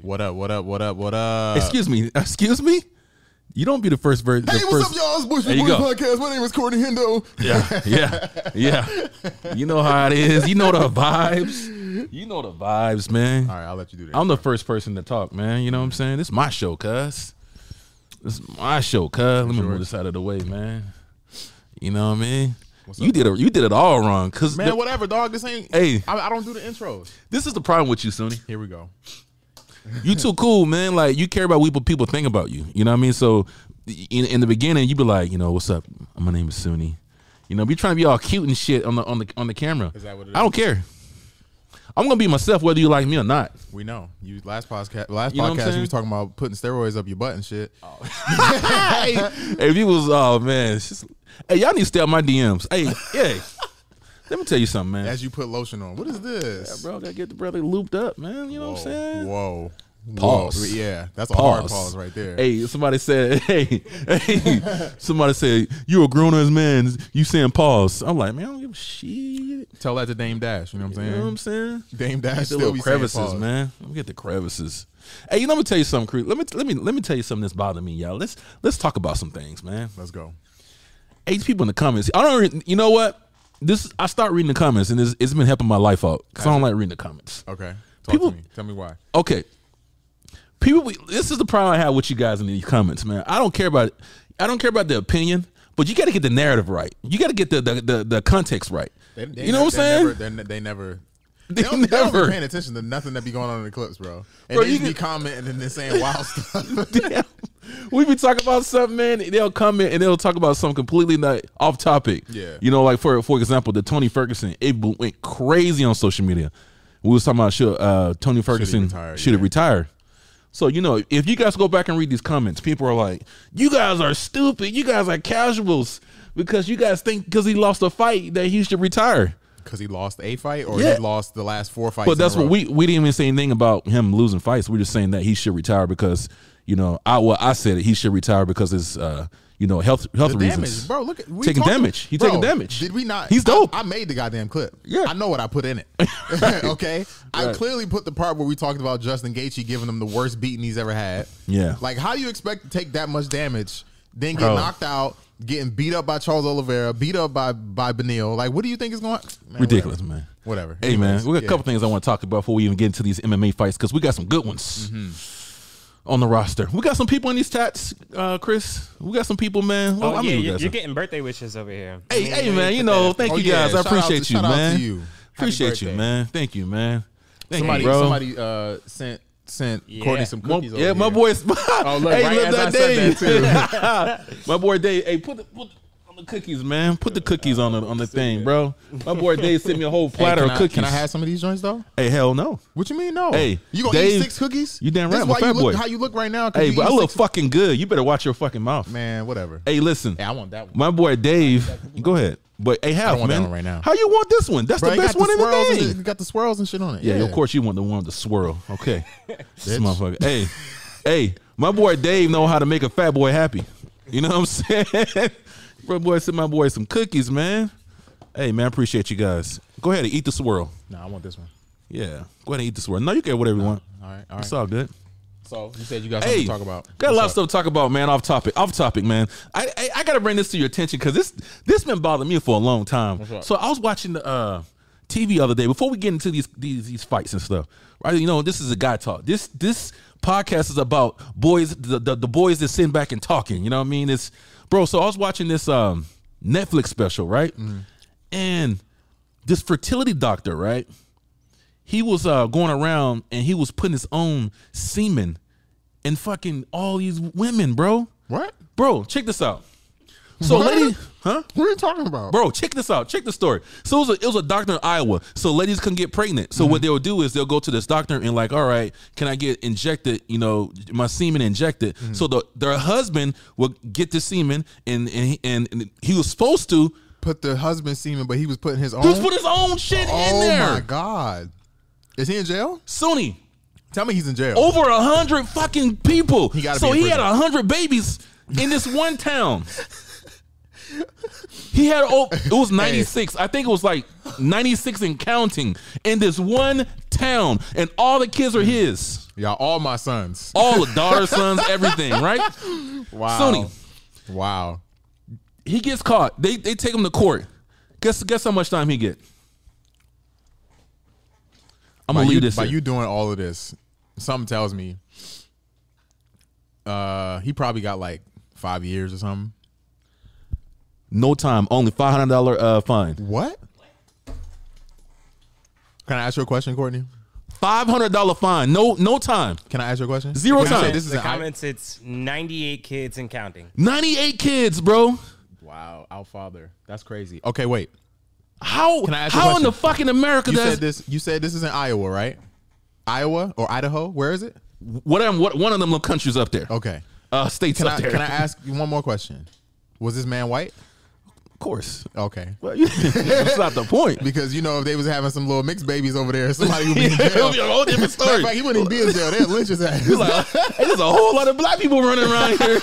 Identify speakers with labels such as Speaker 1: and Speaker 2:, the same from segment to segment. Speaker 1: What up? What up? What up?
Speaker 2: Excuse me. Excuse me. You don't be the first version.
Speaker 1: Hey,
Speaker 2: the
Speaker 1: what's
Speaker 2: first-
Speaker 1: up, y'all? It's Bush
Speaker 2: There you
Speaker 1: Boys
Speaker 2: go.
Speaker 1: Podcast. My name is Courtney Hendo.
Speaker 2: Yeah, yeah, yeah. You know how it is. You know the vibes. You know the vibes, man.
Speaker 1: All right, I'll let you do that.
Speaker 2: I'm the first person to talk, man. You know what I'm saying? This is my show, cuz. This is my show, cuz. Let me move this out of the way, man. You know what I mean? you did it. You did it all wrong, cuz.
Speaker 1: Man, whatever, dog. This ain't.
Speaker 2: Hey.
Speaker 1: I, I don't do the intros.
Speaker 2: This is the problem with you, Sunny.
Speaker 1: Here we go.
Speaker 2: You too cool, man. Like you care about what people think about you. You know what I mean? So in, in the beginning, you be like, you know, what's up? My name is Sunny. You know, be trying to be all cute and shit on the on the on the camera.
Speaker 1: Is that what it
Speaker 2: I don't care. I'm gonna be myself whether you like me or not.
Speaker 1: We know. You last podcast. Last
Speaker 2: You know what I'm
Speaker 1: podcast, you
Speaker 2: saying? Oh.
Speaker 1: was talking about putting steroids up your butt and shit.
Speaker 2: hey, if you was oh man, it's just- hey y'all need to stay out my DMs. Hey, yeah. Let me tell you something, man.
Speaker 1: As you put lotion on. What is this?
Speaker 2: Bro, gotta get the brother looped up, man. You know what I'm saying?
Speaker 1: Whoa. Whoa.
Speaker 2: Pause.
Speaker 1: Yeah, that's a hard
Speaker 2: Pause.
Speaker 1: pause right there.
Speaker 2: Hey, somebody said, hey, hey, somebody said, you a grown ass man. You saying pause. I'm like, man, I don't give a shit. You
Speaker 1: Tell that to Dame Dash. You know what I'm
Speaker 2: know what
Speaker 1: saying?
Speaker 2: I'm saying?
Speaker 1: Dame Dash
Speaker 2: The
Speaker 1: still
Speaker 2: little
Speaker 1: be saying
Speaker 2: crevices,
Speaker 1: pause.
Speaker 2: man. Let me get the crevices. Hey, you know, let me tell you something, Creed. Let me let me let me tell you something that's bothering me, y'all. Let's let's talk about some things, man.
Speaker 1: Let's go.
Speaker 2: Hey, these people in the comments. I don't. re- You know what? This I start reading the comments, and it's, it's been helping my life out because I don't like reading the comments.
Speaker 1: Okay. Talk
Speaker 2: People-
Speaker 1: to me. Tell me why.
Speaker 2: Okay. People, we, this is the problem I have with you guys in these comments, man. I don't care about, I don't care about the opinion, but you got to get the narrative right. You got to get the, the the the context right.
Speaker 1: They- they
Speaker 2: you know
Speaker 1: ne-
Speaker 2: what I'm
Speaker 1: they
Speaker 2: saying?
Speaker 1: Never, they ne- they never. They, don't, they don't be
Speaker 2: never.
Speaker 1: paying attention to nothing that be going on in the clips, bro. And
Speaker 2: Bro,
Speaker 1: they
Speaker 2: you
Speaker 1: just be commenting and then saying wild stuff.
Speaker 2: Damn. We be talking about something, man. and They'll comment and they'll talk about something completely not off topic.
Speaker 1: Yeah.
Speaker 2: You know, like for for example, the Tony Ferguson, it bo- went crazy on social media. We was talking about should uh, Tony Ferguson
Speaker 1: retire,
Speaker 2: should
Speaker 1: yeah.
Speaker 2: have retired. So you know, if you guys go back and read these comments, people are like, "You guys are stupid. You guys are casuals because you guys think because he lost a fight that he should retire."
Speaker 1: Because he lost a fight or
Speaker 2: Yeah.
Speaker 1: he lost the last four fights.
Speaker 2: But that's
Speaker 1: in a
Speaker 2: what
Speaker 1: row.
Speaker 2: we we didn't even say anything about him losing fights. We're just saying that he should retire because you know I well I said it. He should retire because it's uh you know health health
Speaker 1: The
Speaker 2: reasons.
Speaker 1: damage, bro. Look at we
Speaker 2: taking
Speaker 1: talked-
Speaker 2: damage. He
Speaker 1: bro,
Speaker 2: taking damage.
Speaker 1: Did we not?
Speaker 2: He's dope.
Speaker 1: I, I made the goddamn clip.
Speaker 2: Yeah.
Speaker 1: I know what I put in it. okay, I
Speaker 2: Right.
Speaker 1: clearly put the part where we talked about Justin Gaethje giving him the worst beating he's ever had.
Speaker 2: Yeah.
Speaker 1: like how do you expect to take that much damage, then get
Speaker 2: Bro.
Speaker 1: knocked out, getting beat up by Charles Oliveira, beat up by by Benil? Like, what do you think is going? Man,
Speaker 2: Ridiculous,
Speaker 1: whatever.
Speaker 2: man.
Speaker 1: Whatever.
Speaker 2: Hey man,
Speaker 1: Anyways,
Speaker 2: we got
Speaker 1: yeah.
Speaker 2: a couple things I want to talk about before we even get into these MMA fights because we got some good ones
Speaker 1: Mm-hmm.
Speaker 2: on the roster. We got some people in these tats, uh, Chris. We got some people, man. Well,
Speaker 3: Oh,
Speaker 2: I
Speaker 3: yeah,
Speaker 2: mean, we
Speaker 3: you're,
Speaker 2: got
Speaker 3: you're
Speaker 2: some-
Speaker 3: getting birthday wishes over here. I
Speaker 2: Hey,
Speaker 3: mean,
Speaker 2: hey,
Speaker 3: we
Speaker 2: man! You
Speaker 3: put
Speaker 2: know,
Speaker 3: that-
Speaker 2: thank
Speaker 1: Oh,
Speaker 2: you
Speaker 1: yeah,
Speaker 2: guys.
Speaker 1: shout
Speaker 2: I
Speaker 1: out to-
Speaker 2: appreciate you,
Speaker 1: shout out to
Speaker 2: man.
Speaker 1: you. Happy
Speaker 2: Appreciate you,
Speaker 1: birthday.
Speaker 2: man. Thank you, man. Thank
Speaker 1: Somebody,
Speaker 2: you, bro.
Speaker 1: somebody uh, sent sent
Speaker 3: Yeah.
Speaker 1: Courtney some
Speaker 2: My-
Speaker 1: cookies. over
Speaker 2: yeah, my
Speaker 1: here.
Speaker 2: boy's.
Speaker 1: Oh, look, right as I said
Speaker 2: too. my boy Dave. Hey, put the, put the, on the cookies, man. Put the cookies on the on the thing, bro. My boy Dave sent me a whole
Speaker 1: Hey,
Speaker 2: platter
Speaker 1: can
Speaker 2: of
Speaker 1: I-
Speaker 2: cookies.
Speaker 1: Can I have some of these joints though?
Speaker 2: hey, hell no.
Speaker 1: What you mean? No.
Speaker 2: Hey,
Speaker 1: you gonna eat
Speaker 2: Dave,
Speaker 1: six cookies?
Speaker 2: you damn
Speaker 1: This
Speaker 2: right,
Speaker 1: is
Speaker 2: I'm a
Speaker 1: why you
Speaker 2: fat
Speaker 1: look
Speaker 2: boy.
Speaker 1: how you look right now. 'cause
Speaker 2: Hey,
Speaker 1: you
Speaker 2: but I
Speaker 1: eat
Speaker 2: look
Speaker 1: six-
Speaker 2: fucking good. You better watch your fucking mouth.
Speaker 1: man. Whatever.
Speaker 2: Hey, listen.
Speaker 1: Yeah, I want that one.
Speaker 2: My boy Dave. Go ahead. But hey, have
Speaker 1: want that
Speaker 2: man.
Speaker 1: one right now.
Speaker 2: How you want this one? That's
Speaker 1: Bro,
Speaker 2: the
Speaker 1: it got
Speaker 2: best one in
Speaker 1: swirls
Speaker 2: the
Speaker 1: and
Speaker 2: game.
Speaker 1: it got the swirls and shit on it.
Speaker 2: Yeah, of course you want the one with the swirl. Okay. this motherfucker. Hey, hey, my boy Dave know how to make a fat boy happy. You know what I'm saying? Bro, boy, send my boy some cookies, man. Hey, man, I appreciate you guys. Go ahead and eat the swirl.
Speaker 1: No, I want this one.
Speaker 2: Yeah. Go ahead and eat the swirl. No, you get whatever you want.
Speaker 1: All right, all
Speaker 2: It's
Speaker 1: right.
Speaker 2: all good.
Speaker 1: So you said you got
Speaker 2: Hey,
Speaker 1: something to talk about.
Speaker 2: Got a
Speaker 1: What's
Speaker 2: lot
Speaker 1: up?
Speaker 2: of stuff to talk about, man. Off topic, off topic, man. I I, I got to bring this to your attention because this this been bothering me for a long time.
Speaker 1: up?
Speaker 2: So I was watching the uh, TV the other day. Before we get into these these these fights and stuff, right? You know, this is a guy talk. This this podcast is about boys, the the, the boys that sitting back and talking. You know what I mean? It's bro. So I was watching this um Netflix special, right?
Speaker 1: Mm-hmm.
Speaker 2: And this fertility doctor, right? he was uh, going around and he was putting his own semen in fucking all these women, bro.
Speaker 1: What?
Speaker 2: Bro, check this out. So,
Speaker 1: What?
Speaker 2: lady, huh?
Speaker 1: What are you talking about?
Speaker 2: Bro, check this out. Check the story. So it was, a, it was a doctor in Iowa. So ladies can get pregnant. So
Speaker 1: Mm-hmm.
Speaker 2: what they'll do is they'll go to this doctor and like, all right, can I get injected? You know, my semen injected.
Speaker 1: Mm-hmm.
Speaker 2: So the their husband will get the semen and and he, and, and he was supposed to.
Speaker 1: Put the husband semen, but he was putting his own.
Speaker 2: He was put his own shit in
Speaker 1: oh
Speaker 2: there.
Speaker 1: my god. Is he in jail?
Speaker 2: Sunni,
Speaker 1: Tell me he's in jail.
Speaker 2: over a hundred fucking people.
Speaker 1: gotta
Speaker 2: so
Speaker 1: be in
Speaker 2: he had
Speaker 1: prison.
Speaker 2: a hundred babies in this one town. he had oh, it was ninety six. I think it was like ninety six and counting in this one town, and all the kids are his.
Speaker 1: Y'all, all my sons.
Speaker 2: All the daughters, sons, everything, right?
Speaker 1: Wow.
Speaker 2: Sonny.
Speaker 1: Wow.
Speaker 2: He gets caught. They they take him to court. Guess guess how much time he get? I'm
Speaker 1: By
Speaker 2: gonna
Speaker 1: you,
Speaker 2: leave this.
Speaker 1: by
Speaker 2: here.
Speaker 1: you doing all of this, something tells me uh he probably got like five years or something.
Speaker 2: No time. Only five hundred dollar uh, fine.
Speaker 1: What? Can I ask you a question, Courtney?
Speaker 2: Five hundred dollar fine. No no time.
Speaker 1: Can I ask you a question?
Speaker 2: Zero
Speaker 1: Can I say
Speaker 2: time.
Speaker 1: This is
Speaker 3: the
Speaker 1: an I-
Speaker 3: comments. It's 98 kids and counting.
Speaker 2: Ninety eight kids, bro.
Speaker 1: Wow, our father. That's crazy. Okay, wait.
Speaker 2: How
Speaker 1: Can I ask you a
Speaker 2: how in
Speaker 1: question?
Speaker 2: the fucking America
Speaker 1: You
Speaker 2: that's
Speaker 1: said this you said this is in Iowa, right? Iowa or Idaho? Where is it?
Speaker 2: what, am- what one of them little countries up there?
Speaker 1: Okay.
Speaker 2: Uh, states
Speaker 1: Can
Speaker 2: up
Speaker 1: I,
Speaker 2: there.
Speaker 1: can I ask you one more question? Was this man white?
Speaker 2: Of course.
Speaker 1: Okay.
Speaker 2: Well, you- that's not the point.
Speaker 1: Because you know if they was having some little mixed babies over there, somebody would be in
Speaker 2: It'll
Speaker 1: jail.
Speaker 2: be a whole different
Speaker 1: Matter of
Speaker 2: story.
Speaker 1: fact, he wouldn't even be in jail. They'd lynch his ass.
Speaker 2: Like, hey, there's a whole lot of black people running around here.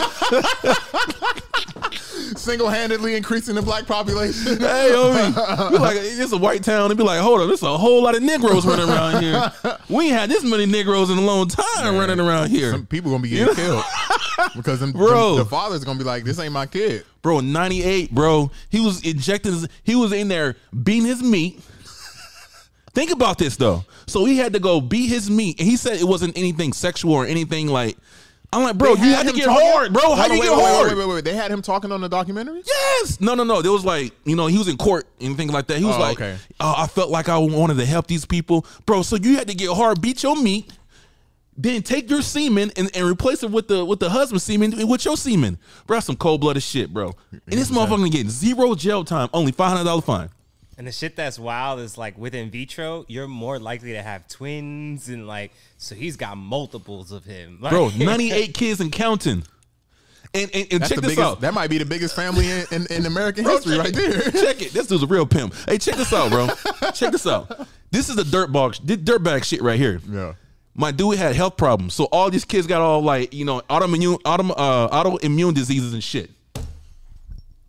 Speaker 1: Single-handedly increasing the black population.
Speaker 2: Hey, homie. You're like, it's a white town. It'd be like, hold on, there's a whole lot of Negroes running around here. We ain't had this many Negroes in a long time running around here.
Speaker 1: Some people gonna be getting killed because them,
Speaker 2: Bro.
Speaker 1: them- the father's gonna be like, "This ain't my kid."
Speaker 2: bro, 98, bro. He was injecting, his- he was in there beating his meat. Think about this, though. So he had to go beat his meat. And he said it wasn't anything sexual or anything like. I'm like, bro,
Speaker 1: They
Speaker 2: you had
Speaker 1: had
Speaker 2: to
Speaker 1: him
Speaker 2: get
Speaker 1: talking-
Speaker 2: hard, bro. How
Speaker 1: Hold on,
Speaker 2: you
Speaker 1: wait,
Speaker 2: get
Speaker 1: wait, wait,
Speaker 2: hard?
Speaker 1: Wait, wait, wait, They had him talking on the documentary.
Speaker 2: Yes. No, no, no. There was like, you know, he was in court and things like that. He was
Speaker 1: Oh,
Speaker 2: like,
Speaker 1: okay.
Speaker 2: "Oh, I felt like I wanted to help these people. Bro, so you had to get hard, beat your meat, then take your semen and, and replace it with the with the husband's semen and with your semen. Bro, that's some cold blooded shit, bro. And this motherfucker getting zero jail time, only five hundred dollar fine.
Speaker 3: And the shit that's wild is like with in vitro, you're more likely to have twins and like so he's got multiples of him. Like,
Speaker 2: Bro, ninety eight kids and counting. And and, and
Speaker 1: That's
Speaker 2: check
Speaker 1: the
Speaker 2: this
Speaker 1: biggest.
Speaker 2: out.
Speaker 1: That might be the biggest family in, in, in American history, right there.
Speaker 2: Check it. This dude's a real pimp. Hey, check this out, bro. check this out. This is the dirt box, this dirtbag shit right here.
Speaker 1: Yeah.
Speaker 2: My dude had health problems, so all these kids got all like you know autoimmune, auto, uh, autoimmune diseases and shit.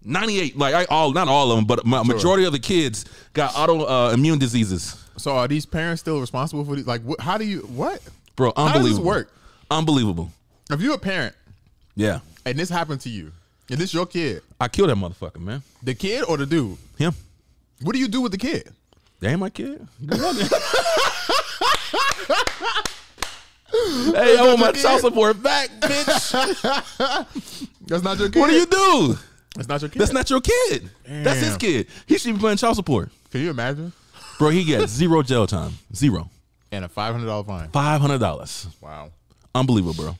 Speaker 2: Ninety eight, like I, all not all of them, but ma- majority of the kids got autoimmune uh, immune diseases.
Speaker 1: So are these parents still responsible for these? Like, wh- how do you what?
Speaker 2: Bro,
Speaker 1: How does
Speaker 2: unbelievable.
Speaker 1: this work?
Speaker 2: Unbelievable.
Speaker 1: If you're a parent
Speaker 2: Yeah,
Speaker 1: and this happened to you, and this your kid,
Speaker 2: I killed that motherfucker, man.
Speaker 1: the kid or the dude,
Speaker 2: Him.
Speaker 1: what do you do with the kid?
Speaker 2: That ain't my kid. Good luck. hey, I want my child support back, bitch.
Speaker 1: That's not your kid.
Speaker 2: what do you do?
Speaker 1: That's not your kid.
Speaker 2: That's not your kid. That's his
Speaker 1: Damn.
Speaker 2: kid. He should be playing child support.
Speaker 1: Can you imagine?
Speaker 2: Bro, he got zero jail time. Zero.
Speaker 1: And a five hundred dollar fine.
Speaker 2: Five hundred dollars.
Speaker 1: Wow.
Speaker 2: Unbelievable, bro.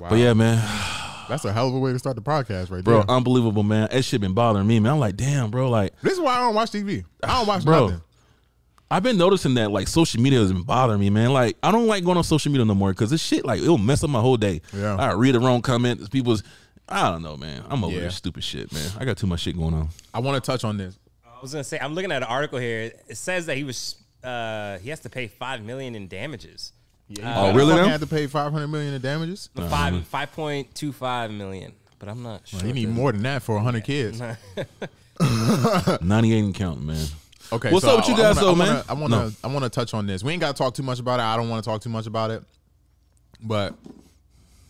Speaker 1: Wow.
Speaker 2: But yeah, man,
Speaker 1: That's a hell of a way to start the podcast right
Speaker 2: bro,
Speaker 1: there.
Speaker 2: unbelievable, man. That shit been bothering me, man. I'm like, damn, bro. Like,
Speaker 1: this is why I don't watch TV. I don't watch
Speaker 2: bro,
Speaker 1: nothing.
Speaker 2: I've been noticing that like social media has been bothering me, man. Like, I don't like going on social media no more because this shit like it'll mess up my whole day.
Speaker 1: Yeah.
Speaker 2: I read the wrong comments. People's, I don't know, man. I'm over
Speaker 1: Yeah.
Speaker 2: this stupid shit, man. I got too much shit going on.
Speaker 1: I want to touch on this.
Speaker 3: I was gonna say I'm looking at an article here. It says that he was uh he has to pay five million in damages.
Speaker 2: oh, really?
Speaker 1: Fucking
Speaker 2: Now?
Speaker 1: Uh, had to pay five hundred million in damages.
Speaker 3: Five five point two five million. But I'm not sure.
Speaker 1: You need more than that for hundred kids.
Speaker 2: Ninety-eight and counting, man.
Speaker 1: Okay,
Speaker 2: What's
Speaker 1: so
Speaker 2: up with you
Speaker 1: I- I
Speaker 2: guys,
Speaker 1: wanna-
Speaker 2: though, man?
Speaker 1: I want to, I want to, I want to touch on this. We ain't got to talk too much about it. I don't want to talk too much about it. But,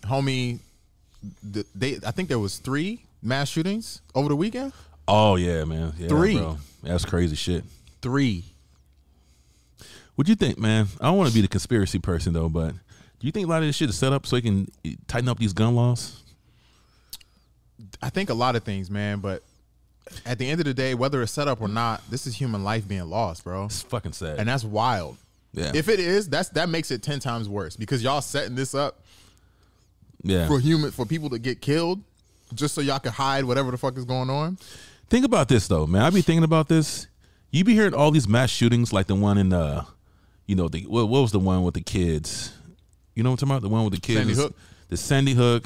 Speaker 1: homie, th- they, I think there was three mass shootings over the weekend.
Speaker 2: Oh yeah, man. Yeah,
Speaker 1: Three.
Speaker 2: bro. That's crazy shit.
Speaker 1: Three.
Speaker 2: What do you think, man? I don't want to be the conspiracy person though, but do you think a lot of this shit is set up so they can tighten up these gun laws?
Speaker 1: I think a lot of things, man. But at the end of the day, whether it's set up or not, this is human life being lost, bro,
Speaker 2: It's fucking sad.
Speaker 1: and that's wild.
Speaker 2: yeah,
Speaker 1: If it is, that's that makes it ten times worse because y'all setting this up
Speaker 2: yeah.
Speaker 1: for human for people to get killed just so y'all can hide whatever the fuck is going on.
Speaker 2: Think about this though, man. I be thinking about this. You be hearing all these mass shootings, like the one in, uh, you know, the what, what was the one with the kids? You know what I'm talking about? The one with the kids,
Speaker 1: Sandy Hook. Mm-hmm.
Speaker 2: the Sandy Hook.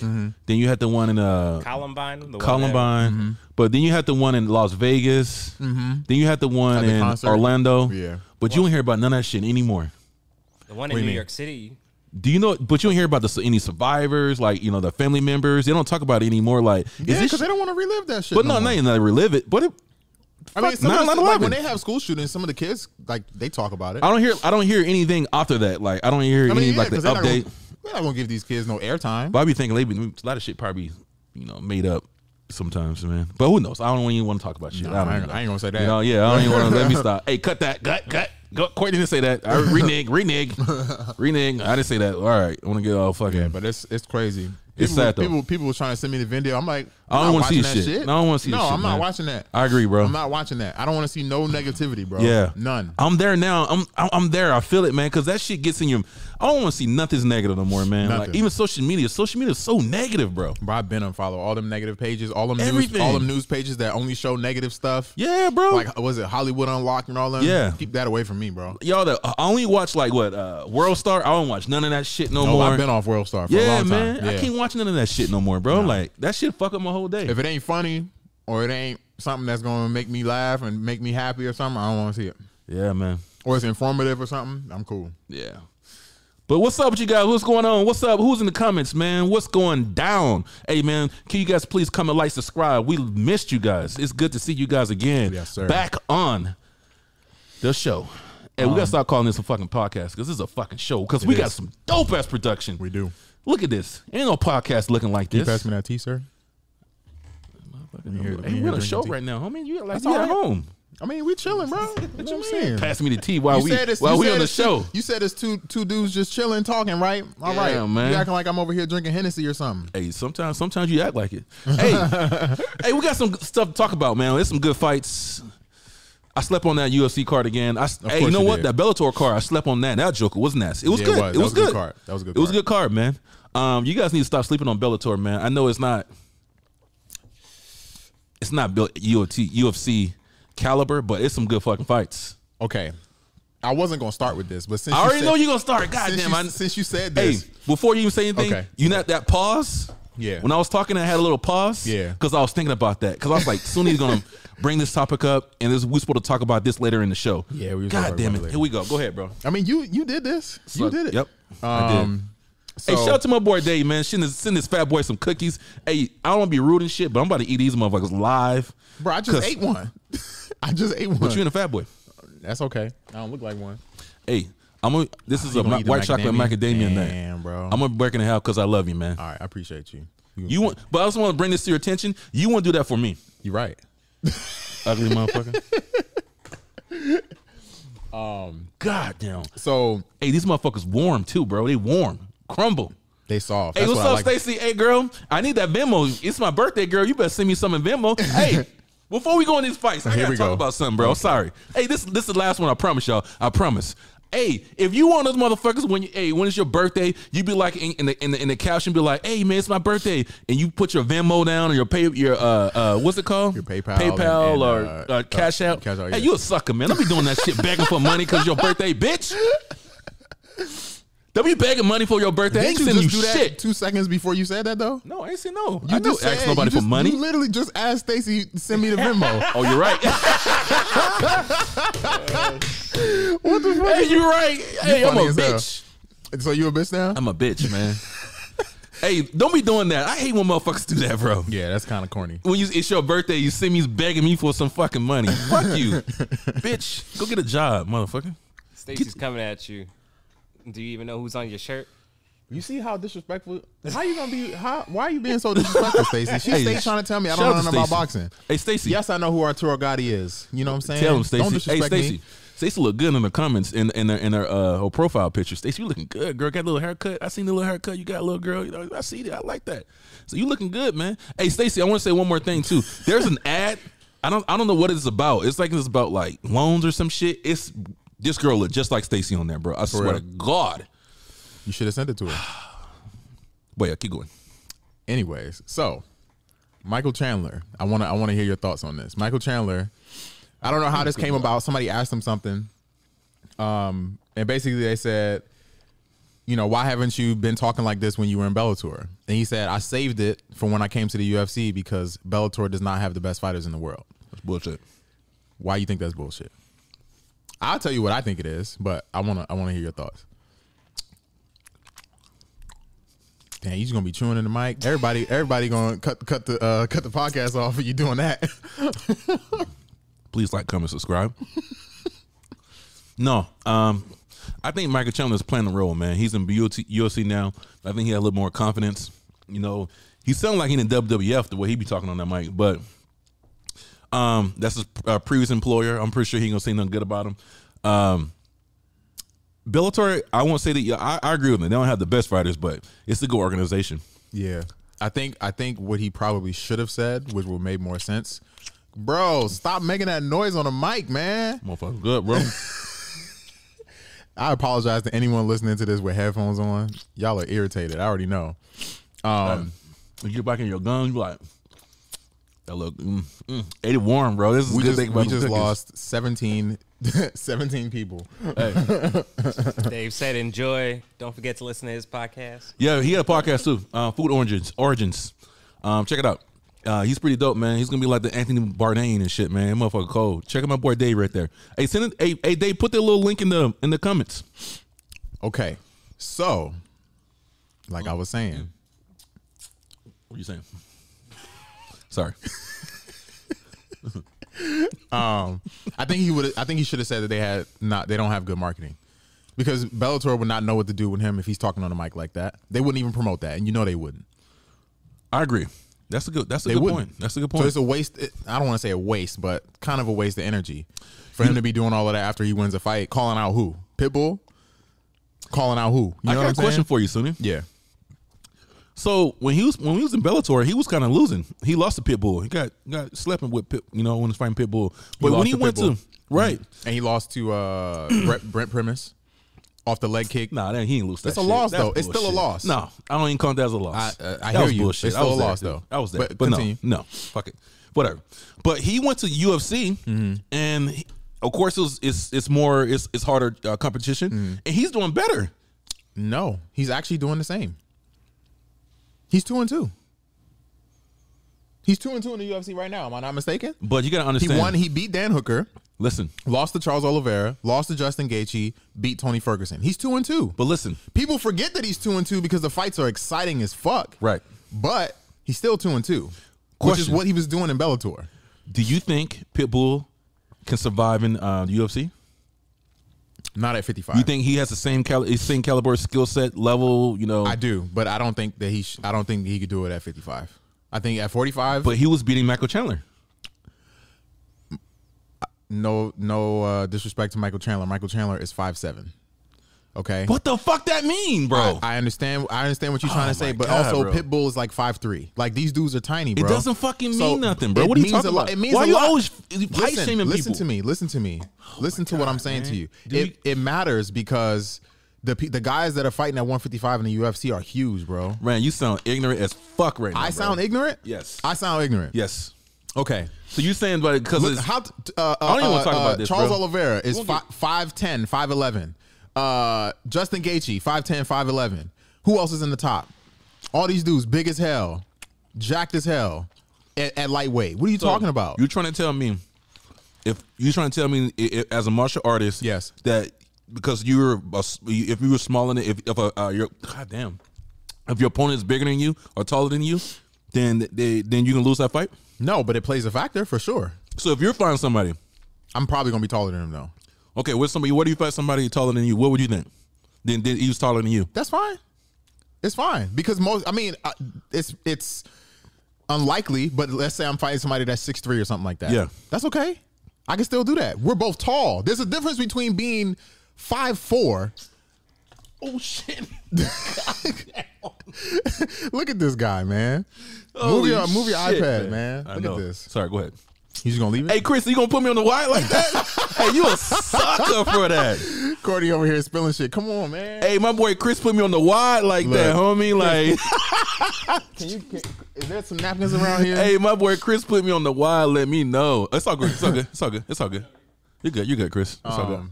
Speaker 2: Then you had the one in uh,
Speaker 3: Columbine. the one that-
Speaker 2: Columbine.
Speaker 1: Mm-hmm.
Speaker 2: But then you had the one in Las Vegas. Then you had the one
Speaker 1: the
Speaker 2: in
Speaker 1: concert.
Speaker 2: Orlando.
Speaker 1: Yeah.
Speaker 2: But you don't hear about none of that shit anymore.
Speaker 3: The one in
Speaker 1: do
Speaker 3: New
Speaker 1: you mean?
Speaker 3: York City.
Speaker 2: Do you know? But you don't hear about the any survivors, like you know, the family members. They don't talk about it anymore. Like, is
Speaker 1: Yeah,
Speaker 2: this?
Speaker 1: because they don't want to relive that shit.
Speaker 2: but no,
Speaker 1: more.
Speaker 2: not even that relive it. But it,
Speaker 1: I mean,
Speaker 2: Fuck
Speaker 1: some of
Speaker 2: 9/11.
Speaker 1: the- like when they have school shootings, some of the kids like they talk about it.
Speaker 2: I don't hear I don't hear anything after that. Like I don't hear
Speaker 1: I
Speaker 2: any
Speaker 1: mean, yeah,
Speaker 2: like the
Speaker 1: 'cause they're not
Speaker 2: update.
Speaker 1: gonna- We're not gonna give these kids no airtime.
Speaker 2: But I be thinking they be, a lot of shit probably you know made up sometimes, man. But who knows? I don't even want to talk about shit. I, don't
Speaker 1: I ain't-
Speaker 2: even know.
Speaker 1: I ain't gonna say that.
Speaker 2: You know, yeah, I don't even want to let me stop. Hey, cut that, cut, cut. Go, Courtney didn't say that. I renege, renege, renege. I didn't say that. All right, I want to get all fucking.
Speaker 1: Yeah, but it's it's crazy.
Speaker 2: It's
Speaker 1: people,
Speaker 2: sad, though.
Speaker 1: People people were trying to send me the video. I'm like,
Speaker 2: I don't
Speaker 1: I'm not
Speaker 2: wanna see
Speaker 1: watching
Speaker 2: this
Speaker 1: that
Speaker 2: shit. No, I don't wanna see
Speaker 1: No,
Speaker 2: this shit,
Speaker 1: I'm not
Speaker 2: man.
Speaker 1: watching that.
Speaker 2: I agree, bro.
Speaker 1: I'm not watching that. I don't want to see no negativity, bro.
Speaker 2: Yeah,
Speaker 1: none.
Speaker 2: I'm there now. I'm I'm, I'm there. I feel it, man. Because that shit gets in your. I don't want to see nothing's negative no more, man. Like
Speaker 1: Nothing.
Speaker 2: even social media. Social media is so negative, bro.
Speaker 1: Bro, I've been unfollow all them negative pages, all them news,
Speaker 2: Everything.
Speaker 1: all them news pages that only show negative stuff.
Speaker 2: Yeah, bro.
Speaker 1: Like was it Hollywood Unlocked and all that?
Speaker 2: Yeah.
Speaker 1: keep that away from me, bro.
Speaker 2: y'all that I only watch like what uh World Star. I don't watch none of that shit no
Speaker 1: No,
Speaker 2: more.
Speaker 1: I've been off World Star for a
Speaker 2: yeah,
Speaker 1: long time.
Speaker 2: man. I can't watch none of that shit no more, bro. Like that shit fuck up my whole day.
Speaker 1: If it ain't funny or it ain't something that's gonna make me laugh and make me happy or something, I don't want to see it.
Speaker 2: yeah, man.
Speaker 1: Or it's informative or something. I'm cool.
Speaker 2: Yeah. But what's up with you guys? What's going on? What's up? Who's in the comments, man? What's going down? Hey, man, can you guys please comment, like, subscribe? We missed you guys. It's good to see you guys again.
Speaker 1: Yes, sir.
Speaker 2: Back on the show. Hey, we gotta start calling this a fucking podcast because this is a fucking show. Because we got
Speaker 1: Um, is.
Speaker 2: some dope ass production.
Speaker 1: We do.
Speaker 2: Look at this. Ain't no podcast looking like this.
Speaker 1: Pass me that tea, sir.
Speaker 2: Hey,
Speaker 1: here-
Speaker 2: we're on a
Speaker 1: drinking
Speaker 2: show
Speaker 1: tea.
Speaker 2: right now, homie. You like
Speaker 1: That's
Speaker 2: you
Speaker 1: all
Speaker 2: at
Speaker 1: right.
Speaker 2: home?
Speaker 1: I mean, we chilling, bro. What you mean?
Speaker 2: Pass me the tea while we while
Speaker 1: you
Speaker 2: we
Speaker 1: said
Speaker 2: on the
Speaker 1: it's
Speaker 2: show.
Speaker 1: Two, you said it's two two dudes just chilling, talking, right? All
Speaker 2: Yeah,
Speaker 1: right,
Speaker 2: man.
Speaker 1: You acting like I'm over here drinking Hennessy or something.
Speaker 2: Hey, sometimes sometimes you act like it. Hey, hey, we got some good stuff to talk about, man. There's some good fights. I slept on that UFC card again. I, hey, you
Speaker 1: course
Speaker 2: know
Speaker 1: you
Speaker 2: what?
Speaker 1: did.
Speaker 2: That Bellator card, I slept on that. That Joker was nasty. It was
Speaker 1: Yeah, it
Speaker 2: good. It was,
Speaker 1: was. That was a
Speaker 2: good.
Speaker 1: good card. That was a good
Speaker 2: It was a
Speaker 1: card.
Speaker 2: good card, man. Um, you guys need to stop sleeping on Bellator, man. I know it's not. It's not built UFC UFC caliber, but it's some good fucking fights.
Speaker 1: Okay, I wasn't gonna start with this, but since
Speaker 2: I already
Speaker 1: said,
Speaker 2: know you're gonna start.
Speaker 1: Since
Speaker 2: Goddamn,
Speaker 1: you,
Speaker 2: I
Speaker 1: since you said
Speaker 2: Hey,
Speaker 1: this,
Speaker 2: before you even say anything,
Speaker 1: Okay.
Speaker 2: you know that pause.
Speaker 1: Yeah.
Speaker 2: When I was talking, I had a little pause.
Speaker 1: Yeah.
Speaker 2: Because I was thinking about that. Because I was like, soon he's gonna bring this topic up, and this, we're supposed to talk about this later in the show.
Speaker 1: Yeah, we was gonna
Speaker 2: God
Speaker 1: talk
Speaker 2: damn
Speaker 1: about
Speaker 2: it.
Speaker 1: it later.
Speaker 2: Here we go. Go ahead, bro.
Speaker 1: I mean, you you did this. you did it.
Speaker 2: Yep. I did.
Speaker 1: Um.
Speaker 2: Hey,
Speaker 1: So,
Speaker 2: shout out to my boy Dave, man. Send this, send this fat boy some cookies. Hey, I don't want to be rude and shit, but I'm about to eat these motherfuckers live.
Speaker 1: bro, I
Speaker 2: 'Cause-
Speaker 1: just ate one. I just ate one.
Speaker 2: But you and a fat boy.
Speaker 1: That's okay. I don't look like one.
Speaker 2: Hey, I'm gonna. This is a
Speaker 1: you gonna
Speaker 2: ma-
Speaker 1: eat the
Speaker 2: white chocolate
Speaker 1: macadamia?
Speaker 2: macadamia
Speaker 1: Damn,
Speaker 2: nut.
Speaker 1: bro.
Speaker 2: I'm gonna break in half because I love you, man.
Speaker 1: All right, I appreciate you.
Speaker 2: You want, but I also want to bring this to your attention. You want to do that for me.
Speaker 1: You're right.
Speaker 2: ugly motherfucker. um, goddamn.
Speaker 1: So
Speaker 2: Hey, these motherfuckers warm too, bro. They warm, crumble.
Speaker 1: they soft.
Speaker 2: Hey,
Speaker 1: That's
Speaker 2: what's
Speaker 1: why I
Speaker 2: up,
Speaker 1: like-
Speaker 2: Stacy? Hey, girl, I need that Venmo. It's my birthday, girl. You better send me some in Venmo. Hey, before we go in these fights, I
Speaker 1: Here
Speaker 2: gotta
Speaker 1: we
Speaker 2: talk
Speaker 1: go.
Speaker 2: about something, bro. I'm sorry. Hey, this this is the last one. I promise y'all. I promise. Hey, if you want those motherfuckers when you, hey when it's your birthday, you be like in, in the in the in the caption, be like, hey man, it's my birthday, and you put your Venmo down or your pay your uh uh what's it called
Speaker 1: Your PayPal
Speaker 2: PayPal
Speaker 1: and-
Speaker 2: or
Speaker 1: and, uh,
Speaker 2: uh, Cash App.
Speaker 1: Cash App,
Speaker 2: Hey,
Speaker 1: yeah.
Speaker 2: you a sucker, man. Don't be doing that shit begging for money because your birthday, bitch. Don't be begging money for your birthday. I ain't
Speaker 1: Didn't you
Speaker 2: sending you
Speaker 1: just do
Speaker 2: shit.
Speaker 1: that two seconds before you said that though?
Speaker 2: No, I ain't say no.
Speaker 1: You
Speaker 2: I don't
Speaker 1: just
Speaker 2: ask
Speaker 1: said-
Speaker 2: nobody
Speaker 1: you just-
Speaker 2: for money.
Speaker 1: You literally just asked Stacy to send me the Venmo.
Speaker 2: oh, you're right.
Speaker 1: what the fuck?
Speaker 2: hey, you're right. Hey, I'm
Speaker 1: funny
Speaker 2: a
Speaker 1: as hell.
Speaker 2: bitch.
Speaker 1: So you a bitch now?
Speaker 2: I'm a bitch, man. hey, don't be doing that. I hate when motherfuckers do that, bro.
Speaker 1: yeah, that's kind of corny.
Speaker 2: When you it's your birthday, you see me begging me for some fucking money. Fuck you, bitch. Go get a job, motherfucker.
Speaker 3: Stacy's coming at you. Do you even know who's on your shirt?
Speaker 1: You see how disrespectful? How you gonna be? How? Why are you being so disrespectful, Stacy? She
Speaker 2: Hey,
Speaker 1: stay trying to tell me I
Speaker 2: shout
Speaker 1: don't
Speaker 2: out
Speaker 1: know
Speaker 2: to
Speaker 1: nothing about
Speaker 2: Stacey.
Speaker 1: boxing.
Speaker 2: Hey, Stacy.
Speaker 1: Yes, I know who Arturo Gotti is. You know what I'm saying?
Speaker 2: Tell him,
Speaker 1: Don't
Speaker 2: Stacy. Hey,
Speaker 1: disrespect me.
Speaker 2: Stacy. Stacy look good in the comments in in her, in her uh her profile picture. Stacy, you looking good, girl. Got a little haircut. I seen the little haircut you got, little girl. You know, I see that. I like that. So you looking good, man. Hey, Stacy, I want to say one more thing too. There's an ad. I don't I don't know what it's about. It's like it's about like loans or some shit. It's this girl look just like Stacy on there, bro. I swear to
Speaker 1: real.
Speaker 2: God.
Speaker 1: You should have sent it to her.
Speaker 2: Wait, I keep going.
Speaker 1: Anyways, so Michael Chandler, I want to I want to hear your thoughts on this. Michael Chandler, I don't know how this came about. Somebody asked him something, um, and basically they said, you know, why haven't you been talking like this when you were in Bellator? And he said, I saved it for when I came to the UFC because Bellator does not have the best fighters in the world.
Speaker 2: That's bullshit.
Speaker 1: Why you think that's bullshit? I'll tell you what I think it is, but I want to I want to hear your thoughts. Damn, you just gonna be chewing in the mic. Everybody, everybody gonna cut cut the uh, cut the podcast off. If you doing that?
Speaker 2: Please like, comment, subscribe. no, um, I think Michael Chandler is playing the role, man. He's in UFC, UFC now. I think he had a little more confidence. You know, he sounded like he in the WWF the way he be talking on that mic, but um, that's his uh, previous employer. I'm pretty sure he ain't gonna say nothing good about him. Um, Bellator, I won't say that. yeah, I, I agree with him. They don't have the best fighters, but it's a good organization.
Speaker 1: Yeah. I think I think what he probably should have said, which would make more sense. Bro, stop making that noise on the mic, man.
Speaker 2: Motherfucker, good bro.
Speaker 1: I apologize to anyone listening to this with headphones on. Y'all are irritated. I already know. Um,
Speaker 2: you get back in your gun, you be like that look. Mm, mm. Ate it warm, bro. This is
Speaker 1: we
Speaker 2: good
Speaker 1: just,
Speaker 2: thing
Speaker 1: we
Speaker 2: about
Speaker 1: just
Speaker 2: the cookies.
Speaker 1: lost 17, 17 people.
Speaker 3: Dave said, enjoy. Don't forget to listen to his podcast.
Speaker 2: Yeah, he had a podcast too. Uh, Food Origins. Origins. Um, check it out. Uh, he's pretty dope, man. He's gonna be like the Anthony Bourdain and shit, man. Motherfucker cold. Check out my boy Dave right there. Hey, send it. Hey, hey, Dave, put that little link in the in the comments.
Speaker 1: Okay. So, like I was saying,
Speaker 2: What are you saying? Sorry.
Speaker 1: um, I think he would. I think he should have said that they had not. They don't have good marketing because Bellator would not know what to do with him if he's talking on a mic like that. They wouldn't even promote that, and you know they wouldn't.
Speaker 2: I agree. That's a good. That's a
Speaker 1: They
Speaker 2: good
Speaker 1: wouldn't.
Speaker 2: point. That's a good
Speaker 1: So
Speaker 2: point.
Speaker 1: it's a waste. It, I don't want to say a waste, but kind of a waste of energy for him to be doing all of that after he wins a fight, calling out who Pitbull, calling out who. You know
Speaker 2: I got
Speaker 1: what
Speaker 2: a
Speaker 1: I'm
Speaker 2: question
Speaker 1: saying?
Speaker 2: for you, Sunny.
Speaker 1: Yeah.
Speaker 2: So when he was when he was in Bellator, he was kind of losing. He lost to Pitbull. He got got slept with Pit, you know, when he was fighting Pitbull. But when
Speaker 1: lost
Speaker 2: he
Speaker 1: to
Speaker 2: went
Speaker 1: Pitbull.
Speaker 2: to Mm-hmm. right,
Speaker 1: And he lost to uh, Brent, Brent Primus off the leg kick.
Speaker 2: nah, that, he ain't lose. That
Speaker 1: It's a
Speaker 2: shit.
Speaker 1: loss,
Speaker 2: That's
Speaker 1: though. It's still a
Speaker 2: bullshit.
Speaker 1: loss.
Speaker 2: No, I don't even count that as a loss.
Speaker 1: I- uh,
Speaker 2: that
Speaker 1: I hear
Speaker 2: was
Speaker 1: you.
Speaker 2: bullshit.
Speaker 1: It's
Speaker 2: I
Speaker 1: still
Speaker 2: was
Speaker 1: a
Speaker 2: there,
Speaker 1: loss,
Speaker 2: dude.
Speaker 1: though.
Speaker 2: I was there, but,
Speaker 1: But continue.
Speaker 2: no, no, fuck it, whatever. But he went to UFC, and he- of course it was, it's it's more it's it's harder uh, competition, and he's doing better.
Speaker 1: No, he's actually doing the same. He's two and two. He's two and two in the UFC right now. Am I not mistaken?
Speaker 2: But you gotta
Speaker 1: He
Speaker 2: understand.
Speaker 1: won. He beat Dan Hooker,
Speaker 2: listen,
Speaker 1: lost to Charles Oliveira, lost to Justin Gaethje, beat Tony Ferguson. He's two and two.
Speaker 2: but listen,
Speaker 1: People forget that he's two and two because the fights are exciting as fuck.
Speaker 2: Right. But
Speaker 1: But he's still two and two, which is
Speaker 2: Question.
Speaker 1: what he was doing in Bellator.
Speaker 2: do you think Pitbull can survive in uh, the UFC?
Speaker 1: Not at fifty five.
Speaker 2: You think he has the same cal- his same caliber skill set level? You know,
Speaker 1: I do, but I don't think that he. Sh- I don't think he could do it at fifty five. I think at forty five.
Speaker 2: but he was beating Michael Chandler.
Speaker 1: no no uh, disrespect to Michael Chandler. Michael Chandler is five seven. Okay.
Speaker 2: What the fuck that mean, bro? Oh
Speaker 1: I understand. I understand what you're trying to
Speaker 2: my
Speaker 1: say, but
Speaker 2: God,
Speaker 1: also
Speaker 2: bro.
Speaker 1: Pitbull is like five three. Like these dudes are tiny,
Speaker 2: it
Speaker 1: bro.
Speaker 2: doesn't fucking mean
Speaker 1: So,
Speaker 2: nothing, bro.
Speaker 1: it
Speaker 2: What are you
Speaker 1: means
Speaker 2: talking
Speaker 1: a lot-
Speaker 2: about?
Speaker 1: It means
Speaker 2: Why
Speaker 1: a
Speaker 2: are you
Speaker 1: lot.
Speaker 2: always height
Speaker 1: listen,
Speaker 2: shaming people?
Speaker 1: listen
Speaker 2: Oh
Speaker 1: to me. Listen to me. listen to what I'm saying to you.
Speaker 2: Do
Speaker 1: It, it matters because the pe- the guys that are fighting at 155 in the UFC are huge, bro.
Speaker 2: Man, you sound ignorant as fuck right now.
Speaker 1: I
Speaker 2: bro.
Speaker 1: sound ignorant.
Speaker 2: Yes.
Speaker 1: I sound ignorant.
Speaker 2: yes.
Speaker 1: Okay.
Speaker 2: So you saying, but because
Speaker 1: Look,
Speaker 2: it's
Speaker 1: how t- t- uh, uh,
Speaker 2: don't even wanna
Speaker 1: uh,
Speaker 2: talk about
Speaker 1: uh,
Speaker 2: this,
Speaker 1: Charles
Speaker 2: bro.
Speaker 1: Oliveira is
Speaker 2: We'll
Speaker 1: fi- 5'10, 5'11. Uh, Justin Gaethje, 5'10, 5'11. Who else is in the top? All these dudes, big as hell, jacked as hell, at, at lightweight. What are you talking about?
Speaker 2: you trying to tell me if you trying to tell me i i as a martial artist,
Speaker 1: Yes.
Speaker 2: that because you were a s- if you were smaller than if if a uh, your goddamn if your opponent is bigger than you or taller than you, then they then you can lose that fight.
Speaker 1: no, but it plays a factor for sure.
Speaker 2: So if you're fighting somebody,
Speaker 1: I'm probably gonna be taller than him though.
Speaker 2: okay, with somebody, what do you fight somebody taller than you? What would you think? Then then he was taller than you.
Speaker 1: That's fine. It's fine because most. I mean, I- it's it's unlikely, but let's say I'm fighting somebody that's six three or something like that.
Speaker 2: Yeah.
Speaker 1: that's okay. I can still do that. We're both tall. There's a difference between being five four.
Speaker 2: Oh shit!
Speaker 1: Look at this guy, man. move your move your iPad, man.
Speaker 2: I
Speaker 1: Look
Speaker 2: know.
Speaker 1: at this.
Speaker 2: Sorry, go ahead.
Speaker 1: He's gonna leave it.
Speaker 2: Hey, Chris, you gonna put me on the wire like that? hey, you a sucker for that.
Speaker 1: Cordy over here spilling shit. Come on, man.
Speaker 2: Hey, my boy Chris put me on the wire like that,
Speaker 1: Look.
Speaker 2: homie. Like,
Speaker 1: Can you? Can, is there some napkins around here?
Speaker 2: hey, my boy Chris put me on the wire. Let me know. It's all good. It's all good. It's all good. It's all good. You're good. You're good, Chris. It's all good.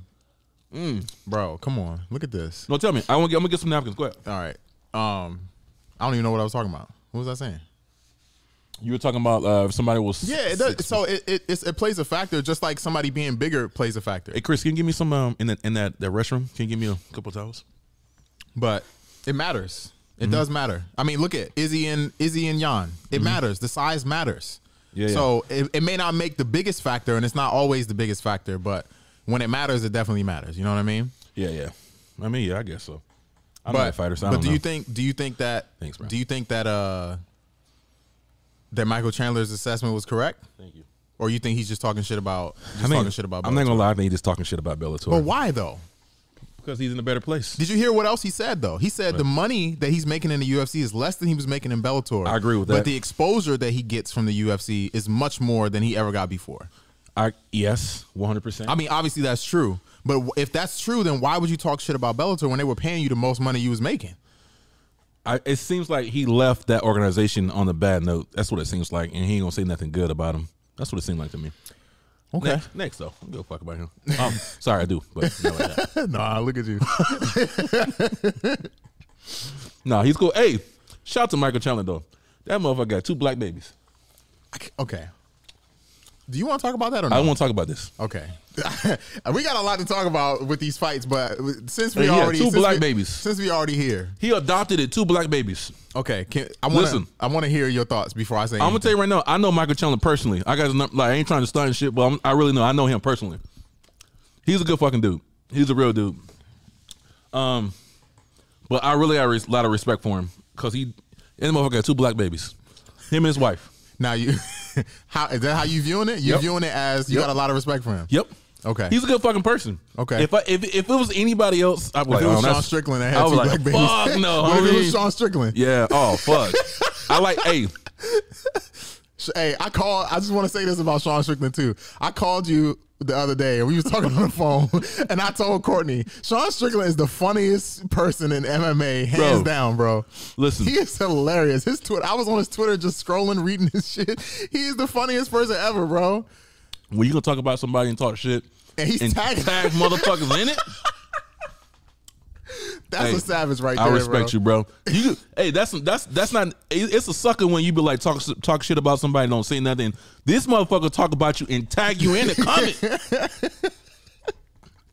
Speaker 1: Um, bro, come on. Look at this.
Speaker 2: No, tell me. I want. I'm gonna get some napkins. Go ahead.
Speaker 1: All right. Um, I don't even know what I was talking about. What was I saying?
Speaker 2: You were talking about uh, if somebody was.
Speaker 1: Yeah, it does. So it it, it's, it plays a factor, just like somebody being bigger plays a factor.
Speaker 2: Hey, Chris, can you give me some um, in the, in that that restroom? Can you give me a couple towels?
Speaker 1: But it
Speaker 2: Mm-hmm.
Speaker 1: matters. It does matter. I mean, look at Izzy and Izzy and Jan. It matters. The size matters.
Speaker 2: Yeah, yeah.
Speaker 1: So it, it may not make the biggest factor, and it's not always the biggest factor, but when it matters, it definitely matters. You know what I mean?
Speaker 2: Yeah, yeah. I mean, yeah, I guess so. I'm
Speaker 1: but
Speaker 2: not a fighter, so I
Speaker 1: but
Speaker 2: don't
Speaker 1: do
Speaker 2: know.
Speaker 1: you think do you think that
Speaker 2: Thanks, bro.
Speaker 1: do you think that uh that Michael Chandler's assessment was correct,
Speaker 2: Thank you.
Speaker 1: or you think he's just talking shit about just
Speaker 2: I mean,
Speaker 1: talking shit about?
Speaker 2: I'm not
Speaker 1: Bellator?
Speaker 2: gonna lie, I think he's just talking shit about Bellator.
Speaker 1: But why though?
Speaker 2: Because he's in a better place.
Speaker 1: Did you hear what else he said though? He said the money that he's making in the UFC is less than he was making in Bellator.
Speaker 2: I agree with that.
Speaker 1: But the exposure that he gets from the UFC is much more than he ever got before.
Speaker 2: I yes, 100. percent
Speaker 1: I mean, obviously that's true. But w- if that's true, then why would you talk shit about Bellator when they were paying you the most money you was making?
Speaker 2: I, It seems like he left that organization on a bad note. That's what it seems like, and he ain't gonna say nothing good about him. That's what it seemed like to me.
Speaker 1: Okay.
Speaker 2: Next, next though, I don't give a fuck about him. Um, sorry, I do, but no, I don't.
Speaker 1: nah, look at you.
Speaker 2: Nah, he's cool. Hey, shout out to Michael Chandler though. That motherfucker got two black babies.
Speaker 1: okay. Do you want to talk about that or
Speaker 2: I
Speaker 1: not?
Speaker 2: don't want to talk about this.
Speaker 1: Okay, we got a lot to talk about with these fights, but since we
Speaker 2: Yeah,
Speaker 1: already
Speaker 2: two
Speaker 1: since
Speaker 2: black
Speaker 1: we-
Speaker 2: babies.
Speaker 1: since we already here,
Speaker 2: He adopted it, two black babies.
Speaker 1: okay. Can, I want
Speaker 2: Listen.
Speaker 1: to I want to hear your thoughts before I say.
Speaker 2: I'm gonna tell you right now. I know Michael Chandler personally. I got his num- like I ain't trying to stunt and shit, but I'm, I really know. I know him personally. He's a good fucking dude. He's a real dude. Um, but I really have a lot of respect for him because he and the motherfucker got two black babies. Him and his wife.
Speaker 1: Now you, how is that how you viewing it? You
Speaker 2: Yep.
Speaker 1: viewing it as you
Speaker 2: Yep.
Speaker 1: got a lot of respect for him.
Speaker 2: Yep.
Speaker 1: Okay.
Speaker 2: He's a good fucking person.
Speaker 1: Okay.
Speaker 2: If I, if, if it was anybody else, I'd be like,
Speaker 1: If it was
Speaker 2: oh,
Speaker 1: Sean
Speaker 2: that's-
Speaker 1: Strickland that
Speaker 2: I
Speaker 1: had
Speaker 2: was
Speaker 1: two
Speaker 2: like,
Speaker 1: black babies.
Speaker 2: Fuck no,
Speaker 1: what if it was
Speaker 2: homie.
Speaker 1: Sean Strickland?
Speaker 2: Yeah. Oh fuck. I like. Hey.
Speaker 1: Sh- Hey, I call. I just want to say this about Sean Strickland too. I called you the other day, and we was talking on the phone, and I told Courtney Sean Strickland is the funniest person in MMA,
Speaker 2: Bro.
Speaker 1: hands down, bro.
Speaker 2: Listen.
Speaker 1: he is hilarious. His Twitter. I was on his Twitter just scrolling, reading his shit. He is the funniest person ever, bro.
Speaker 2: when you gonna talk about somebody and talk shit
Speaker 1: And he's tagged.
Speaker 2: tag motherfuckers in it.
Speaker 1: That's
Speaker 2: Hey,
Speaker 1: a savage right
Speaker 2: I
Speaker 1: there.
Speaker 2: respect
Speaker 1: bro.
Speaker 2: you, bro. You, hey, that's that's that's not. it- It's a sucker when you be like talk talk shit about somebody, don't say nothing. This motherfucker talk about you and tag you in the comment.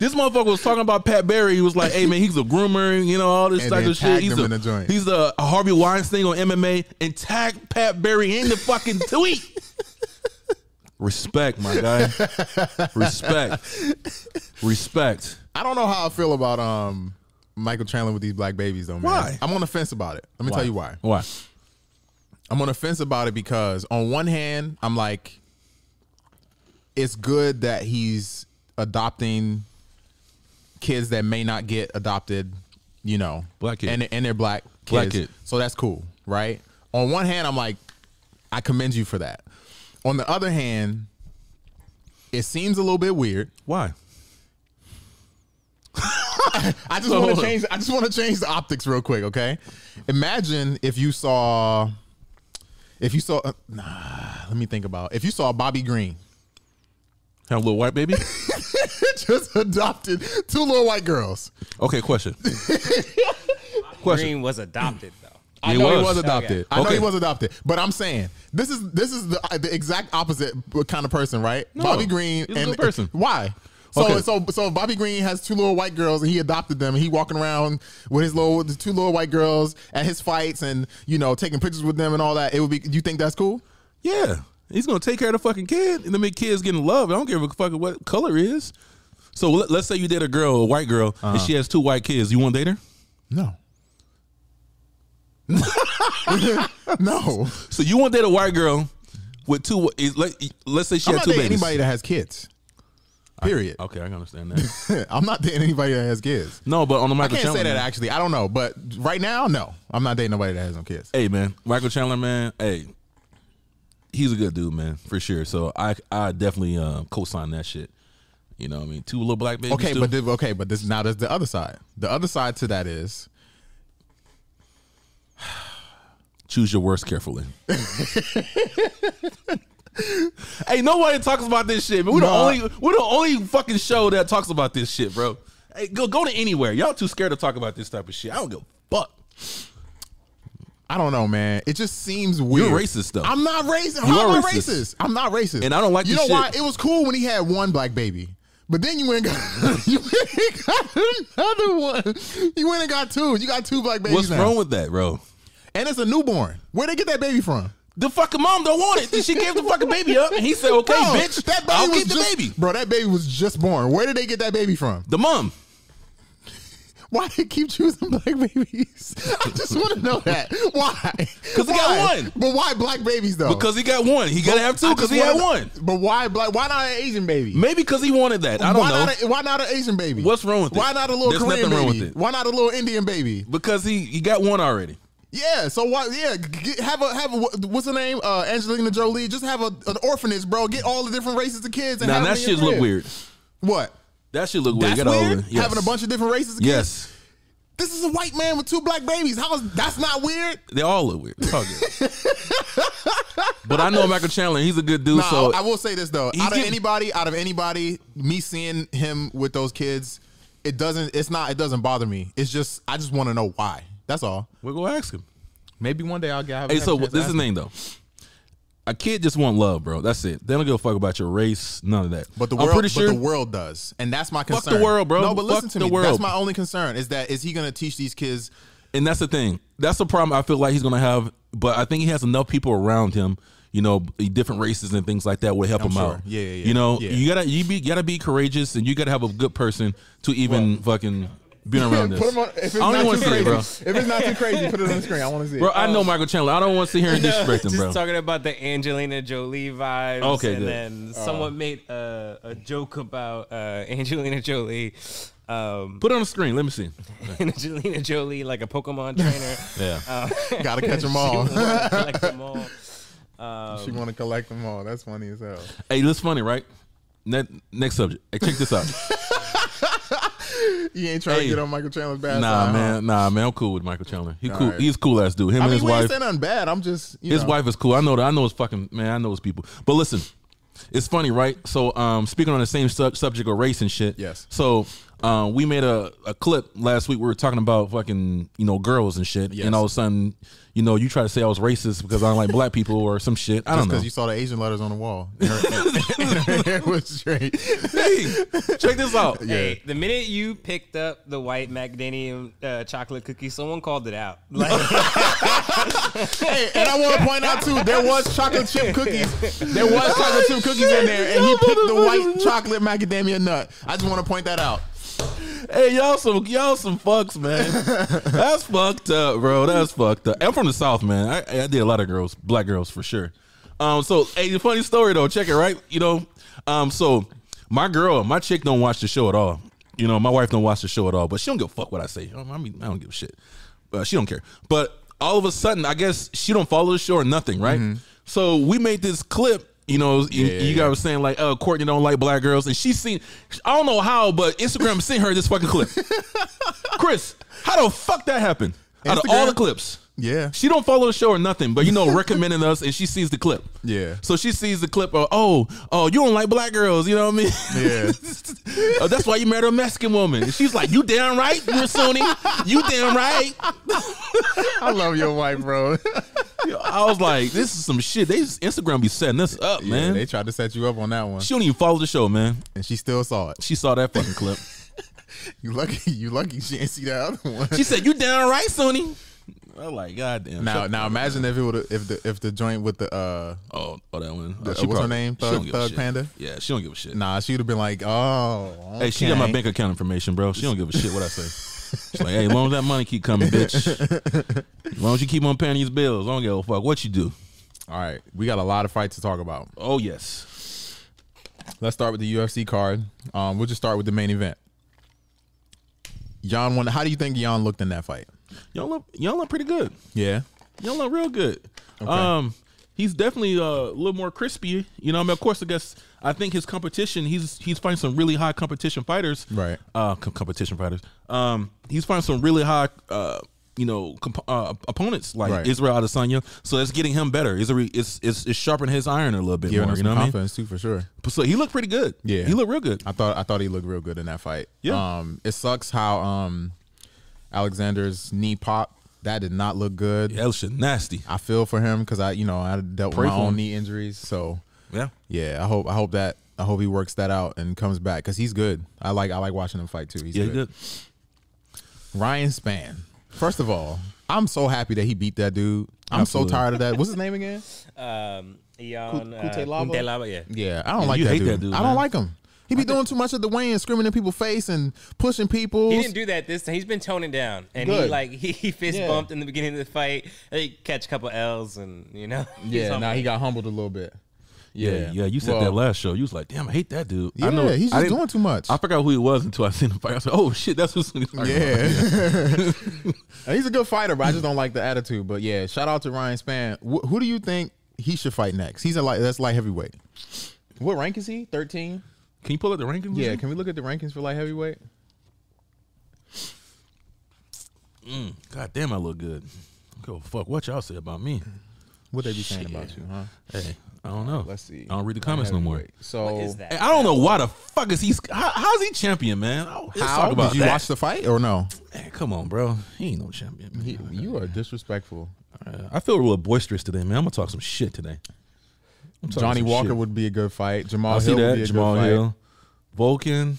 Speaker 2: This motherfucker was talking about Pat Barry. He was like, "Hey man, he's a groomer, you know all this
Speaker 1: And
Speaker 2: type
Speaker 1: then
Speaker 2: of shit.
Speaker 1: tagged
Speaker 2: He's
Speaker 1: him
Speaker 2: a
Speaker 1: in the joint.
Speaker 2: he's a Harvey Weinstein on MMA and tag Pat Barry in the fucking tweet." Respect, my guy. Respect. Respect.
Speaker 1: I don't know how I feel about um Michael Chandler with these black babies though. Man.
Speaker 2: Why?
Speaker 1: I'm on the fence about it. Let me tell you why.
Speaker 2: Why?
Speaker 1: I'm on the fence about it because on one hand, I'm like, it's good that he's adopting kids that may not get adopted, you know,
Speaker 2: Black kid.
Speaker 1: and and they're black kids.
Speaker 2: Black kid.
Speaker 1: So that's cool, right? On one hand, I'm like, I commend you for that. On the other hand, it seems a little bit weird.
Speaker 2: Why?
Speaker 1: I just
Speaker 2: So
Speaker 1: want
Speaker 2: hold
Speaker 1: to
Speaker 2: on.
Speaker 1: change. I just want to change the optics real quick. Okay, imagine if you saw, if you saw. uh, Nah, let me think about. If you saw Bobby Green
Speaker 2: Have a little white baby?
Speaker 1: just adopted two little white girls.
Speaker 2: Okay, question. question.
Speaker 3: Green was adopted though.
Speaker 1: I
Speaker 2: He
Speaker 1: know he
Speaker 2: was.
Speaker 1: was adopted.
Speaker 3: Okay.
Speaker 1: I know he
Speaker 2: Okay.
Speaker 1: was adopted. But I'm saying this is this is the, the exact opposite kind of person, right?
Speaker 2: No,
Speaker 1: Bobby Green
Speaker 2: he's a
Speaker 1: and
Speaker 2: good person.
Speaker 1: Why? So
Speaker 2: Okay.
Speaker 1: so so Bobby Green has two little white girls and he adopted them and he walking around with his little the two little white girls at his fights and you know taking pictures with them and all that. It would be you think that's cool?
Speaker 2: Yeah. He's gonna take care of the fucking kid and the make kids getting love. I don't give a fuck what color it is. So let, us say you date a girl, a white girl,
Speaker 1: Uh-huh.
Speaker 2: and she has two white kids. You want to date her?
Speaker 1: No. no.
Speaker 2: So you want to date a white girl with two? wh- Is, let, let's say she had
Speaker 1: I'm not
Speaker 2: two
Speaker 1: dating
Speaker 2: babies.
Speaker 1: anybody that has kids. Period.
Speaker 2: Okay, I oh. can understand that.
Speaker 1: I'm not dating anybody that has kids.
Speaker 2: no, but on the
Speaker 1: I
Speaker 2: Michael
Speaker 1: can't
Speaker 2: Chandler,
Speaker 1: say that
Speaker 2: man.
Speaker 1: actually. I don't know, but right now, no, I'm not dating nobody that has no kids.
Speaker 2: hey man, Michael Chandler, man, hey, he's a good dude, man, for sure. So I, I definitely uh, co-sign that shit. You know, what I mean, two little black babies.
Speaker 1: Okay,
Speaker 2: too.
Speaker 1: but the, okay, but this now there's the other side. The other side to that is
Speaker 2: choose your words carefully. hey, nobody talks about this shit, man. We're
Speaker 1: Nah.
Speaker 2: the only we're the only fucking show that talks about this shit, bro. Hey, go go to anywhere. Y'all too scared to talk about this type of shit. I don't give a fuck.
Speaker 1: I don't know, man. It just seems weird.
Speaker 2: racist, though.
Speaker 1: I'm not racist.
Speaker 2: You
Speaker 1: How
Speaker 2: are
Speaker 1: am I
Speaker 2: racist.
Speaker 1: racist? I'm not racist.
Speaker 2: And I don't like
Speaker 1: You know
Speaker 2: this
Speaker 1: why?
Speaker 2: shit.
Speaker 1: It was cool when he had one black baby, but then you went and got you went and got another one. You went and got two. You got two black babies
Speaker 2: What's
Speaker 1: now,
Speaker 2: wrong with that, bro?
Speaker 1: and it's a newborn. Where would they get that baby from?
Speaker 2: The fucking mom don't want it. Then she gave the fucking baby up, and he said, "Okay,
Speaker 1: Bro,
Speaker 2: bitch,
Speaker 1: That baby
Speaker 2: I'll
Speaker 1: was
Speaker 2: keep the
Speaker 1: just-
Speaker 2: baby."
Speaker 1: Bro, that baby was just born. Where did they get that baby from?
Speaker 2: The mom.
Speaker 1: Why do they keep choosing black babies? I just want to know that. Why? Because
Speaker 2: he got one.
Speaker 1: But why black babies though?
Speaker 2: Because he got one, he gotta have two.
Speaker 1: I
Speaker 2: Because
Speaker 1: just
Speaker 2: he had
Speaker 1: wanna-
Speaker 2: one.
Speaker 1: But why black? Why not an Asian baby?
Speaker 2: Maybe because he wanted that. I don't
Speaker 1: why
Speaker 2: know.
Speaker 1: Not a, why not an Asian baby?
Speaker 2: What's wrong with it?
Speaker 1: Why not a little
Speaker 2: There's nothing
Speaker 1: Korean baby?
Speaker 2: wrong with it.
Speaker 1: Why not a little Indian baby?
Speaker 2: because he he got one already.
Speaker 1: Yeah. So why? Yeah. Get, have a have a what's her name? Uh, Angelina Jolie. Just have a, an orphanage, bro. Get all the different races of kids. And
Speaker 2: Now
Speaker 1: have
Speaker 2: that
Speaker 1: them in your
Speaker 2: shit look
Speaker 1: crib.
Speaker 2: weird.
Speaker 1: What?
Speaker 2: That shit look weird.
Speaker 1: That's
Speaker 2: You gotta
Speaker 1: weird.
Speaker 2: hold it. Yes.
Speaker 1: Having a bunch of different races. Of kids?
Speaker 2: Yes,
Speaker 1: This is a white man with two black babies. How is that's not weird?
Speaker 2: they all look weird. It's all good. but I know Michael Chandler. He's a good dude.
Speaker 1: Nah,
Speaker 2: so
Speaker 1: I, I will say this though.
Speaker 2: He's
Speaker 1: Out of
Speaker 2: getting-
Speaker 1: anybody, out of anybody, me seeing him with those kids, it doesn't. It's not. It doesn't bother me. It's just I just want to know why. That's all.
Speaker 2: we're gonna ask him.
Speaker 1: Maybe one day I'll get. I'll
Speaker 2: Hey,
Speaker 1: have a
Speaker 2: so
Speaker 1: chance to
Speaker 2: this is
Speaker 1: ask
Speaker 2: the thing
Speaker 1: him.
Speaker 2: though. A kid just want love, bro. That's it. They don't give a fuck about your race, none of that.
Speaker 1: But the
Speaker 2: I'm
Speaker 1: world,
Speaker 2: pretty sure
Speaker 1: but the world does, and that's my
Speaker 2: Fuck
Speaker 1: concern.
Speaker 2: the world, bro.
Speaker 1: No, but
Speaker 2: Fuck
Speaker 1: listen to
Speaker 2: the
Speaker 1: me.
Speaker 2: world.
Speaker 1: That's my only concern is that is he going to teach these kids?
Speaker 2: and that's the thing. That's the problem I feel like he's gonna have. But I think he has enough people around him, you know, different races and things like that would help him
Speaker 1: sure.
Speaker 2: out.
Speaker 1: Yeah, yeah, yeah.
Speaker 2: You know,
Speaker 1: Yeah.
Speaker 2: you gotta you be you gotta be courageous and you gotta have a good person to even fucking be around this. I don't even want to see it, bro.
Speaker 1: If it's not too crazy, put it on the screen. I want to see it.
Speaker 2: Bro, I know Michael Chandler. I don't want to sit here and disrespect him,
Speaker 3: Just
Speaker 2: bro.
Speaker 3: talking about the Angelina Jolie vibes.
Speaker 2: Okay,
Speaker 3: and
Speaker 2: good.
Speaker 3: then someone made a, a joke about uh, Angelina Jolie. Um,
Speaker 2: Put it on the screen. Let me see.
Speaker 3: Angelina Jolie, like a Pokemon trainer.
Speaker 2: Yeah.
Speaker 1: Gotta catch them
Speaker 3: She
Speaker 1: all.
Speaker 3: wanted to collect them all.
Speaker 1: she want to collect them all. That's funny as hell.
Speaker 2: hey, that's funny, right? Ne- next subject. Hey, check this out.
Speaker 1: You ain't trying
Speaker 2: Hey.
Speaker 1: to get on Michael Chandler's bad side.
Speaker 2: nah,
Speaker 1: huh?
Speaker 2: man. Nah, man. I'm cool with Michael Chandler. He cool.
Speaker 1: right.
Speaker 2: He's cool ass dude. Him
Speaker 1: I
Speaker 2: and
Speaker 1: mean,
Speaker 2: his
Speaker 1: we ain't
Speaker 2: wife.
Speaker 1: saying nothing bad. I'm just you
Speaker 2: His
Speaker 1: know.
Speaker 2: wife is cool. I know that. I know his fucking man. I know his people. But listen, it's funny, right? So, um, speaking on the same sub- subject of race and shit.
Speaker 1: Yes.
Speaker 2: So, um, we made a, a clip last week. We were talking about fucking you know girls and shit.
Speaker 1: Yes.
Speaker 2: And all of a sudden, you know, you try to say I was racist because I don't like black people or some shit. I don't know.
Speaker 1: Because you saw the Asian letters on the wall, and her, and her hair was straight.
Speaker 2: hey, check this out.
Speaker 3: Hey, the minute you picked up the white macadamia uh, chocolate cookie, someone called it out. Like,
Speaker 1: Hey, and I want to point out too, there was chocolate chip cookies. There
Speaker 2: Oh,
Speaker 1: was chocolate chip cookies in there, and he picked the white chocolate macadamia nut. I just want to point that out.
Speaker 2: Hey, y'all some y'all some fucks, man. That's fucked up, bro. That's fucked up. I'm from the south, man. I, I did a lot of girls, black girls for sure. Um, so hey, the funny story though, check it right. You know, um, so my girl, my chick don't watch the show at all. You know, my wife don't watch the show at all, but she don't give a fuck what I say. Um, I mean, I don't give a shit. Uh, she don't care. But all of a sudden, I guess she don't follow the show or nothing, right? So we made this clip. You know, you,
Speaker 1: Mm-hmm. yeah,
Speaker 2: you
Speaker 1: yeah.
Speaker 2: got was saying like, "Oh, Courtney don't like black girls," and she seen. I don't know how, but Instagram sent her this fucking clip. Chris, how the fuck that happened? Out of all the
Speaker 1: Instagram?
Speaker 2: clips,
Speaker 1: Yeah.
Speaker 2: she don't follow the show or nothing, but you know, recommending us, and she sees the clip.
Speaker 1: Yeah.
Speaker 2: So she sees the clip of, oh, oh, you don't like black girls, you know what I mean?
Speaker 1: Yeah.
Speaker 2: oh, that's why you married a Mexican woman. And she's like, you damn right, you're Sunni. You damn right.
Speaker 1: I love your wife, bro.
Speaker 2: I was like, this is some shit. They Instagram be setting us up,
Speaker 1: Yeah,
Speaker 2: man.
Speaker 1: they tried to set you up on that one,
Speaker 2: she don't even follow the show, man.
Speaker 1: and she still saw it.
Speaker 2: She saw that fucking clip.
Speaker 1: You lucky, you lucky she didn't see that other one.
Speaker 2: She said, "You down right, Sonny." I'm like, "God damn."
Speaker 1: now,
Speaker 2: Shut-
Speaker 1: now imagine if it would if the if the joint with the uh
Speaker 2: oh, oh, that one.
Speaker 1: The-
Speaker 2: Oh,
Speaker 1: what's her name?
Speaker 2: she don't
Speaker 1: Thug-
Speaker 2: give a
Speaker 1: Thug
Speaker 2: shit.
Speaker 1: Panda?
Speaker 2: Yeah, she don't give a shit.
Speaker 1: nah, she would have been like, oh, okay.
Speaker 2: Hey, she got my bank account information, bro. She don't give a shit what I say. She's like, "Hey, as long as that money keep coming, bitch. As long as you keep on paying these bills, I don't give a fuck what you do."
Speaker 1: All right, we got a lot of fights to talk about.
Speaker 2: Oh yes,
Speaker 1: Let's start with the UFC card. Um, we'll just start with the main event. Jan won. How do you think Jan looked in that fight?
Speaker 2: y'all look y'all look pretty good.
Speaker 1: Yeah,
Speaker 2: Y'all look real good. Um, he's definitely uh, a little more crispy. You know, I mean, of course, I guess I think his competition. He's he's fighting some really high competition fighters.
Speaker 1: Right.
Speaker 2: Uh, com- competition fighters. Um, he's fighting some really high. Uh, you know, comp- uh, opponents like
Speaker 1: Right.
Speaker 2: Israel Adesanya. So it's getting him better. It's a re- it's it's, it's sharpening his iron a little bit
Speaker 1: giving
Speaker 2: more.
Speaker 1: him
Speaker 2: You
Speaker 1: some
Speaker 2: know what I mean?
Speaker 1: confidence too, for sure.
Speaker 2: So he looked pretty good.
Speaker 1: Yeah.
Speaker 2: he looked real good.
Speaker 1: I thought I thought he looked real good in that fight.
Speaker 2: Yeah.
Speaker 1: Um, it sucks how um, Alexander's knee pop. That did not look good.
Speaker 2: Yeah, that shit nasty.
Speaker 1: I feel for him because I, you know, I dealt
Speaker 2: Pray
Speaker 1: with my
Speaker 2: for
Speaker 1: own
Speaker 2: him.
Speaker 1: knee injuries. So
Speaker 2: Yeah.
Speaker 1: yeah, I hope I hope that I hope he works that out and comes back because he's good. I like I like watching him fight too. He's
Speaker 2: Yeah,
Speaker 1: good.
Speaker 2: good.
Speaker 1: Ryan Span First of all, I'm so happy that he beat that dude. I'm
Speaker 2: Absolutely.
Speaker 1: so tired of that. What's his name again?
Speaker 3: Um, Ion, uh,
Speaker 1: Kute Lava?
Speaker 3: Kunte Lava, yeah.
Speaker 1: Yeah, I don't like
Speaker 2: you
Speaker 1: that,
Speaker 2: hate
Speaker 1: dude.
Speaker 2: that dude,
Speaker 1: I
Speaker 2: man.
Speaker 1: don't like him. He be doing too much of the way and screaming in people's face and pushing people.
Speaker 3: He didn't do that this time. He's been toning down, and he
Speaker 1: Good.
Speaker 3: like he, he fist
Speaker 1: Yeah.
Speaker 3: bumped in the beginning of the fight. He catch a couple L's, and you know, he's
Speaker 1: Yeah,
Speaker 3: humble.
Speaker 1: nah, he got humbled a little bit.
Speaker 2: Yeah, yeah. you said
Speaker 1: Well,
Speaker 2: that last show. You was like, damn, I hate that dude.
Speaker 1: Yeah,
Speaker 2: I know.
Speaker 1: he's
Speaker 2: I
Speaker 1: just
Speaker 2: didn't-
Speaker 1: doing too much.
Speaker 2: I forgot who he was until I seen the fight. I said, oh shit, that's who's.
Speaker 1: Yeah. he's a good fighter, but I just don't like the attitude. But yeah, shout out to Ryan Span. Wh- who do you think he should fight next? He's a light that's light heavyweight. What rank is he? 13?
Speaker 2: Can you pull up the rankings?
Speaker 1: Yeah, can we look at the rankings for light heavyweight?
Speaker 2: God damn, I look good. Go fuck what y'all say about me.
Speaker 1: What they be saying about you, huh?
Speaker 2: Hey, I don't know.
Speaker 1: Let's see.
Speaker 2: I don't read the comments no more.
Speaker 1: Heavyweight. So
Speaker 3: What is
Speaker 2: Hey,
Speaker 3: that?
Speaker 2: I don't know why the fuck is he? How, how's he champion, man? Oh, let's
Speaker 1: How
Speaker 2: talk about
Speaker 1: did you
Speaker 2: that.
Speaker 1: watch the fight or no?
Speaker 2: Hey, come on, bro. He ain't no champion. Man.
Speaker 1: He- you are disrespectful.
Speaker 2: Uh, I feel real boisterous today, man. I'm gonna talk some shit today. I'm talking
Speaker 1: Johnny
Speaker 2: some
Speaker 1: Walker
Speaker 2: shit.
Speaker 1: would be a good fight. Jamal
Speaker 2: I see
Speaker 1: Hill would be
Speaker 2: that
Speaker 1: a
Speaker 2: Jamal
Speaker 1: good fight.
Speaker 2: Hill, Vulcan.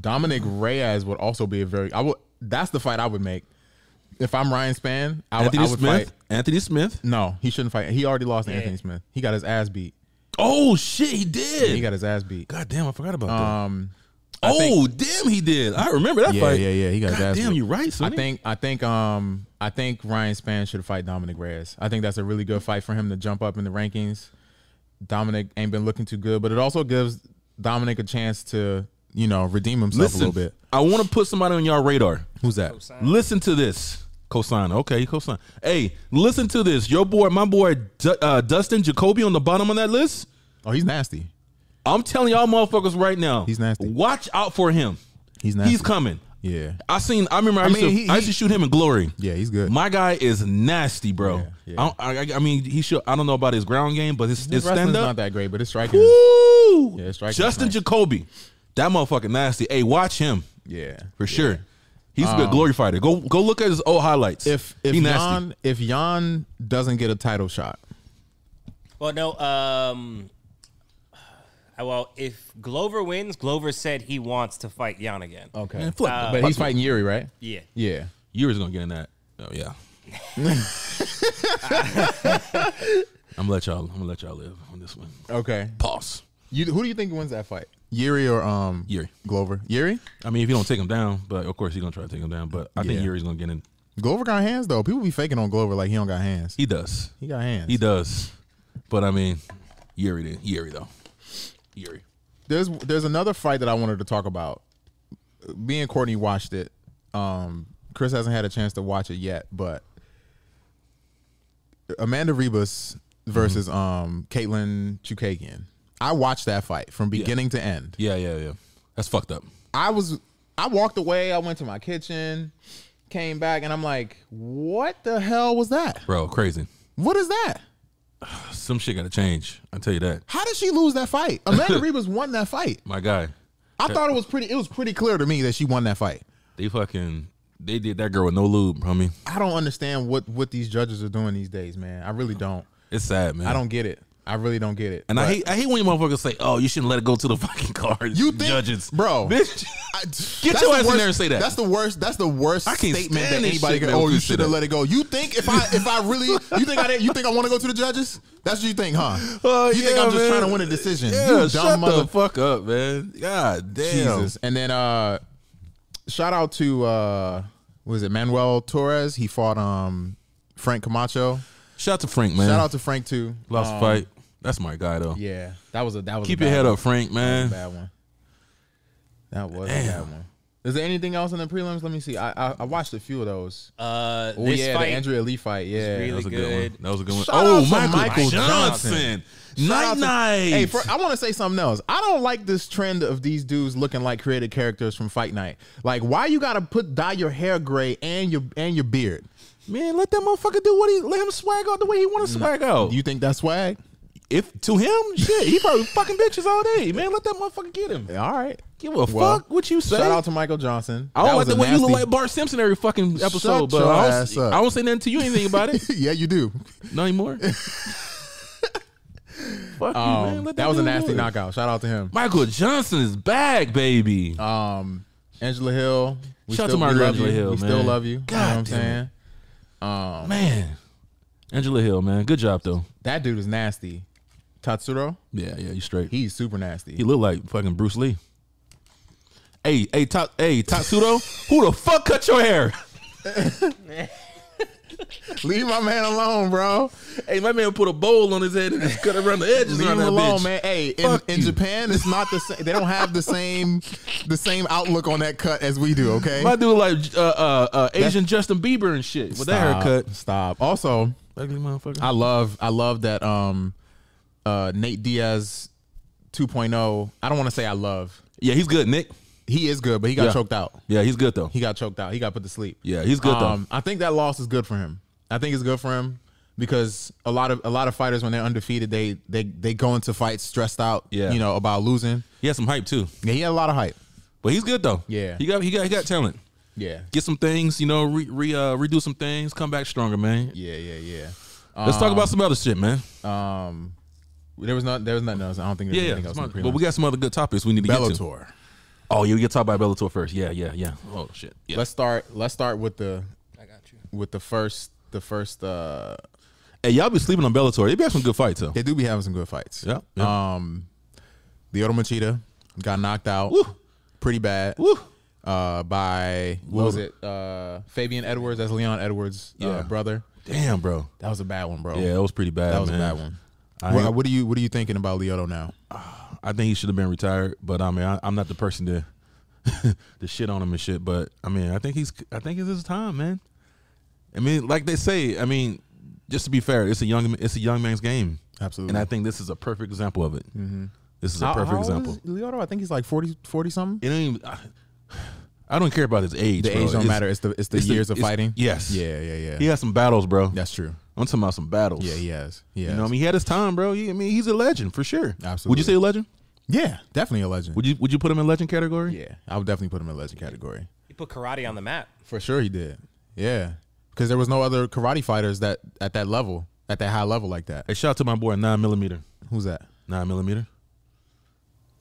Speaker 1: Dominic Reyes would also be a very. I would. That's the fight I would make. If I'm Ryan Span, I would-
Speaker 2: Anthony
Speaker 1: I would
Speaker 2: Smith.
Speaker 1: fight.
Speaker 2: Anthony Smith.
Speaker 1: No, he shouldn't fight. He already lost to
Speaker 3: Yeah.
Speaker 1: Anthony Smith. He got his ass beat.
Speaker 2: Oh shit, he
Speaker 1: He
Speaker 2: did.
Speaker 1: got his ass beat.
Speaker 2: God damn, I forgot about that.
Speaker 1: Um.
Speaker 2: Oh damn, he did. I remember that
Speaker 1: Yeah,
Speaker 2: fight.
Speaker 1: yeah, yeah. He got his
Speaker 2: God
Speaker 1: ass
Speaker 2: damn,
Speaker 1: beat.
Speaker 2: you right,
Speaker 1: I
Speaker 2: son.
Speaker 1: think. I think. Um. I think Ryan Span should fight Dominic Reyes. I think that's a really good fight for him to jump up in the rankings. Dominic ain't been looking too good, but it also gives Dominic a chance to you know redeem himself
Speaker 2: Listen,
Speaker 1: a little bit.
Speaker 2: I want to put somebody on y'all radar.
Speaker 1: Who's that?
Speaker 2: Listen to this. Cosign. Okay, cosign. Hey, listen to this. Your boy, my boy, Du- uh, Dustin Jacoby on the bottom on that list.
Speaker 1: Oh, he's nasty.
Speaker 2: I'm telling y'all motherfuckers right now.
Speaker 1: He's nasty.
Speaker 2: Watch out for him.
Speaker 1: He's nasty.
Speaker 2: He's coming.
Speaker 1: yeah.
Speaker 2: I seen. I remember. I, used,
Speaker 1: mean,
Speaker 2: to,
Speaker 1: he-
Speaker 2: I used
Speaker 1: he-
Speaker 2: to shoot him in glory.
Speaker 1: Yeah, he's good.
Speaker 2: My guy is nasty, bro.
Speaker 1: yeah.
Speaker 2: I, don't- I, I mean, he should. I don't know about his ground game, but his, his
Speaker 1: His wrestling's
Speaker 2: stand
Speaker 1: not
Speaker 2: up.
Speaker 1: that great, but his striking. is-
Speaker 2: Woo!
Speaker 1: Yeah, his striking's
Speaker 2: Justin
Speaker 1: nice.
Speaker 2: Jacoby, that motherfucker nasty. Hey, watch him.
Speaker 1: Yeah. Um,
Speaker 2: for sure. He's a good glory fighter. Go go look at his old highlights.
Speaker 1: If if
Speaker 2: he nasty,
Speaker 1: Jan if Jan doesn't get a title shot,
Speaker 3: Well, no. Um, uh, well, if Glover wins, Glover said he wants to fight Jan again.
Speaker 1: okay,
Speaker 2: Man, fuck-
Speaker 1: but
Speaker 2: fuck
Speaker 1: he's fighting Yuri, right?
Speaker 3: Yeah.
Speaker 1: Yeah.
Speaker 2: Yuri's gonna get in that. Oh yeah. I'm gonna let y'all. I'm gonna let y'all live on this one.
Speaker 1: Okay.
Speaker 2: Pause.
Speaker 1: You who do you think wins that fight? Yuri or um
Speaker 2: Yuri.
Speaker 1: Glover? Yuri?
Speaker 2: I mean, if you don't take him down, but of course he's gonna try to take him down. But I think
Speaker 1: Yeah.
Speaker 2: Yuri's gonna get in.
Speaker 1: Glover got hands though. People be faking on Glover like he don't got hands.
Speaker 2: He does.
Speaker 1: He got hands.
Speaker 2: He does. But I mean, Yuri did. Yuri though. Yuri.
Speaker 1: there's there's another fight that I wanted to talk about. Me and Courtney watched it. Um, Chris hasn't had a chance to watch it yet, but Amanda Rebus
Speaker 2: Mm-hmm.
Speaker 1: versus um Caitlin Chukagian. I watched that fight from beginning to end.
Speaker 2: Yeah, yeah, yeah. That's fucked up.
Speaker 1: I was I walked away, I went to my kitchen, came back, and I'm like, what the hell was that?
Speaker 2: Bro, crazy.
Speaker 1: What is that?
Speaker 2: Some shit gotta change. I tell you that.
Speaker 1: How did she lose that fight? Amanda Rebus won that fight.
Speaker 2: My guy.
Speaker 1: I thought it was pretty it was pretty clear to me that she won that fight.
Speaker 2: They fucking they did that girl with no lube, homie.
Speaker 1: I don't understand what what these judges are doing these days, man. I really don't.
Speaker 2: It's sad, man.
Speaker 1: I don't get it. I really don't get it.
Speaker 2: and I
Speaker 1: But
Speaker 2: hate I hate when you motherfuckers say, "Oh, you shouldn't let it go to the fucking cars."
Speaker 1: You think-
Speaker 2: judges,
Speaker 1: bro.
Speaker 2: bitch.
Speaker 1: I-
Speaker 2: your
Speaker 1: that's the
Speaker 2: ass in
Speaker 1: worst-
Speaker 2: there and say that.
Speaker 1: That's the worst. That's the worst
Speaker 2: I can't
Speaker 1: statement that
Speaker 2: stand this
Speaker 1: anybody
Speaker 2: shit,
Speaker 1: can.
Speaker 2: man,
Speaker 1: Oh,
Speaker 2: when
Speaker 1: you
Speaker 2: you say
Speaker 1: should have
Speaker 2: that.
Speaker 1: let it go. You think if I if I really you think I didn't- you think I want to go to the judges? That's what you think, huh?
Speaker 2: Oh,
Speaker 1: you think
Speaker 2: yeah,
Speaker 1: I'm just
Speaker 2: man.
Speaker 1: trying to win a decision?
Speaker 2: Yeah,
Speaker 1: you dumb
Speaker 2: shut
Speaker 1: mother.
Speaker 2: the fuck up, man. God damn.
Speaker 1: Jesus. And then uh shout out to uh was it Manuel Torres? He fought um Frank Camacho.
Speaker 2: Shout out to Frank, man.
Speaker 1: Shout out to Frank too. Um,
Speaker 2: Lost the fight. That's my guy though.
Speaker 1: Yeah, that was a that was a
Speaker 2: Keep
Speaker 1: bad
Speaker 2: your head
Speaker 1: one.
Speaker 2: up, Frank,
Speaker 1: That was
Speaker 2: man.
Speaker 1: a bad one. That was a bad one. Is there anything else in the prelims? Let me see. I I, I watched a few of those.
Speaker 3: Uh,
Speaker 1: Oh
Speaker 3: this
Speaker 1: yeah,
Speaker 3: fight,
Speaker 1: the Andrea Lee fight. Yeah.
Speaker 2: That
Speaker 3: really-
Speaker 2: was a good one.
Speaker 3: good.
Speaker 2: That was a good one.
Speaker 1: Shout
Speaker 2: oh,
Speaker 1: out to
Speaker 2: Michael,
Speaker 1: Michael
Speaker 2: Johnson.
Speaker 1: Johnson. Shout
Speaker 2: Night
Speaker 1: out to-
Speaker 2: night.
Speaker 1: Hey, for, I want to say something else. I don't like this trend of these dudes looking like created characters from Fight Night. Like, why you gotta put dye your hair gray and your and your beard?
Speaker 2: man, let that motherfucker do what he let him swag out the way he want to swag out.
Speaker 1: You think that's swag?
Speaker 2: if to him, shit, he probably fucking bitches all day, man. Let that motherfucker get him.
Speaker 1: All right.
Speaker 2: Give a
Speaker 1: Well,
Speaker 2: fuck what you say.
Speaker 1: Shout out to Michael Johnson.
Speaker 2: I
Speaker 1: That
Speaker 2: don't like
Speaker 1: was
Speaker 2: the
Speaker 1: a
Speaker 2: way you look
Speaker 1: nasty-
Speaker 2: like Bart Simpson every fucking episode,
Speaker 1: Shut
Speaker 2: but
Speaker 1: your
Speaker 2: I, don't,
Speaker 1: ass up.
Speaker 2: I don't say nothing to you anything about it.
Speaker 1: yeah, you do.
Speaker 2: Not anymore. Fuck you, man.
Speaker 1: Um,
Speaker 2: Let
Speaker 1: that was a
Speaker 2: dude
Speaker 1: nasty
Speaker 2: do it.
Speaker 1: knockout. Shout out to him.
Speaker 2: Michael Johnson is back, baby.
Speaker 1: Um, Angela Hill. We
Speaker 2: Shout out to
Speaker 1: still,
Speaker 2: my
Speaker 1: we
Speaker 2: girl
Speaker 1: love
Speaker 2: Angela
Speaker 1: you.
Speaker 2: Hill,
Speaker 1: We
Speaker 2: man.
Speaker 1: still love you. you know
Speaker 2: God
Speaker 1: what
Speaker 2: damn
Speaker 1: I'm
Speaker 2: it.
Speaker 1: saying? Um,
Speaker 2: Man, Angela Hill, man, good job though.
Speaker 1: that dude is nasty. Tatsuro,
Speaker 2: Yeah, yeah, you straight. He,
Speaker 1: he's super nasty.
Speaker 2: looked like fucking Bruce Lee. Hey, hey, top, hey, Tatsudo, who the fuck cut your hair?
Speaker 1: Leave my man alone, bro.
Speaker 2: Hey, my man put a bowl on his head and just cut around the edges.
Speaker 1: Leave
Speaker 2: around
Speaker 1: him
Speaker 2: that
Speaker 1: alone,
Speaker 2: bitch.
Speaker 1: man. Hey, in,
Speaker 2: Fuck
Speaker 1: in
Speaker 2: you.
Speaker 1: Japan, it's not the same. They don't have the same the same outlook on that cut as we do. Okay,
Speaker 2: My dude like uh, uh, uh, Asian Justin Bieber and shit with that
Speaker 1: Stop.
Speaker 2: haircut.
Speaker 1: Stop. Also,
Speaker 2: Ugly motherfucker.
Speaker 1: I love I love that um uh Nate Diaz 2.0. I don't want to say I love.
Speaker 2: yeah, he's good, Nick.
Speaker 1: He is good, but he got
Speaker 2: Yeah.
Speaker 1: choked out.
Speaker 2: Yeah, he's good though.
Speaker 1: He got choked out. He got put to sleep.
Speaker 2: Yeah, he's good though.
Speaker 1: Um, I think that loss is good for him. I think it's good for him because a lot of a lot of fighters when they're undefeated, they they they go into fights stressed out.
Speaker 2: Yeah.
Speaker 1: you know about losing.
Speaker 2: He has some hype too,
Speaker 1: Yeah, he had a lot of hype.
Speaker 2: but he's good though.
Speaker 1: Yeah.
Speaker 2: he got he got he got talent.
Speaker 1: Yeah,
Speaker 2: Get some things, you know, re, re uh, redo some things, come back stronger, man.
Speaker 1: yeah, yeah, yeah.
Speaker 2: Let's talk about some other shit, man.
Speaker 1: Um, there was not there was nothing else. I don't think
Speaker 2: Yeah,
Speaker 1: there was
Speaker 2: yeah.
Speaker 1: anything else.
Speaker 2: some
Speaker 1: in
Speaker 2: other-
Speaker 1: the
Speaker 2: but we got some other good topics we need to
Speaker 1: prelims.
Speaker 2: get to.
Speaker 1: Bellator.
Speaker 2: Oh, yeah, we got to talk about Bellator first. Yeah, yeah, yeah. Oh shit. Yeah.
Speaker 1: Let's start. Let's start with the
Speaker 3: I got you.
Speaker 1: with the first the first. uh
Speaker 2: hey, y'all be sleeping on Bellator. They Uh, be having some good fights though.
Speaker 1: They do be having some good fights.
Speaker 2: Yeah, yeah.
Speaker 1: Um, the Otomo Cheetah got knocked out
Speaker 2: Woo.
Speaker 1: pretty bad.
Speaker 2: Woo.
Speaker 1: uh, by what was
Speaker 2: Whoa.
Speaker 1: it? Uh, Fabian Edwards. That's Leon Edwards' uh,
Speaker 2: Yeah.
Speaker 1: brother.
Speaker 2: Damn, bro.
Speaker 1: That was a bad one, bro.
Speaker 2: Yeah, that was pretty bad.
Speaker 1: that was
Speaker 2: man.
Speaker 1: a bad one.
Speaker 2: I
Speaker 1: What,
Speaker 2: ain't-
Speaker 1: what are you What are you thinking about Leoto now?
Speaker 2: I think he should have been retired, but I mean, I, I'm not the person to to shit on him and shit. But I mean, I think he's, I think it's his time, man. I mean, like they say, I mean, just to be fair, it's a young, it's a young man's game,
Speaker 1: Absolutely. Mm-hmm.
Speaker 2: and I think this is a perfect example of it. This is a perfect example.
Speaker 1: Leoto, I think he's like 40, 40 something.
Speaker 2: It don't even, I, I don't care about his age.
Speaker 1: The
Speaker 2: bro.
Speaker 1: age don't
Speaker 2: It's-
Speaker 1: matter. It's the it's the
Speaker 2: it's the-
Speaker 1: years of
Speaker 2: it's-
Speaker 1: fighting.
Speaker 2: yes.
Speaker 1: Yeah, yeah, yeah.
Speaker 2: He had some battles, bro.
Speaker 1: That's true.
Speaker 2: I'm talking about some battles.
Speaker 1: Yeah, he has. Yeah.
Speaker 2: You know, what I mean, he had his time, bro. He, I mean, he's a legend for sure. Would
Speaker 1: Absolutely.
Speaker 2: you say a legend?
Speaker 1: yeah, definitely a legend.
Speaker 2: Would you Would you put him in legend category?
Speaker 1: yeah, I would definitely put him in legend category.
Speaker 3: He put karate on the map.
Speaker 1: For sure, he did. Yeah, because there was no other karate fighters that at that level, at that high level like that.
Speaker 2: Hey, shout out to my boy Nine Millimeter.
Speaker 1: Who's that?
Speaker 2: Nine millimeter.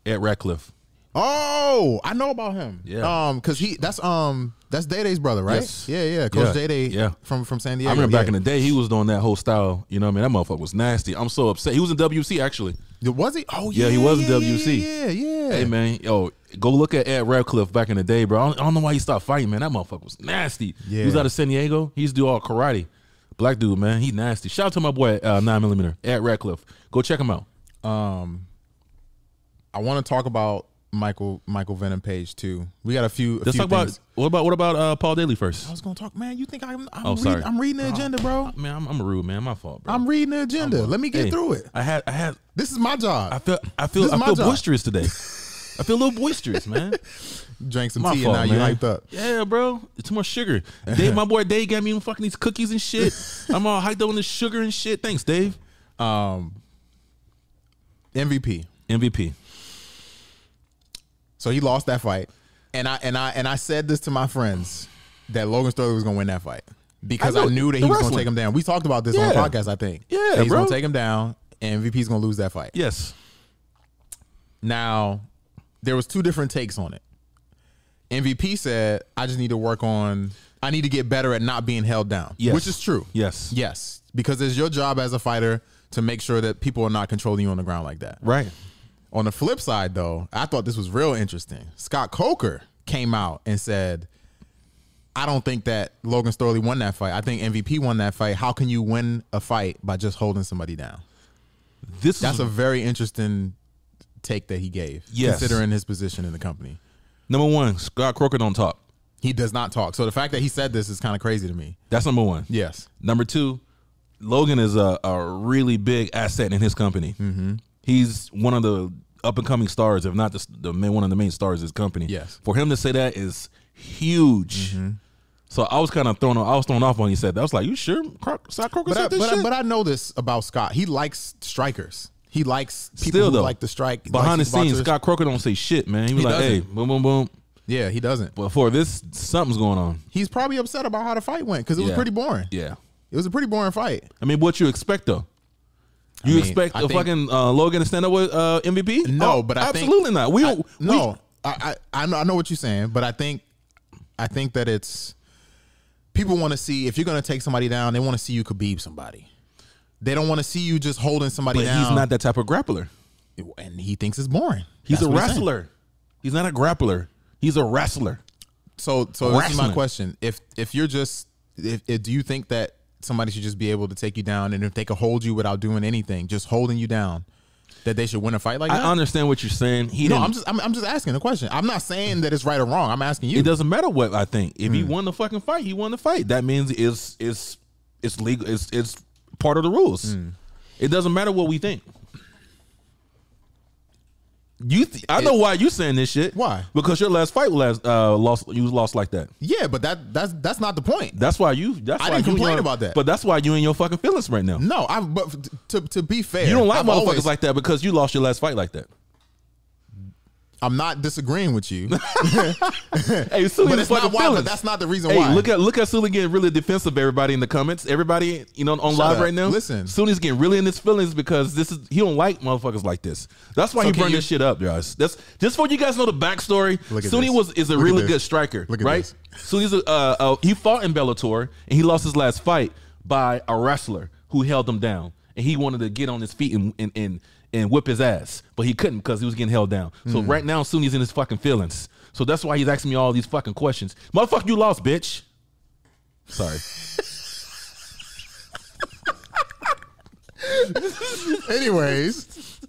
Speaker 2: Ed Ratcliffe.
Speaker 1: Oh, I know about him.
Speaker 2: Yeah.
Speaker 1: Um, cause he that's um that's Day Day's brother, right?
Speaker 2: Yes.
Speaker 1: Yeah, yeah. Coach
Speaker 2: Yeah.
Speaker 1: Day Day
Speaker 2: Yeah.
Speaker 1: from from San Diego.
Speaker 2: I remember back
Speaker 1: yeah.
Speaker 2: in the day, he was doing that whole style. You know what I mean? That motherfucker was nasty. I'm so upset. He was in WC actually.
Speaker 1: the was he? Oh yeah.
Speaker 2: Yeah, he was
Speaker 1: yeah,
Speaker 2: WC.
Speaker 1: Yeah, yeah.
Speaker 2: Hey man, yo, go look at Ed Ratcliffe back in the day, bro. I don't, I don't know why he stopped fighting, man. That motherfucker was nasty. He was
Speaker 1: Yeah.
Speaker 2: out of San Diego. He used to do all karate. Black dude, man. He nasty. Shout out to my boy uh, Nine Millimeter, Ed Ratcliffe. Go check him out.
Speaker 1: Um, I want to talk about Michael Michael Venom Page too. We got a few. A
Speaker 2: Let's
Speaker 1: few
Speaker 2: talk about
Speaker 1: things.
Speaker 2: what about what about uh, Paul Daly
Speaker 1: I
Speaker 2: first.
Speaker 1: was gonna talk, man. You think I'm? I'm,
Speaker 2: Oh, sorry.
Speaker 1: reading, I'm reading the agenda, bro.
Speaker 2: Man, I'm, I'm rude, man. My fault, bro.
Speaker 1: I'm reading the agenda. Let me get
Speaker 2: Hey,
Speaker 1: through it.
Speaker 2: I had I had
Speaker 1: This is my job.
Speaker 2: I feel I feel
Speaker 1: This is
Speaker 2: I
Speaker 1: my
Speaker 2: feel
Speaker 1: job.
Speaker 2: boisterous today. I feel a little boisterous, man.
Speaker 1: Drank some
Speaker 2: My
Speaker 1: tea
Speaker 2: fault,
Speaker 1: and now
Speaker 2: man.
Speaker 1: you hyped up.
Speaker 2: Yeah, bro. It's too much sugar. Dave, my boy Dave got me fucking these cookies and shit. I'm all hyped up on this sugar and shit. Thanks, Dave.
Speaker 1: Um, MVP.
Speaker 2: MVP.
Speaker 1: So he lost that fight, and I and I and I said this to my friends that Logan Sterling was going to win that fight because
Speaker 2: I
Speaker 1: I,
Speaker 2: know,
Speaker 1: knew that
Speaker 2: the
Speaker 1: he was going to
Speaker 2: wrestling.
Speaker 1: take him down. We talked about this on the
Speaker 2: Yeah.
Speaker 1: podcast, I think.
Speaker 2: Yeah,
Speaker 1: That he's
Speaker 2: bro.
Speaker 1: going to take him down, and MVP's going to lose that fight.
Speaker 2: Yes.
Speaker 1: Now, there was two different takes on it. MVP said, "I just need to work on. I need to get better at not being held down,"
Speaker 2: Yes.
Speaker 1: which is true.
Speaker 2: Yes.
Speaker 1: yes, because it's your job as a fighter to make sure that people are not controlling you on the ground like that.
Speaker 2: Right.
Speaker 1: On the flip side, though, I thought this was real interesting. Scott Coker came out and said, I don't think that Logan Storley won that fight. I think MVP won that fight. How can you win a fight by just holding somebody down?
Speaker 2: This
Speaker 1: That's
Speaker 2: is
Speaker 1: a very interesting take that he gave,
Speaker 2: Hmm. Yes.
Speaker 1: considering his position in the company.
Speaker 2: number one. Scott Croker don't talk.
Speaker 1: He does not talk. So the fact that he said this is kind of crazy to me.
Speaker 2: That's number one.
Speaker 1: Yes.
Speaker 2: Number two, Logan is a, a really big asset in his company. Mm-hmm. He's one of the up and coming stars, if not the, the main, one of the main stars of his company.
Speaker 1: Yes. Mm-hmm.
Speaker 2: For him to say that is huge. So I was kind of thrown. I was thrown off when he said that. I was like, "You sure, Cro- Cy Croker
Speaker 1: But I,
Speaker 2: said this
Speaker 1: but, I,
Speaker 2: shit?"
Speaker 1: but I know this about Scott. He likes strikers. He likes people
Speaker 2: Still
Speaker 1: who
Speaker 2: though,
Speaker 1: like to strike.
Speaker 2: behind the
Speaker 1: likes
Speaker 2: scenes,
Speaker 1: boxers.
Speaker 2: Scott Croker don't say shit, man. He was
Speaker 1: He
Speaker 2: like, "Hey,
Speaker 1: doesn't.
Speaker 2: boom, boom, boom."
Speaker 1: Yeah, he doesn't.
Speaker 2: But for this, something's going on.
Speaker 1: he's probably upset about how the fight went because it was
Speaker 2: Yeah.
Speaker 1: pretty boring.
Speaker 2: Yeah.
Speaker 1: It was a pretty boring fight.
Speaker 2: I mean, what you expect though? You
Speaker 1: mean,
Speaker 2: expect
Speaker 1: I
Speaker 2: a
Speaker 1: think-
Speaker 2: fucking uh, Logan to stand up with uh, MVP?
Speaker 1: No,
Speaker 2: Oh,
Speaker 1: but I think-
Speaker 2: absolutely not. We don't.
Speaker 1: No, I, I I know I know what you're saying, but I think I think that it's people want to see if you're going to take somebody down, they want to see you Khabib somebody. They don't want to see you just holding somebody
Speaker 2: But
Speaker 1: down.
Speaker 2: he's not that type of grappler.
Speaker 1: and he thinks it's boring.
Speaker 2: He's
Speaker 1: That's
Speaker 2: a
Speaker 1: what saying.
Speaker 2: wrestler. He's not a grappler. He's a wrestler.
Speaker 1: So, so this is my
Speaker 2: Wrestling.
Speaker 1: question: If if you're just, if, if do you think that somebody should just be able to take you down, and if they could hold you without doing anything, just holding you down, that they should win a fight like that?
Speaker 2: I understand what you're saying. He
Speaker 1: no,
Speaker 2: didn't-
Speaker 1: I'm just I'm, I'm just asking the question. I'm not saying that it's right or wrong. I'm asking you. Hmm.
Speaker 2: It doesn't matter what I think. If he won the fucking fight, he won the fight. That means it's it's it's legal. It's it's part of the rules.
Speaker 1: Hmm.
Speaker 2: It doesn't matter what we think. You, th- I know why you saying this shit.
Speaker 1: Why?
Speaker 2: Because your last fight was last uh, lost. You lost like that.
Speaker 1: Yeah, but that that's that's not the point.
Speaker 2: That's why you. That's
Speaker 1: I
Speaker 2: why
Speaker 1: didn't
Speaker 2: you and
Speaker 1: complain
Speaker 2: your-
Speaker 1: about that.
Speaker 2: But that's why you in your fucking feelings right now.
Speaker 1: No, I but f- to to be fair,
Speaker 2: You don't like
Speaker 1: I've
Speaker 2: motherfuckers
Speaker 1: always-
Speaker 2: like that because you lost your last fight like that.
Speaker 1: I'm not disagreeing with you,
Speaker 2: Hey, Sully
Speaker 1: but
Speaker 2: in fucking
Speaker 1: it's not why.
Speaker 2: feelings.
Speaker 1: But that's not the reason
Speaker 2: Hey,
Speaker 1: why.
Speaker 2: look at look at Sully getting really defensive. Everybody in the comments, everybody you know on live
Speaker 1: up.
Speaker 2: right now.
Speaker 1: Listen.
Speaker 2: Sully's getting really in his feelings because this is he don't like motherfuckers like this. That's why
Speaker 1: So
Speaker 2: he
Speaker 1: can
Speaker 2: burned
Speaker 1: you-
Speaker 2: this shit up, guys. That's just for you guys know the backstory.
Speaker 1: Look at
Speaker 2: Sully
Speaker 1: this.
Speaker 2: was is a
Speaker 1: Look at
Speaker 2: really
Speaker 1: this.
Speaker 2: good striker,
Speaker 1: Look at
Speaker 2: right?
Speaker 1: this.
Speaker 2: Sully's a, uh, uh, he fought in Bellator and he lost his last fight by a wrestler who held him down and he wanted to get on his feet and and. and and whip his ass, but he couldn't because he was getting held down. So
Speaker 1: Hmm.
Speaker 2: right now, Sunni's in his fucking feelings. So that's why he's asking me all these fucking questions. Motherfucker, you lost, bitch. Sorry.
Speaker 1: Anyways,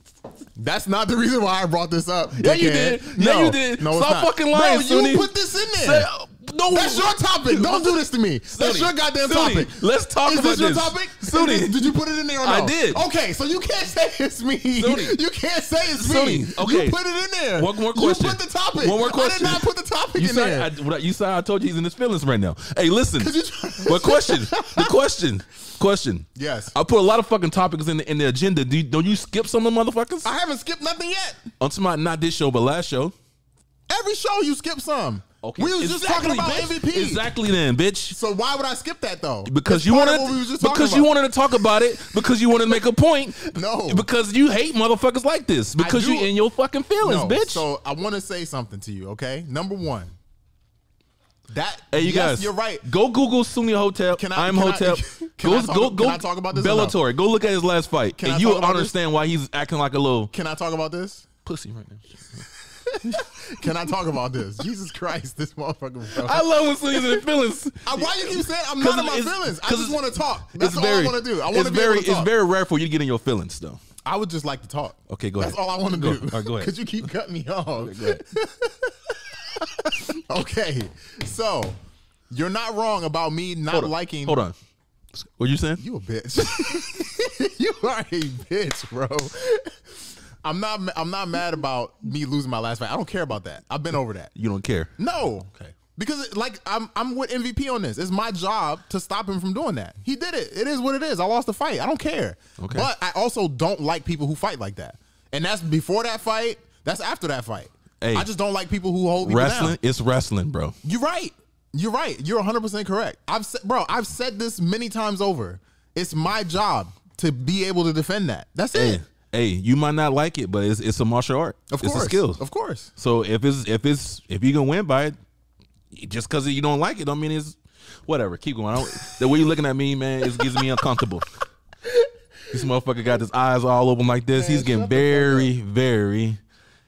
Speaker 1: that's not the reason why I brought this up.
Speaker 2: Yeah, you
Speaker 1: dickhead.
Speaker 2: did. Yeah,
Speaker 1: No,
Speaker 2: you did.
Speaker 1: No, it's
Speaker 2: Stop
Speaker 1: not.
Speaker 2: fucking lying,
Speaker 1: Bro,
Speaker 2: Sunni.
Speaker 1: you put this in there.
Speaker 2: Say- no,
Speaker 1: That's your topic. Don't do this to me. That's
Speaker 2: Sunni,
Speaker 1: your goddamn
Speaker 2: Sunni,
Speaker 1: topic.
Speaker 2: let's talk
Speaker 1: Is
Speaker 2: about
Speaker 1: this your
Speaker 2: this.
Speaker 1: topic? Is
Speaker 2: Sunni.
Speaker 1: this- Did you put it in there or no?
Speaker 2: I did.
Speaker 1: Okay, so you can't say it's me.
Speaker 2: Sunni.
Speaker 1: You can't say it's
Speaker 2: Sunni,
Speaker 1: me.
Speaker 2: okay.
Speaker 1: You put it in there.
Speaker 2: One more question.
Speaker 1: You put the topic.
Speaker 2: One more question.
Speaker 1: I did not put the topic
Speaker 2: You
Speaker 1: in
Speaker 2: saw,
Speaker 1: there.
Speaker 2: I, what I- you saw. I told you he's in his feelings right now. Hey, listen.
Speaker 1: you try-
Speaker 2: But question, the question, question.
Speaker 1: Yes.
Speaker 2: I put a lot of fucking topics in the, in the agenda. Do you, don't you skip some of the motherfuckers?
Speaker 1: I haven't skipped nothing yet.
Speaker 2: On my not this show, but last show.
Speaker 1: Every show you skip some. We was just talking about
Speaker 2: bitch.
Speaker 1: MVP.
Speaker 2: Exactly then, bitch.
Speaker 1: So why would I skip that though?
Speaker 2: Because
Speaker 1: It's
Speaker 2: you
Speaker 1: part
Speaker 2: wanted
Speaker 1: of what we was just talking
Speaker 2: because you
Speaker 1: about.
Speaker 2: wanted to talk about it because you wanted to make a point.
Speaker 1: No.
Speaker 2: Because you hate motherfuckers like this because
Speaker 1: do.
Speaker 2: you in your fucking feelings,
Speaker 1: No,
Speaker 2: bitch.
Speaker 1: So I want to say something to you, okay? Number one, that
Speaker 2: Hey, you
Speaker 1: yes,
Speaker 2: guys,
Speaker 1: you're right.
Speaker 2: Go Google Sunni Hotel.
Speaker 1: Can I-
Speaker 2: I, am
Speaker 1: can I-
Speaker 2: Hotel.
Speaker 1: can
Speaker 2: go,
Speaker 1: I talk-
Speaker 2: go, go.
Speaker 1: can I talk about this or no?
Speaker 2: Bellator. Go look at his last fight,
Speaker 1: Can
Speaker 2: and
Speaker 1: I
Speaker 2: you
Speaker 1: talk about
Speaker 2: understand why he's acting like a little
Speaker 1: Can I talk about this?
Speaker 2: pussy right now.
Speaker 1: Can I talk about this? Jesus Christ, this motherfucker. bro.
Speaker 2: I love when Sunni's in his feelings.
Speaker 1: I- why you keep saying I'm
Speaker 2: 'Cause
Speaker 1: not in my
Speaker 2: it's-
Speaker 1: feelings? I
Speaker 2: 'cause
Speaker 1: just
Speaker 2: it's-
Speaker 1: want to talk. That's
Speaker 2: it's
Speaker 1: all
Speaker 2: very,
Speaker 1: I want to do. I want
Speaker 2: it's
Speaker 1: to be
Speaker 2: very,
Speaker 1: able to talk.
Speaker 2: it's very rare for you to get in your feelings, though.
Speaker 1: I would just like to talk.
Speaker 2: Okay, go
Speaker 1: That's
Speaker 2: ahead.
Speaker 1: all I want to
Speaker 2: Go.
Speaker 1: do.
Speaker 2: All right, go ahead.
Speaker 1: Because you keep cutting me off. okay, so you're not wrong about me not
Speaker 2: on.
Speaker 1: liking.
Speaker 2: Hold on. What you saying?
Speaker 1: You a bitch. you are a bitch, bro. I'm not. I'm not mad about me losing my last fight. I don't care about that. I've been over that.
Speaker 2: You don't care.
Speaker 1: No.
Speaker 2: Okay.
Speaker 1: Because like I'm, I'm with MVP on this. It's my job to stop him from doing that. He did it. It is what it is. I lost the fight. I don't care.
Speaker 2: Okay.
Speaker 1: But I also don't like people who fight like that. And that's before that fight. That's after that fight.
Speaker 2: Hey.
Speaker 1: I just don't like people who hold people down.
Speaker 2: Wrestling, it's wrestling, bro.
Speaker 1: You're right. You're right. You're 100% correct. I've said, bro, I've said this many times over. It's my job to be able to defend that. That's
Speaker 2: Hey,
Speaker 1: it.
Speaker 2: hey, you might not like it, but it's it's a martial art.
Speaker 1: Of
Speaker 2: it's
Speaker 1: course.
Speaker 2: a skill.
Speaker 1: Of course.
Speaker 2: So if it's if it's if you can win by it, just because you don't like it, don't mean it's whatever. Keep going. I don't, the way you looking at me, man, it gives me uncomfortable. This motherfucker got his eyes all open like this. He's getting very, very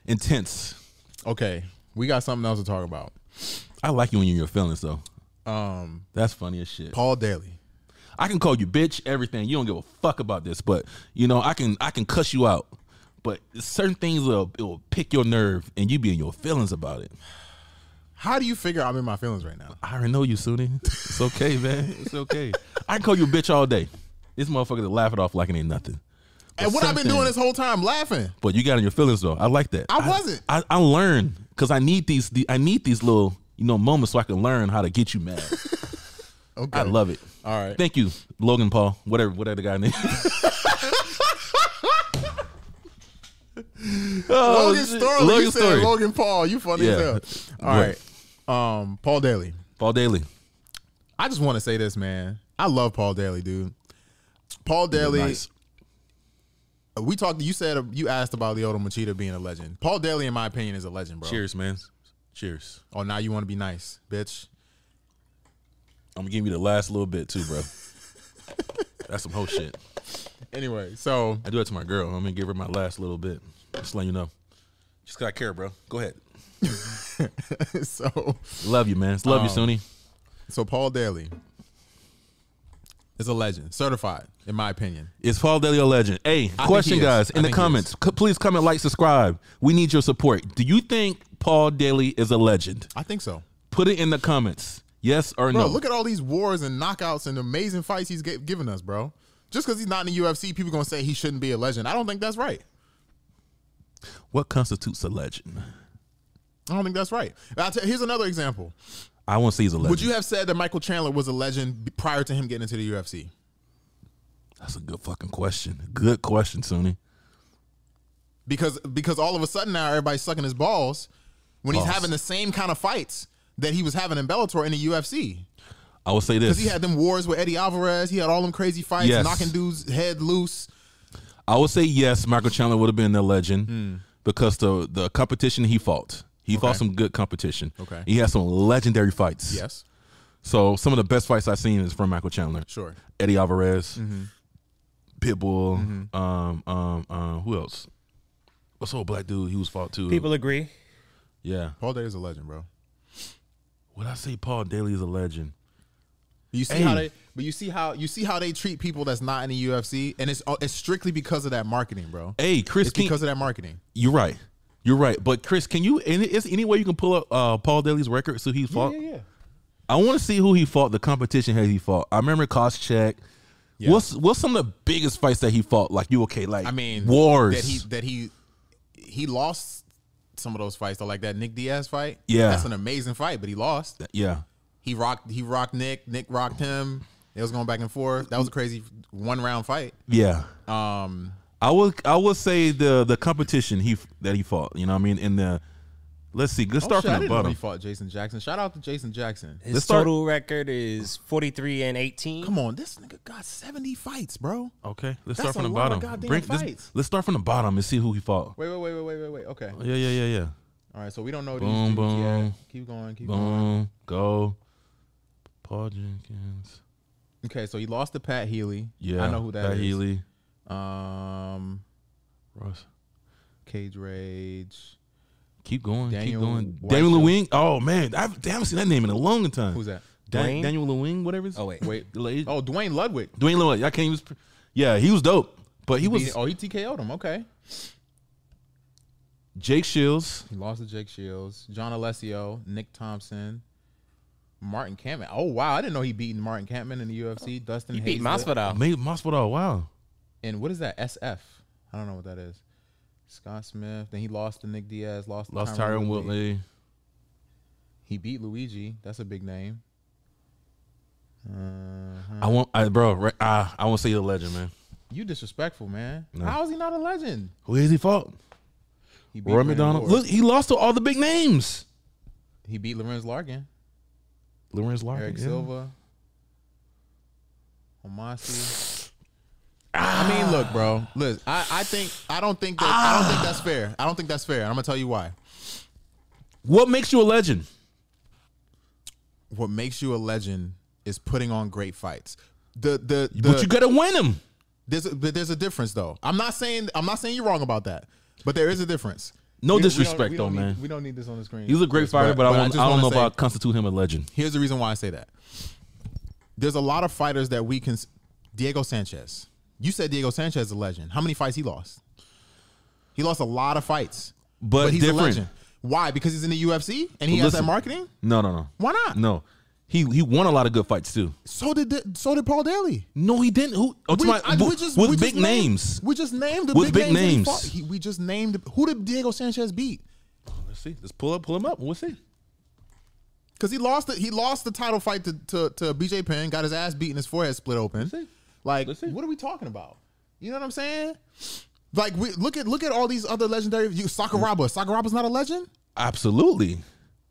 Speaker 2: intense.
Speaker 1: Okay. We got something else to talk about.
Speaker 2: I like you when you're in your feelings though.
Speaker 1: Um,
Speaker 2: That's funny as shit.
Speaker 1: Paul Daly.
Speaker 2: I can call you bitch, everything. You don't give a fuck about this, but you know I can I can cuss you out. But certain things will it will pick your nerve, and you be in your feelings about it.
Speaker 1: How do you figure I'm in my feelings right now?
Speaker 2: I already know you, Sunni. It's okay, man. It's okay. I can call you a bitch all day. This motherfucker to laugh it off like it ain't nothing. But
Speaker 1: And what I've been
Speaker 2: something-
Speaker 1: doing this whole time, laughing.
Speaker 2: But you got in your feelings though. I like that.
Speaker 1: I wasn't.
Speaker 2: I, I learn because I need these. The, I need these little you know moments so I can learn how to get you mad.
Speaker 1: Okay.
Speaker 2: I love it.
Speaker 1: All right.
Speaker 2: Thank you, Logan Paul. Whatever, whatever the guy name. oh,
Speaker 1: Logan
Speaker 2: shit.
Speaker 1: Storley.
Speaker 2: Logan
Speaker 1: you said
Speaker 2: Story.
Speaker 1: Logan Paul. You funny
Speaker 2: Yeah.
Speaker 1: as hell. All
Speaker 2: Right.
Speaker 1: right. Um, Paul Daly.
Speaker 2: Paul Daly.
Speaker 1: I just want to say this, man. I love Paul Daly, dude. Paul Daly.
Speaker 2: Nice.
Speaker 1: we talked. You said you asked about Lyoto Machida being a legend. Paul Daly, in my opinion, is a legend, bro.
Speaker 2: Cheers, man. Cheers.
Speaker 1: Oh, now you want to be nice, bitch.
Speaker 2: I'm gonna give you the last little bit too, bro. That's some whole shit.
Speaker 1: Anyway, so
Speaker 2: I do that to my girl. I'm gonna give her my last little bit. Just letting you know. Just 'cause I care, bro. Go ahead.
Speaker 1: so
Speaker 2: Love you, man. Love you,
Speaker 1: Um,
Speaker 2: Suni.
Speaker 1: so Paul Daly is a legend, certified, in my opinion.
Speaker 2: Is Paul Daly a legend? Hey,
Speaker 1: think
Speaker 2: question,
Speaker 1: he is.
Speaker 2: guys,
Speaker 1: I
Speaker 2: in the
Speaker 1: think he
Speaker 2: comments. C- please comment, like, subscribe. We need your support. Do you think Paul Daly is a legend?
Speaker 1: I think so.
Speaker 2: Put it in the comments. Yes or
Speaker 1: Bro,
Speaker 2: no?
Speaker 1: look at all these wars and knockouts and amazing fights he's g- given us, bro. Just because he's not in the UFC, people gonna say he shouldn't be a legend. I don't think that's right.
Speaker 2: what constitutes a legend?
Speaker 1: I don't think that's right. And I'll tell- here's another example.
Speaker 2: I won't say he's a legend.
Speaker 1: Would you have said that Michael Chandler was a legend b- prior to him getting into the UFC?
Speaker 2: That's a good fucking question. Good question, Suni.
Speaker 1: Because because all of a sudden now everybody's sucking his balls when he's
Speaker 2: Balls.
Speaker 1: having the same kind of fights that he was having in Bellator in the UFC.
Speaker 2: I will say this.
Speaker 1: Because he had them wars with Eddie Alvarez. He had all them crazy fights,
Speaker 2: Yes.
Speaker 1: knocking dudes' head loose.
Speaker 2: I would say yes, Michael Chandler would have been a legend because the the competition he fought. He fought some good competition.
Speaker 1: Okay.
Speaker 2: He had some legendary fights.
Speaker 1: Yes,
Speaker 2: So some of the best fights I've seen is from Michael Chandler.
Speaker 1: sure.
Speaker 2: Eddie Alvarez, Pitbull, um, um, uh, who else? What's the old black dude he was fought too?
Speaker 3: People agree.
Speaker 2: Yeah.
Speaker 1: Paul Daly's a legend, bro.
Speaker 2: Would I say Paul Daly is a legend?
Speaker 1: You see
Speaker 2: Hey.
Speaker 1: how they, but you see how you see how they treat people that's not in the UFC, and it's uh, it's strictly because of that marketing, bro.
Speaker 2: Hey, Chris,
Speaker 1: It's
Speaker 2: can,
Speaker 1: because of that markening.
Speaker 2: you're right. You're right. But Chris, can you? and Is any way you can pull up uh, Paul Daly's record? So he fought.
Speaker 3: yeah.
Speaker 2: I want to see who he fought. The competition that he fought. I remember Koscheck. What's what's some of the biggest fights that he fought? Like you okay? Like
Speaker 1: I mean,
Speaker 2: wars.
Speaker 1: that he that he he lost some of those fights, though, like that Nick Diaz fight.
Speaker 2: Yeah.
Speaker 1: that's an amazing fight, but he lost.
Speaker 2: yeah.
Speaker 1: He rocked he rocked Nick. Nick rocked him. It was going back and forth. That was a crazy one round fight.
Speaker 2: Yeah.
Speaker 1: Um,
Speaker 2: I would I would say the the competition he that he fought. You know what I mean? In the let's see. Let's
Speaker 1: oh,
Speaker 2: start
Speaker 1: shit, I
Speaker 2: from the
Speaker 1: didn't know he
Speaker 2: bottom.
Speaker 1: fought Jason Jackson. Shout out to Jason Jackson.
Speaker 3: His
Speaker 2: Let's start-
Speaker 3: total record is 43 and 18.
Speaker 1: Come on, this nigga got seventy fights, bro.
Speaker 2: Okay. Let's
Speaker 1: That's
Speaker 2: start from
Speaker 1: a
Speaker 2: the
Speaker 1: lot of
Speaker 2: bottom.
Speaker 1: goddamn
Speaker 2: let's,
Speaker 1: fights.
Speaker 2: let's start from the bottom and see who he fought.
Speaker 1: Wait, wait, wait, wait, wait, wait, wait. Okay.
Speaker 2: Yeah. Yeah. Yeah. Yeah.
Speaker 1: All right, so we don't know these
Speaker 2: Boom,
Speaker 1: dudes yet.
Speaker 2: boom.
Speaker 1: Keep going, keep going.
Speaker 2: Boom. Go. Paul Jenkins.
Speaker 1: Okay, so he lost to Pat Healy.
Speaker 2: Yeah.
Speaker 1: I know who that is.
Speaker 2: Pat Healy.
Speaker 1: Um,
Speaker 2: Ross.
Speaker 1: Cage Rage.
Speaker 2: Keep going. keep
Speaker 1: Daniel
Speaker 2: going.
Speaker 1: Whitefield.
Speaker 2: Daniel Lewing. Oh man, I've, I haven't seen that name in a long time.
Speaker 1: Who's that?
Speaker 2: Da-
Speaker 3: Dwayne?
Speaker 2: Daniel Lewing, whatever. His
Speaker 3: Oh, wait.
Speaker 1: Wait.
Speaker 2: Dwayne
Speaker 1: Oh, Dwayne Ludwig.
Speaker 2: Lewing. I can't even. sp- Yeah, he was dope, but he
Speaker 1: He
Speaker 2: was
Speaker 1: oh, he TKO'd him. Okay.
Speaker 2: Jake Shields.
Speaker 1: He lost to Jake Shields, John Alessio, Nick Thompson, Martin Campman. Oh wow, I didn't know he beat Martin Campman in the UFC. Dustin
Speaker 3: He beat
Speaker 1: Haysbert.
Speaker 3: Masvidal.
Speaker 2: Made Masvidal. Wow.
Speaker 1: And what is that? SF. I don't know what that is. Scott Smith. Then he lost to Nick Diaz. Lost.
Speaker 2: Lost
Speaker 1: to
Speaker 2: Tyron
Speaker 1: Woodley.
Speaker 2: Woodley.
Speaker 1: He beat Luigi. That's a big name. Uh,
Speaker 2: I won't. I, bro, right, I, I won't say he's a legend, man.
Speaker 1: you disrespectful, man.
Speaker 2: No.
Speaker 1: How is he not a legend?
Speaker 2: Who is he fought?
Speaker 1: He beat
Speaker 2: Roy
Speaker 1: Brandon
Speaker 2: McDonald.
Speaker 1: Ward.
Speaker 2: Look, he lost to all the big names.
Speaker 1: He beat Lorenz Larkin,
Speaker 2: Lorenz Larkin.
Speaker 1: Eric
Speaker 2: yeah.
Speaker 1: Silva, Omasi. I mean, look, bro. Listen, I, I think I don't think that I don't think
Speaker 2: Ah.
Speaker 1: that's fair. I don't think that's fair. And I'm gonna tell you why.
Speaker 2: What makes you a legend?
Speaker 1: What makes you a legend is putting on great fights. The the, the
Speaker 2: but you gotta win him.
Speaker 1: there's a, but there's a difference though. I'm not saying I'm not saying you're wrong about that, but there is a difference.
Speaker 2: No
Speaker 1: don't-
Speaker 2: disrespect,
Speaker 1: don't
Speaker 2: though,
Speaker 1: need-
Speaker 2: man.
Speaker 1: We don't need this on the screen.
Speaker 2: He's a great
Speaker 1: Yes,
Speaker 2: fighter, but, I, want,
Speaker 1: just
Speaker 2: I, don't
Speaker 1: wanna
Speaker 2: know
Speaker 1: say-
Speaker 2: if I constitute him a legend.
Speaker 1: Here's the reason why I say that. There's a lot of fighters that we can. Diego Sanchez. You said Diego Sanchez is a legend. How many fights he lost? He lost a lot of fights,
Speaker 2: But
Speaker 1: he's
Speaker 2: different.
Speaker 1: a legend. Why? Because he's in the UFC and he has that
Speaker 2: Listen.
Speaker 1: marketing.
Speaker 2: No, no, no.
Speaker 1: Why not?
Speaker 2: No, he he won a lot of good fights too.
Speaker 1: So did the- so did Paul Daly.
Speaker 2: No, he didn't. Who? Oh, to my-
Speaker 1: I-
Speaker 2: with, with
Speaker 1: we
Speaker 2: big
Speaker 1: named-
Speaker 2: names.
Speaker 1: we just named the
Speaker 2: With big
Speaker 1: big, names.
Speaker 2: names.
Speaker 1: that he fought. He- we just named who did Diego Sanchez beat?
Speaker 2: Let's see. Let's pull up. Pull him up. We'll see.
Speaker 1: Because he lost the he lost the title fight to, to, to BJ Penn, got his ass beaten, his forehead split open.
Speaker 2: see.
Speaker 1: Like,
Speaker 2: Let's see.
Speaker 1: what are we talking about? You know what I'm saying? Like, we look at look at all these other legendary. You, Sakuraba, Sakuraba's not a legend.
Speaker 2: Absolutely,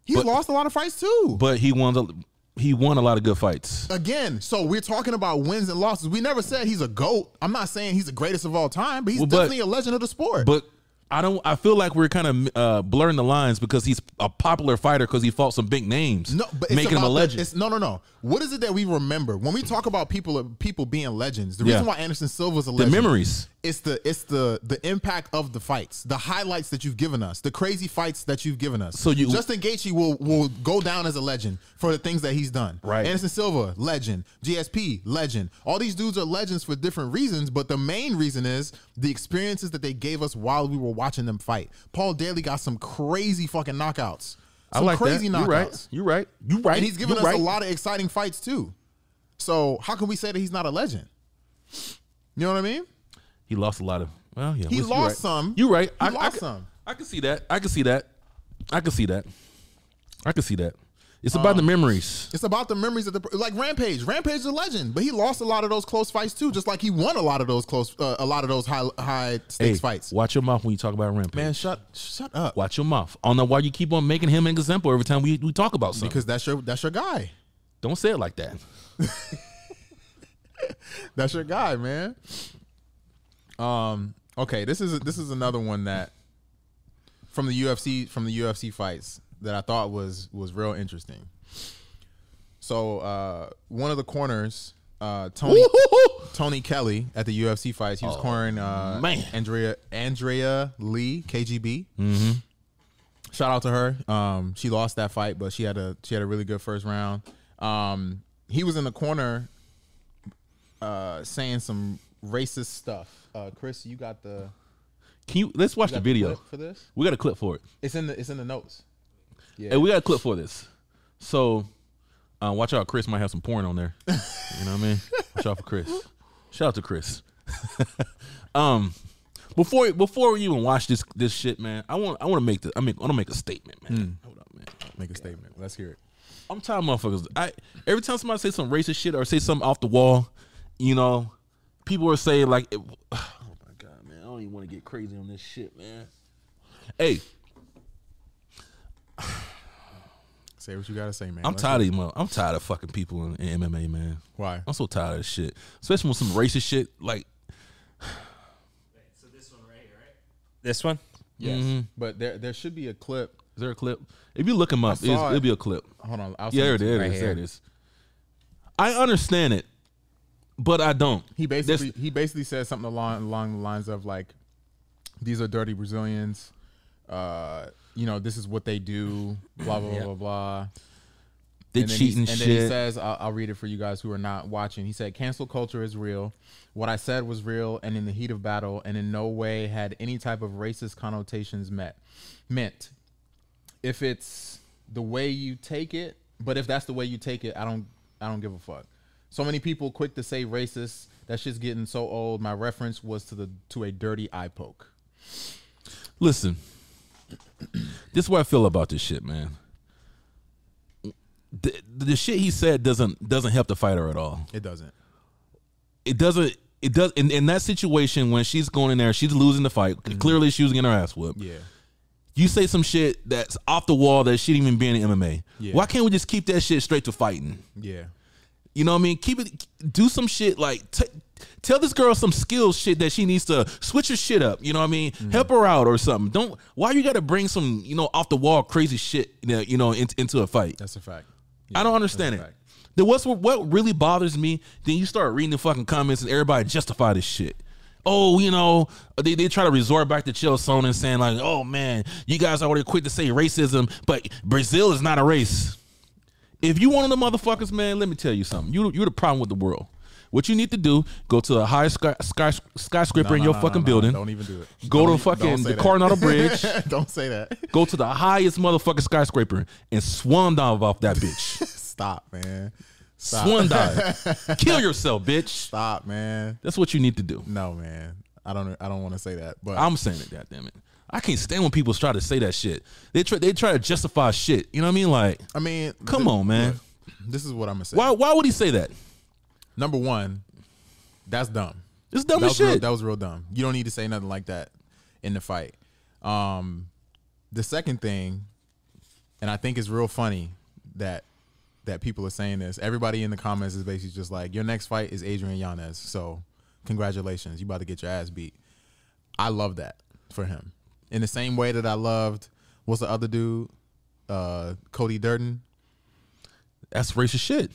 Speaker 1: He's lost a lot of fights too.
Speaker 2: but he won the. he won a lot of good fights.
Speaker 1: Again, so we're talking about wins and losses. We never said he's a goat. I'm not saying he's the greatest of all time, but he's
Speaker 2: Well, but-
Speaker 1: definitely a legend of the sport.
Speaker 2: But I don't. I feel like we're kind of uh, blurring the lines because he's a popular fighter because he fought some big names.
Speaker 1: No, but it's
Speaker 2: making him
Speaker 1: about
Speaker 2: a
Speaker 1: the-
Speaker 2: legend.
Speaker 1: it's- no, no, no. What is it that we remember when we talk about people people being legends? The
Speaker 2: Yeah.
Speaker 1: reason why Anderson Silva's a
Speaker 2: the
Speaker 1: legend,
Speaker 2: memories.
Speaker 1: It's the it's the the impact of the fights, the highlights that you've given us, the crazy fights that you've given us.
Speaker 2: So you-
Speaker 1: Justin Gaethje will will go down as a legend for the things that he's done.
Speaker 2: Right.
Speaker 1: Anderson Silva, legend. GSP, legend. All these dudes are legends for different reasons, but the main reason is the experiences that they gave us while we were watching them fight. Paul Daly got some crazy fucking knockouts.
Speaker 2: I
Speaker 1: Some
Speaker 2: like
Speaker 1: crazy
Speaker 2: that.
Speaker 1: knockouts.
Speaker 2: You're right. You're right. You're right.
Speaker 1: And he's given
Speaker 2: You're
Speaker 1: us
Speaker 2: right.
Speaker 1: a lot of exciting fights too. So how can we say that he's not a legend? You know what I mean?
Speaker 2: He lost a lot of. Well, yeah.
Speaker 1: He
Speaker 2: you're
Speaker 1: lost
Speaker 2: right.
Speaker 1: some.
Speaker 2: You're right.
Speaker 1: He
Speaker 2: I, I,
Speaker 1: lost
Speaker 2: c-
Speaker 1: some.
Speaker 2: I can see that. I can see that. I can see that. I can see that. It's about
Speaker 1: Um,
Speaker 2: the memories.
Speaker 1: It's about the memories of the like Rampage. Rampage is a legend, but he lost a lot of those close fights too, just like he won a lot of those close, uh, a lot of those high high stakes
Speaker 2: Hey,
Speaker 1: fights.
Speaker 2: watch your mouth when you talk about rampage.
Speaker 1: Man, shut shut up,
Speaker 2: Watch your mouth. I don't know why you keep on making him an example every time we, we talk about something.
Speaker 1: because that's your that's your guy.
Speaker 2: Don't say it like that.
Speaker 1: That's your guy, man. Um. Okay. This is this is another one that from the UFC from the UFC fights that I thought was was real interesting. So uh, one of the corners, uh, Tony Tony Kelly at the UFC fights, he was cornering uh,
Speaker 2: man.
Speaker 1: Andrea Andrea Lee KGB. Shout out to her. Um, she lost that fight, but she had a she had a really good first round. Um, he was in the corner uh, saying some racist stuff. Uh, Chris, you got the
Speaker 2: Can you let's watch the
Speaker 1: got
Speaker 2: video.
Speaker 1: clip for this.
Speaker 2: We got a clip for it.
Speaker 1: It's in the it's in the notes. Yeah.
Speaker 2: Hey, we got a clip for this. So, uh, watch out. Chris might have some porn on there. You know what I mean? Watch out for Chris. Shout out to Chris. um, before before we even watch this this shit, man, I want I want to make the I mean I want to make a statement, man. Hold up, man.
Speaker 1: Make a statement. Let's hear it.
Speaker 2: I'm tired, of motherfuckers. I every time somebody says some racist shit or say something off the wall, you know, people are saying like, it- "Oh my god, man, I don't even want to get crazy on this shit, man." Hey,
Speaker 1: Say what you gotta say, man.
Speaker 2: I'm
Speaker 1: Let's-
Speaker 2: tired of these mother- I'm tired of fucking people in, in MMA, man.
Speaker 1: Why?
Speaker 2: I'm so tired of this shit, especially with some racist shit. Like,
Speaker 3: So this one right here, right? This one?
Speaker 1: Yes. But there there should be a clip.
Speaker 2: is there a clip? If you look him up,
Speaker 1: saw
Speaker 2: it's,
Speaker 1: it.
Speaker 2: it'll be a clip.
Speaker 1: Hold on. I'll
Speaker 2: Yeah, there it
Speaker 1: send to you
Speaker 2: is.
Speaker 1: right
Speaker 2: there it
Speaker 1: here.
Speaker 2: is. I understand it, but I don't.
Speaker 1: He
Speaker 2: That's-
Speaker 1: basically he basically says something along along the lines of like, these are dirty Brazilians. Uh, you know, this is what they do. Blah blah blah blah blah.
Speaker 2: they
Speaker 1: and then
Speaker 2: cheating
Speaker 1: he, and
Speaker 2: shit.
Speaker 1: then he says, I'll, I'll read it for you guys who are not watching. He said, cancel culture is real. What I said was real and in the heat of battle and in no way had any type of racist connotations met. Meant. If it's the way you take it, but if that's the way you take it, I don't I don't give a fuck. So many people quick to say racist. That shit's getting so old. My reference was to the to a dirty eye poke.
Speaker 2: Listen, this is what I feel about this shit, man. The, the shit he said doesn't doesn't help the fighter at all.
Speaker 1: It doesn't.
Speaker 2: It doesn't. It does in, in that situation when she's going in there, she's losing the fight. Clearly, she was getting her ass whooped.
Speaker 1: Mm-hmm. Yeah.
Speaker 2: You say some shit that's off the wall that shouldn't even be in the MMA.
Speaker 1: Yeah.
Speaker 2: Why can't we just keep that shit straight to fighting?
Speaker 1: Yeah.
Speaker 2: You know what I mean? Keep it. Do some shit like t- tell this girl some skill shit that she needs to switch her shit up. You know what I mean? Help her out or something. Don't. Why you got to bring some you know off the wall crazy shit that, you know in, into a fight?
Speaker 1: That's a fact.
Speaker 2: I don't understand it.
Speaker 1: that's a fact.
Speaker 2: The what's what really bothers me? Then you start reading the fucking comments and everybody justify this shit. Oh, you know, they, they try to resort back to Chael Sonnen saying like, "Oh man, you guys are already quick to say racism, but Brazil is not a race." If you one of the motherfuckers, man, let me tell you something. You you're the problem with the world. What you need to do, go to the highest sky, sky, skyscraper in
Speaker 1: No,
Speaker 2: your
Speaker 1: no, no,
Speaker 2: fucking
Speaker 1: no,
Speaker 2: building.
Speaker 1: Don't even do it.
Speaker 2: Go to
Speaker 1: Don't e- don't
Speaker 2: fucking
Speaker 1: say
Speaker 2: the
Speaker 1: that.
Speaker 2: Coronado Bridge.
Speaker 1: don't say that.
Speaker 2: go to the highest motherfucking skyscraper and swan dive off that bitch.
Speaker 1: Stop, man. Stop.
Speaker 2: Swan dive. Kill yourself, bitch.
Speaker 1: Stop, man.
Speaker 2: That's what you need to do.
Speaker 1: No, man. I don't. I don't want to say that, but
Speaker 2: I'm saying it, goddamn it. I can't stand when people try to say that shit. They try they try to justify shit. You know what I mean? Like,
Speaker 1: I mean,
Speaker 2: come
Speaker 1: th-
Speaker 2: on, man.
Speaker 1: look, this is what I'm gonna say.
Speaker 2: Why why would he say that?
Speaker 1: Number one, that's dumb.
Speaker 2: It's dumb
Speaker 1: that
Speaker 2: as
Speaker 1: was real,
Speaker 2: shit.
Speaker 1: that was real dumb. You don't need to say nothing like that in the fight. Um, the second thing, and I think it's real funny that that people are saying this. Everybody in the comments is basically just like, your next fight is Adrian Yanez. So congratulations. You about to get your ass beat. I love that for him. In the same way that I loved what's the other dude? Uh Cody Durden.
Speaker 2: That's racist shit.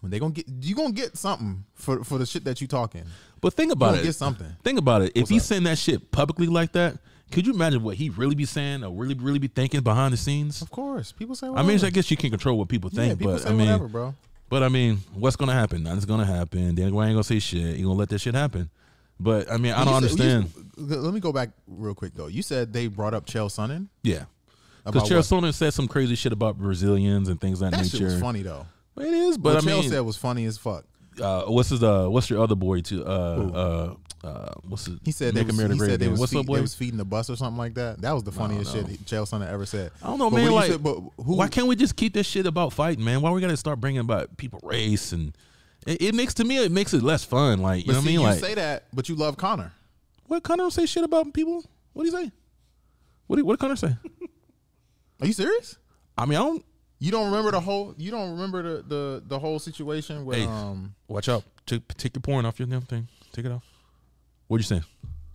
Speaker 1: When they gonna get you gonna get something for for the shit that you talking.
Speaker 2: But think about
Speaker 1: gonna
Speaker 2: it.
Speaker 1: get something.
Speaker 2: Think about it. If he's saying that shit publicly like that, could you imagine what he really be saying or really really be thinking behind the scenes?
Speaker 1: Of course. People say
Speaker 2: I mean, I guess you can control what people think,
Speaker 1: people
Speaker 2: but
Speaker 1: say
Speaker 2: I mean,
Speaker 1: whatever, bro.
Speaker 2: but I mean, what's gonna happen? Nothing's gonna happen. Then I ain't gonna say shit. You gonna let that shit happen? But I mean, I don't
Speaker 1: You said- you-
Speaker 2: understand.
Speaker 1: let me go back real quick though. You said they brought up Chael Sonnen.
Speaker 2: Yeah.
Speaker 1: About
Speaker 2: Because Chael Sonnen said some crazy shit about Brazilians and things of that,
Speaker 1: That
Speaker 2: nature.
Speaker 1: shit was funny though.
Speaker 2: It is, but
Speaker 1: what
Speaker 2: I
Speaker 1: Chael
Speaker 2: mean,
Speaker 1: said was funny as fuck.
Speaker 2: uh, what's his uh, what's your other boy too? Uh, uh, uh, what's his,
Speaker 1: He said they
Speaker 2: Make
Speaker 1: was,
Speaker 2: America
Speaker 1: he
Speaker 2: Great
Speaker 1: said they
Speaker 2: Again.
Speaker 1: was,
Speaker 2: what's
Speaker 1: feed-
Speaker 2: up, boy?
Speaker 1: they was feeding the bus or something like that. That was the funniest shit Chael Sonnen ever said.
Speaker 2: I don't know,
Speaker 1: But
Speaker 2: man.
Speaker 1: what
Speaker 2: Like,
Speaker 1: he said- but who?
Speaker 2: why can't we just keep this shit about fighting, man? Why we gotta start bringing about people race and it, it makes to me it makes it less fun. Like you
Speaker 1: but
Speaker 2: know what I
Speaker 1: see,
Speaker 2: mean?
Speaker 1: you
Speaker 2: Like
Speaker 1: say that, but you love Connor.
Speaker 2: what Connor don't say shit about people? What do you say? What do what did Connor say?
Speaker 1: Are you serious?
Speaker 2: I mean, I don't.
Speaker 1: You don't remember the whole? You don't remember the the, the whole situation where
Speaker 2: Hey.
Speaker 1: um?
Speaker 2: Watch out! Take, take your porn off your damn thing. Take it off. What you saying?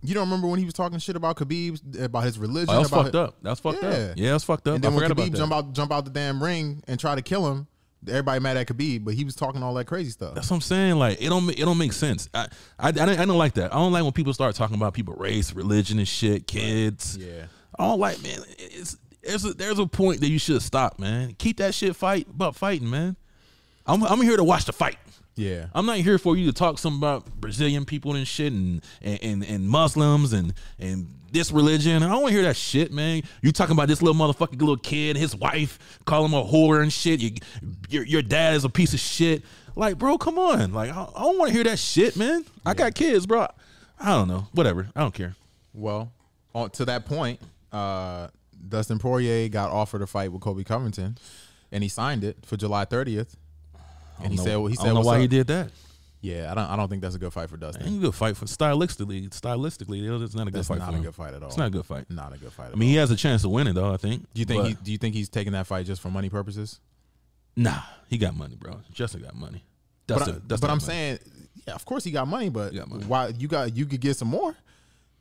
Speaker 1: You don't remember when he was talking shit about Khabib about his religion?
Speaker 2: Oh, that's
Speaker 1: about
Speaker 2: fucked
Speaker 1: hi-
Speaker 2: up. That's fucked
Speaker 1: Yeah.
Speaker 2: up. Yeah, that's fucked up.
Speaker 1: And then
Speaker 2: I
Speaker 1: when
Speaker 2: forgot about
Speaker 1: Khabib
Speaker 2: that.
Speaker 1: jump out jump out the damn ring and try to kill him, everybody mad at Khabib, but he was talking all that crazy stuff.
Speaker 2: That's what I'm saying. Like it don't ma- it don't make sense. I I, I, don't, I don't like that. I don't like when people start talking about people race, religion, and shit, kids.
Speaker 1: Yeah.
Speaker 2: I don't like man. It's there's a, there's a point that you should stop, man. Keep that shit fight about fighting, man. I'm I'm here to watch the fight.
Speaker 1: Yeah.
Speaker 2: I'm not here for you to talk something about Brazilian people and shit and and and, and Muslims and and this religion. I don't want to hear that shit, man. You talking about this little motherfucking little kid, his wife, call him a whore and shit. You, your your dad is a piece of shit. Like, bro, come on. Like, I, I don't want to hear that shit, man. I got kids, bro. I don't know. Whatever. I don't care.
Speaker 1: Well, on, to that point, uh, Dustin Poirier got offered a fight with Kobe Covington, and he signed it for July 30th. And he
Speaker 2: No,
Speaker 1: said, "He
Speaker 2: I
Speaker 1: said,
Speaker 2: don't know
Speaker 1: what's
Speaker 2: why he
Speaker 1: up?
Speaker 2: did that.
Speaker 1: Yeah, I don't. I don't think that's a good fight for Dustin.
Speaker 2: Ain't a good fight for stylistically. Stylistically, it's not a good
Speaker 1: That's
Speaker 2: fight.
Speaker 1: not
Speaker 2: for
Speaker 1: a
Speaker 2: him.
Speaker 1: good fight at all.
Speaker 2: It's not a good fight.
Speaker 1: Not a good fight. At
Speaker 2: I mean, he has a chance to win it though. I think.
Speaker 1: do you think?
Speaker 2: But-
Speaker 1: He, do you think he's taking that fight just for money purposes?
Speaker 2: Nah, he got money, bro. Justin got money.
Speaker 1: But,
Speaker 2: Dustin,
Speaker 1: I,
Speaker 2: Dustin
Speaker 1: but
Speaker 2: got
Speaker 1: I'm
Speaker 2: money.
Speaker 1: saying, yeah, of course he got money, but
Speaker 2: got money.
Speaker 1: why you got you could get some more?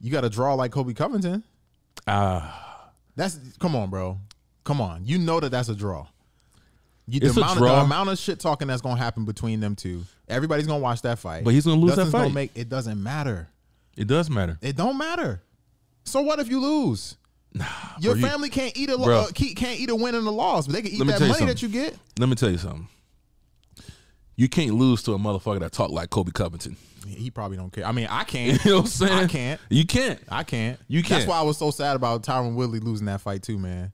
Speaker 1: You got to draw like Kobe Covington.
Speaker 2: ah,
Speaker 1: That's come on, bro. Come on. You know that that's a draw. You,
Speaker 2: It's a
Speaker 1: the, amount Of,
Speaker 2: draw.
Speaker 1: the amount of shit talking that's gonna happen between them two. Everybody's gonna watch that fight.
Speaker 2: But he's gonna lose that
Speaker 1: Dustin's
Speaker 2: fight.
Speaker 1: Gonna make, it doesn't matter.
Speaker 2: it does matter.
Speaker 1: It don't matter. So what if you lose?
Speaker 2: bro,
Speaker 1: Your
Speaker 2: you-
Speaker 1: family can't eat a
Speaker 2: Bro.
Speaker 1: lo- uh, ke- can't eat a win and a loss, but they can eat
Speaker 2: Let me
Speaker 1: that
Speaker 2: tell
Speaker 1: money
Speaker 2: you
Speaker 1: that you
Speaker 2: something.
Speaker 1: get.
Speaker 2: Let me tell you something. You can't lose to a motherfucker that talk like Kobe Covington.
Speaker 1: He probably don't care. I mean, I can't.
Speaker 2: You know what I'm saying?
Speaker 1: I can't.
Speaker 2: You can't.
Speaker 1: I can't.
Speaker 2: You
Speaker 1: That's
Speaker 2: can't.
Speaker 1: why I was so sad about Tyron Woodley losing that fight too, man.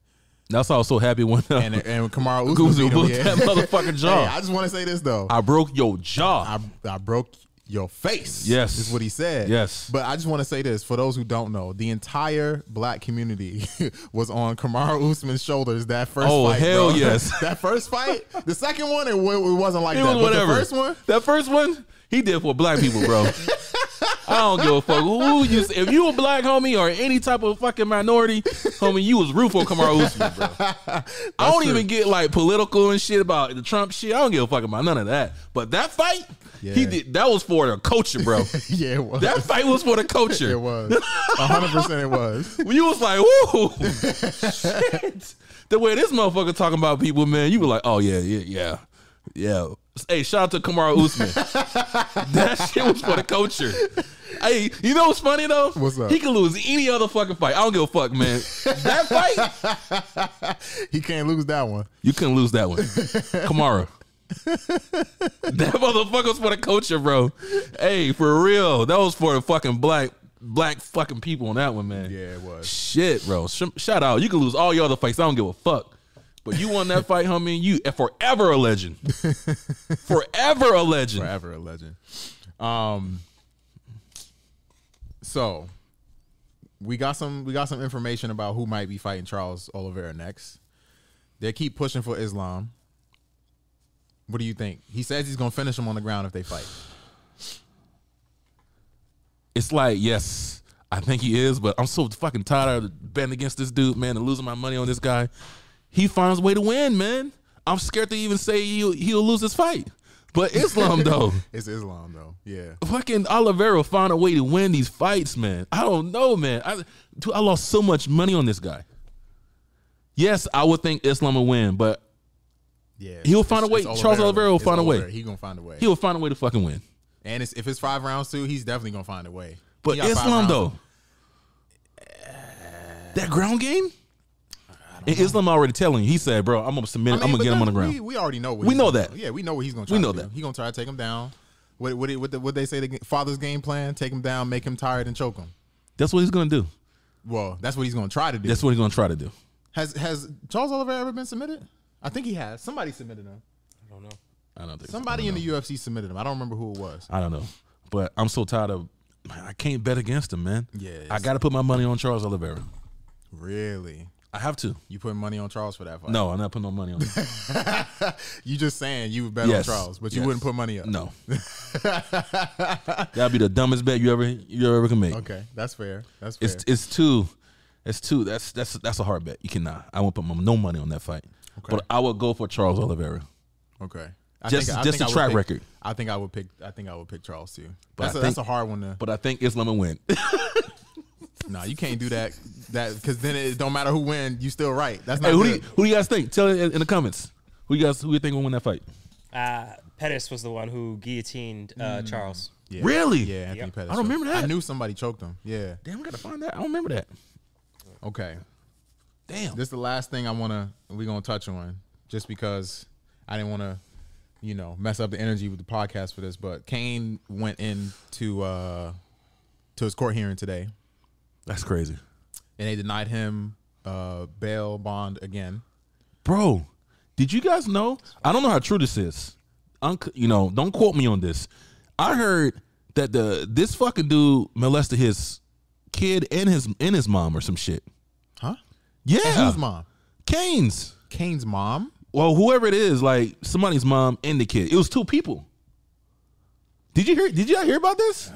Speaker 2: That's why I was so happy when uh,
Speaker 1: And and Kamara Usman
Speaker 2: Guzzo
Speaker 1: beat him,
Speaker 2: booked
Speaker 1: yeah.
Speaker 2: that motherfucking jaw.
Speaker 1: Hey, I just want to say this though.
Speaker 2: I, broke your jaw.
Speaker 1: I, I broke your face.
Speaker 2: Yes.
Speaker 1: Is what he said.
Speaker 2: Yes.
Speaker 1: But I just want to say this for those who don't know, the entire black community was on Kamara Usman's shoulders that first
Speaker 2: Oh,
Speaker 1: fight.
Speaker 2: hell
Speaker 1: bro.
Speaker 2: yes.
Speaker 1: that first fight, the second one, it, wa- it wasn't like
Speaker 2: it was
Speaker 1: that. but
Speaker 2: whatever.
Speaker 1: The first one,
Speaker 2: That first one, he did for black people, bro. I don't give a fuck who you. If you a black homie or any type of fucking minority homie, you was root for Kamara Usman, bro. I don't even get like political and shit about the Trump shit. I don't give a fuck about none of that. But that fight, he
Speaker 1: Yeah.
Speaker 2: did. That was for the culture, bro.
Speaker 1: yeah, it was.
Speaker 2: that fight was for the culture.
Speaker 1: it was. 100% it was.
Speaker 2: When you was like, woo, shit. The way this motherfucker talking about people, man, you were like, oh yeah, yeah, yeah, yeah. Hey, shout out to Kamara Usman. that shit was for the culture. Hey, you know what's funny though?
Speaker 1: What's up?
Speaker 2: He could lose any other fucking fight. I don't give a fuck, man. That fight,
Speaker 1: He can't lose that one.
Speaker 2: you couldn't lose that one, Kamara. that motherfucker was for the culture, bro. Hey, for real, that was for the fucking black, black fucking people on that one, man.
Speaker 1: Yeah, it was.
Speaker 2: Shit, bro. Sh- shout out. You can lose all your other fights. I don't give a fuck. But you won that fight, homie. You are forever a legend. forever a legend.
Speaker 1: Forever a legend. Um so we got some we got some information about who might be fighting Charles Oliveira next. They keep pushing for Islam. What do you think? He says he's gonna finish him on the ground if they fight.
Speaker 2: It's like, yes, I think he is, but I'm so fucking tired of betting against this dude, man, and losing my money on this guy. He finds a way to win, man. I'm scared to even say he'll, he'll lose his fight. But Islam though,
Speaker 1: It's Islam though. Yeah.
Speaker 2: fucking Oliveira found a way to win these fights, man. I don't know, man. I dude, I lost so much money on this guy. Yes, I would think Islam will win, but
Speaker 1: Yeah.
Speaker 2: He'll find a way. Charles Oliveira will
Speaker 1: It's
Speaker 2: find a way.
Speaker 1: over. He gonna find a way.
Speaker 2: he'll find a way to fucking win.
Speaker 1: and it's, if it's five rounds too, he's definitely gonna find a way.
Speaker 2: But
Speaker 1: He got five
Speaker 2: Islam
Speaker 1: rounds.
Speaker 2: though, that ground game, and Islam already telling you. He said, "Bro, I'm gonna submit.
Speaker 1: I
Speaker 2: him.
Speaker 1: mean,
Speaker 2: I'm
Speaker 1: but
Speaker 2: gonna get him
Speaker 1: that-
Speaker 2: on the ground."
Speaker 1: We, we already know. What
Speaker 2: We
Speaker 1: he's
Speaker 2: know
Speaker 1: gonna
Speaker 2: that.
Speaker 1: do. Yeah, we know what he's gonna. Try
Speaker 2: We
Speaker 1: to
Speaker 2: know
Speaker 1: do.
Speaker 2: that.
Speaker 1: He gonna try to take him down. What what what, what they say? The g- father's game plan: take him down, make him tired, and choke him.
Speaker 2: That's what he's gonna do.
Speaker 1: Well, that's what he's gonna try to do.
Speaker 2: That's what he's gonna try to do.
Speaker 1: Has has Charles Oliver ever been submitted? I think he has. Somebody submitted him.
Speaker 3: I don't know.
Speaker 2: I don't think so.
Speaker 1: Somebody in the UFC submitted him. I don't remember who it was.
Speaker 2: I don't know, but I'm so tired of. I can't bet against him, man.
Speaker 1: Yeah,
Speaker 2: I
Speaker 1: it's-
Speaker 2: got to put my money on Charles Oliveira.
Speaker 1: Really?
Speaker 2: I have to.
Speaker 1: You put money on Charles for that fight?
Speaker 2: No, I'm not putting no money on. him.
Speaker 1: You just saying you would bet
Speaker 2: Yes.
Speaker 1: on Charles, but
Speaker 2: Yes.
Speaker 1: you wouldn't put money up.
Speaker 2: No, that'd be the dumbest bet you ever you ever can make.
Speaker 1: Okay, that's fair. That's fair.
Speaker 2: It's it's too, it's too. That's that's that's a hard bet. You cannot. I won't put my, no money on that fight. But I would go for Charles Oliveira.
Speaker 1: okay. I
Speaker 2: Just-
Speaker 1: I
Speaker 2: just a
Speaker 1: I would
Speaker 2: track
Speaker 1: pick-
Speaker 2: record.
Speaker 1: I think I would pick. I think I would pick Charles too.
Speaker 2: But
Speaker 1: That's,
Speaker 2: I
Speaker 1: a,
Speaker 2: think-
Speaker 1: that's a hard one to.
Speaker 2: But I think Islam will win.
Speaker 1: Nah, you can't do that. That because then it don't matter who win, you still right. That's not
Speaker 2: hey, who do you,
Speaker 1: good.
Speaker 2: who do you guys think? Tell it in, in the comments. Who you guys who you think will win that fight?
Speaker 3: Uh, Pettis was the one who guillotined uh, Charles.
Speaker 1: Mm. Yeah.
Speaker 2: Really?
Speaker 1: Yeah, Anthony
Speaker 3: Yep.
Speaker 1: Pettis.
Speaker 2: I don't remember that.
Speaker 1: I knew somebody choked him. Yeah.
Speaker 2: Damn, we gotta find that. I don't remember that.
Speaker 1: Okay.
Speaker 2: Damn.
Speaker 1: This is the last thing I wanna we gonna touch on, just because I didn't wanna, you know, mess up the energy with the podcast for this. But Kane went in to uh to his court hearing today,
Speaker 2: That's crazy,
Speaker 1: and they denied him uh bail bond again.
Speaker 2: bro. Did you guys know? I don't know how true this is. Unc- you know, don't quote me on this. I heard that the this fucking dude molested his kid and his and his mom or some shit.
Speaker 1: Huh?
Speaker 2: Yeah,
Speaker 1: Whose mom?
Speaker 2: Kane's.
Speaker 1: Kane's mom.
Speaker 2: Well, whoever it is, like somebody's mom and the kid. It was two people. Did you hear? Did y'all hear about this,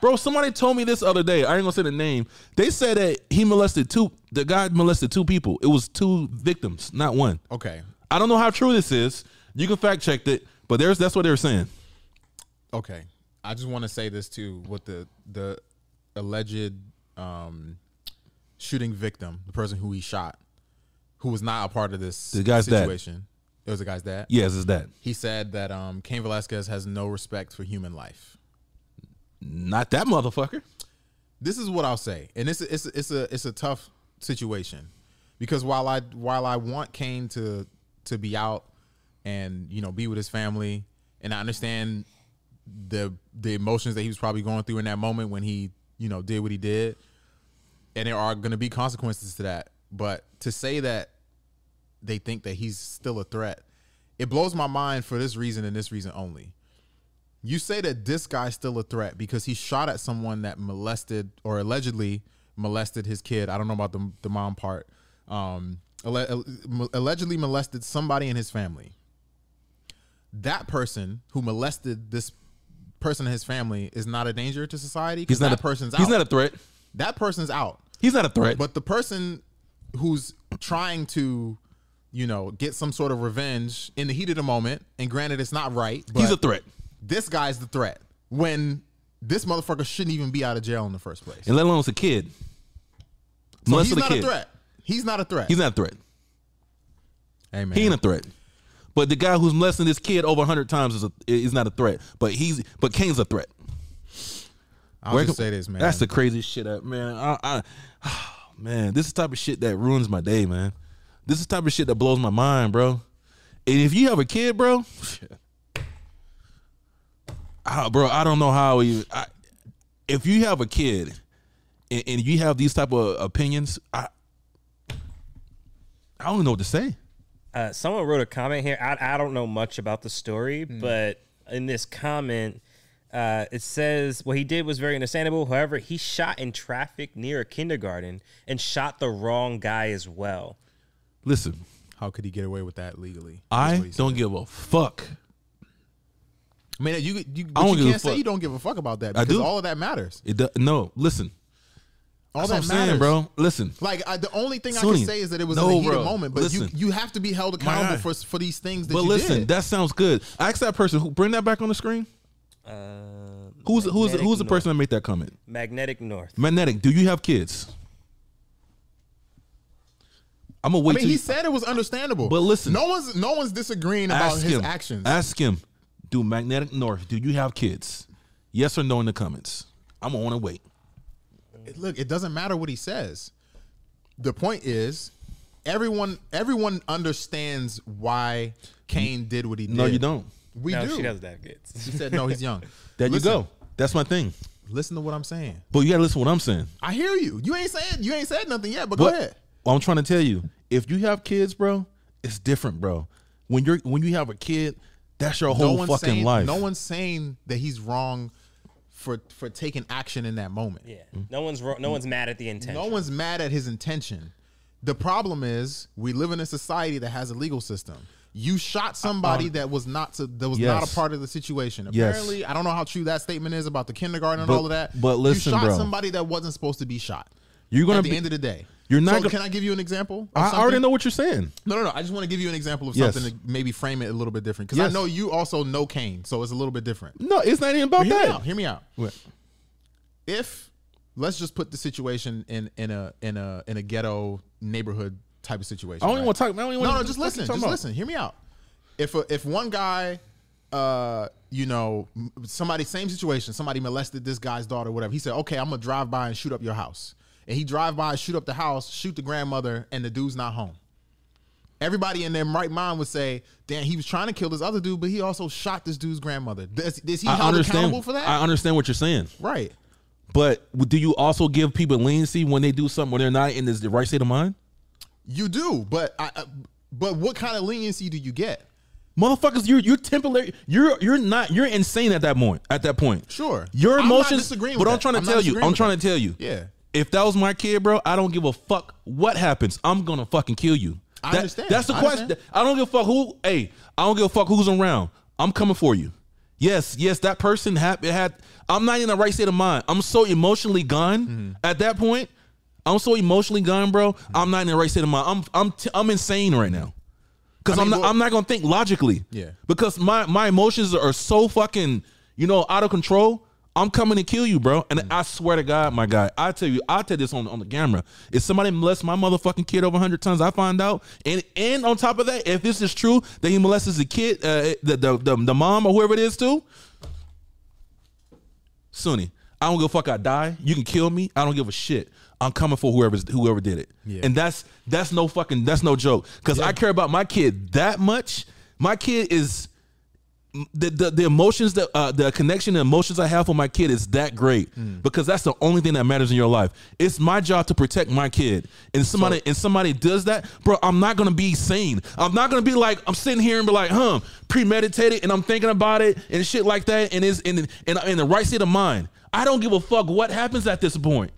Speaker 2: bro? Somebody told me this other day. I ain't gonna say the name. They said that he molested two. The guy molested two people. It was two victims, not one.
Speaker 1: Okay.
Speaker 2: I don't know how true this is. You can fact check it, but there's that's what they were saying.
Speaker 1: okay i just want to say this too with the the alleged um shooting victim the person who he shot who was not a part of this
Speaker 2: The guy's dad.
Speaker 1: situation it was the guy's dad
Speaker 2: Yes, it's that.
Speaker 1: he said that um cain velasquez has no respect for human life
Speaker 2: Not that motherfucker.
Speaker 1: this is what I'll say, and it's it's it's a it's a tough situation because while I while I want Kane to to be out and you know be with his family, and I understand the the emotions that he was probably going through in that moment when he you know did what he did, and there are going to be consequences to that. But to say that they think that he's still a threat, it blows my mind for this reason and this reason only. You say that this guy's still a threat because he shot at someone that molested or allegedly molested his kid. I don't know about the, the mom part. Um, alle- allegedly molested somebody in his family. That person who molested this person in his family is not a danger to society. 'cause
Speaker 2: He's not
Speaker 1: that
Speaker 2: a
Speaker 1: person's
Speaker 2: He's
Speaker 1: out.
Speaker 2: not a threat.
Speaker 1: that person's out.
Speaker 2: He's not a threat.
Speaker 1: But the person who's trying to, you know, get some sort of revenge in the heat of the moment, and granted, it's not right. But
Speaker 2: he's a threat.
Speaker 1: this guy's the threat when this motherfucker shouldn't even be out of jail in the first place.
Speaker 2: And let alone it's a kid.
Speaker 1: So
Speaker 2: Molested
Speaker 1: he's not
Speaker 2: kid.
Speaker 1: a threat. He's not a threat.
Speaker 2: He's not a threat.
Speaker 1: hey man,
Speaker 2: He ain't a threat. But the guy who's molesting this kid over hundred times is a, is not a threat. But he's but Kane's a threat.
Speaker 1: I'll
Speaker 2: Where
Speaker 1: just
Speaker 2: can-
Speaker 1: say this, man.
Speaker 2: That's the craziest shit, up, man. I, I, man, this is the type of shit that ruins my day, man. This is the type of shit that blows my mind, bro. And if you have a kid, bro, I, bro, I don't know how you. I, if you have a kid, and, and you have these type of opinions, I, I don't know what to say.
Speaker 3: Uh, someone wrote a comment here. I, I don't know much about the story,
Speaker 1: Mm.
Speaker 3: but in this comment, uh, it says what he did was very understandable. However, he shot in traffic near a kindergarten and shot the wrong guy as well.
Speaker 2: Listen,
Speaker 1: How could he get away with that legally? That's what
Speaker 2: I
Speaker 1: he said.
Speaker 2: don't give a fuck.
Speaker 1: I mean, you you,
Speaker 2: I
Speaker 1: but
Speaker 2: don't
Speaker 1: you
Speaker 2: give a
Speaker 1: can't say
Speaker 2: fuck.
Speaker 1: you don't give a fuck about that because
Speaker 2: do.
Speaker 1: all of that matters.
Speaker 2: It do, no, listen.
Speaker 1: All
Speaker 2: That's
Speaker 1: that
Speaker 2: what I'm saying,
Speaker 1: matters.
Speaker 2: bro. Listen,
Speaker 1: Like I, the only thing I
Speaker 2: Sunni.
Speaker 1: can say is that it was
Speaker 2: No,
Speaker 1: in the heat
Speaker 2: bro.
Speaker 1: of moment, but
Speaker 2: Listen.
Speaker 1: you you have to be held
Speaker 2: My
Speaker 1: accountable
Speaker 2: God.
Speaker 1: for for these things that
Speaker 2: but
Speaker 1: you
Speaker 2: listen,
Speaker 1: did.
Speaker 2: that sounds good. Ask that person who bring that back on the screen.
Speaker 3: Uh,
Speaker 2: Who's who's
Speaker 3: Magnetic
Speaker 2: who's the
Speaker 3: North.
Speaker 2: person that made that comment?
Speaker 3: Magnetic North.
Speaker 2: Magnetic, do you have kids? I'm gonna
Speaker 1: I
Speaker 2: wait
Speaker 1: mean,
Speaker 2: till
Speaker 1: he
Speaker 2: you-
Speaker 1: said it was understandable.
Speaker 2: But listen.
Speaker 1: no one's no one's disagreeing about
Speaker 2: ask
Speaker 1: his
Speaker 2: him.
Speaker 1: actions.
Speaker 2: Ask him, do Magnetic North, do you have kids? Yes or no in the comments. I'm gonna wanna wait.
Speaker 1: Look, it doesn't matter what he says. The point is, everyone everyone understands why Kane did what he did.
Speaker 2: No, you don't.
Speaker 1: We
Speaker 3: no,
Speaker 1: do.
Speaker 3: she doesn't have kids.
Speaker 1: He said no. He's young.
Speaker 2: There
Speaker 1: Listen-
Speaker 2: you go. That's my thing.
Speaker 1: Listen to what I'm saying.
Speaker 2: But you gotta listen to what I'm saying.
Speaker 1: I hear you. You ain't saying you ain't said nothing yet. But
Speaker 2: But
Speaker 1: go ahead.
Speaker 2: what I'm trying to tell you, if you have kids, bro, it's different, bro. When you're when you have a kid, that's your whole
Speaker 1: one's
Speaker 2: fucking
Speaker 1: saying,
Speaker 2: life.
Speaker 1: No one's saying that he's wrong for for taking action in that moment.
Speaker 3: Yeah, no one's ro- no one's mad at the
Speaker 1: Mm. No
Speaker 3: intention.
Speaker 1: one's mad at his intention. The problem is we live in a society that has a legal system. You shot somebody that was not to, that was not
Speaker 2: Um, Yes.
Speaker 1: a part of the situation.
Speaker 2: Yes.
Speaker 1: Apparently, I don't know how true that statement is about the kindergarten and
Speaker 2: But-
Speaker 1: all of that.
Speaker 2: but listen,
Speaker 1: you shot
Speaker 2: bro.
Speaker 1: somebody that wasn't supposed to be shot.
Speaker 2: You're gonna
Speaker 1: at the
Speaker 2: be-
Speaker 1: end of the day,
Speaker 2: You're not
Speaker 1: So
Speaker 2: gonna-
Speaker 1: can I give you an example? of
Speaker 2: I
Speaker 1: something?
Speaker 2: already know what you're saying.
Speaker 1: No, no, no. I just want to give you an example of
Speaker 2: Yes.
Speaker 1: something to maybe frame it a little bit different because
Speaker 2: Yes.
Speaker 1: I know you also know Kane, so it's a little bit different.
Speaker 2: No, it's not even about
Speaker 1: Hear me
Speaker 2: that.
Speaker 1: out. Hear me out.
Speaker 2: Wait.
Speaker 1: If let's just put the situation in in a in a in a ghetto neighborhood type of situation.
Speaker 2: I don't even
Speaker 1: right?
Speaker 2: want to talk. I don't even
Speaker 1: No,
Speaker 2: wanna-
Speaker 1: no, just
Speaker 2: what you
Speaker 1: listen.
Speaker 2: talking
Speaker 1: Just
Speaker 2: about?
Speaker 1: listen. Hear me out. If a, if one guy, uh, you know, m- somebody same situation, somebody molested this guy's daughter, whatever. He said, "Okay, I'm gonna drive by and shoot up your house." And he drive by, shoot up the house, shoot the grandmother, and the dude's not home. Everybody in their right mind would say, "Damn, he was trying to kill this other dude, but he also shot this dude's grandmother. Is, is he
Speaker 2: I
Speaker 1: held accountable
Speaker 2: understand.
Speaker 1: for that?"
Speaker 2: I understand what you're saying.
Speaker 1: right.
Speaker 2: But do you also give people leniency when they do something when they're not in this the right state of mind?
Speaker 1: You do, but I, I- but what kind of leniency do you get?
Speaker 2: Motherfuckers, you're you're temporary. You're you're not you're insane at that point. At that point,
Speaker 1: Sure.
Speaker 2: Your
Speaker 1: I'm not
Speaker 2: emotions.
Speaker 1: disagreeing
Speaker 2: but
Speaker 1: with
Speaker 2: I'm
Speaker 1: that.
Speaker 2: trying to
Speaker 1: I'm not
Speaker 2: tell you.
Speaker 1: disagreeing
Speaker 2: I'm
Speaker 1: with
Speaker 2: trying
Speaker 1: that.
Speaker 2: to tell you.
Speaker 1: Yeah.
Speaker 2: If that was my kid, bro, I don't give a fuck what happens. I'm gonna fucking kill you.
Speaker 1: I
Speaker 2: That-
Speaker 1: understand.
Speaker 2: That's the
Speaker 1: I
Speaker 2: question.
Speaker 1: understand.
Speaker 2: I don't give a fuck who. Hey, I don't give a fuck who's around. I'm coming for you. Yes, yes, that person had. It had I'm not in the right state of mind. I'm so emotionally gone
Speaker 1: Mm-hmm.
Speaker 2: at that point. I'm so emotionally gone, bro. I'm not in the right state of mind. I'm I'm t- I'm insane right now. Because I
Speaker 1: I mean,
Speaker 2: am not,
Speaker 1: well-
Speaker 2: I'm not gonna think logically.
Speaker 1: Yeah.
Speaker 2: Because my my emotions are so fucking you know out of control. I'm coming to kill you, bro.
Speaker 1: Mm.
Speaker 2: And I swear to God, my guy, I tell you, I tell this on, on the camera. If somebody molests my motherfucking kid over 100 times, I find out. And and on top of that, if this is true that he molests the kid, uh, the, the the the mom or whoever it is too, Sunny, I don't give a fuck. I die. You can kill me. I don't give a shit. I'm coming for whoever's whoever did it.
Speaker 1: Yeah.
Speaker 2: And that's that's no fucking that's no joke. Because I care about my kid that much. My kid is the the, the emotions that uh, the connection and emotions I have for my kid is that great because that's the only thing that matters in your life. It's my job to protect my kid, and somebody and somebody does that, bro. I'm not gonna be sane. I'm not gonna be like I'm sitting here and be like, huh, premeditated, and I'm thinking about it and shit like that, and is in and in the right state of mind. I don't give a fuck what happens at this point.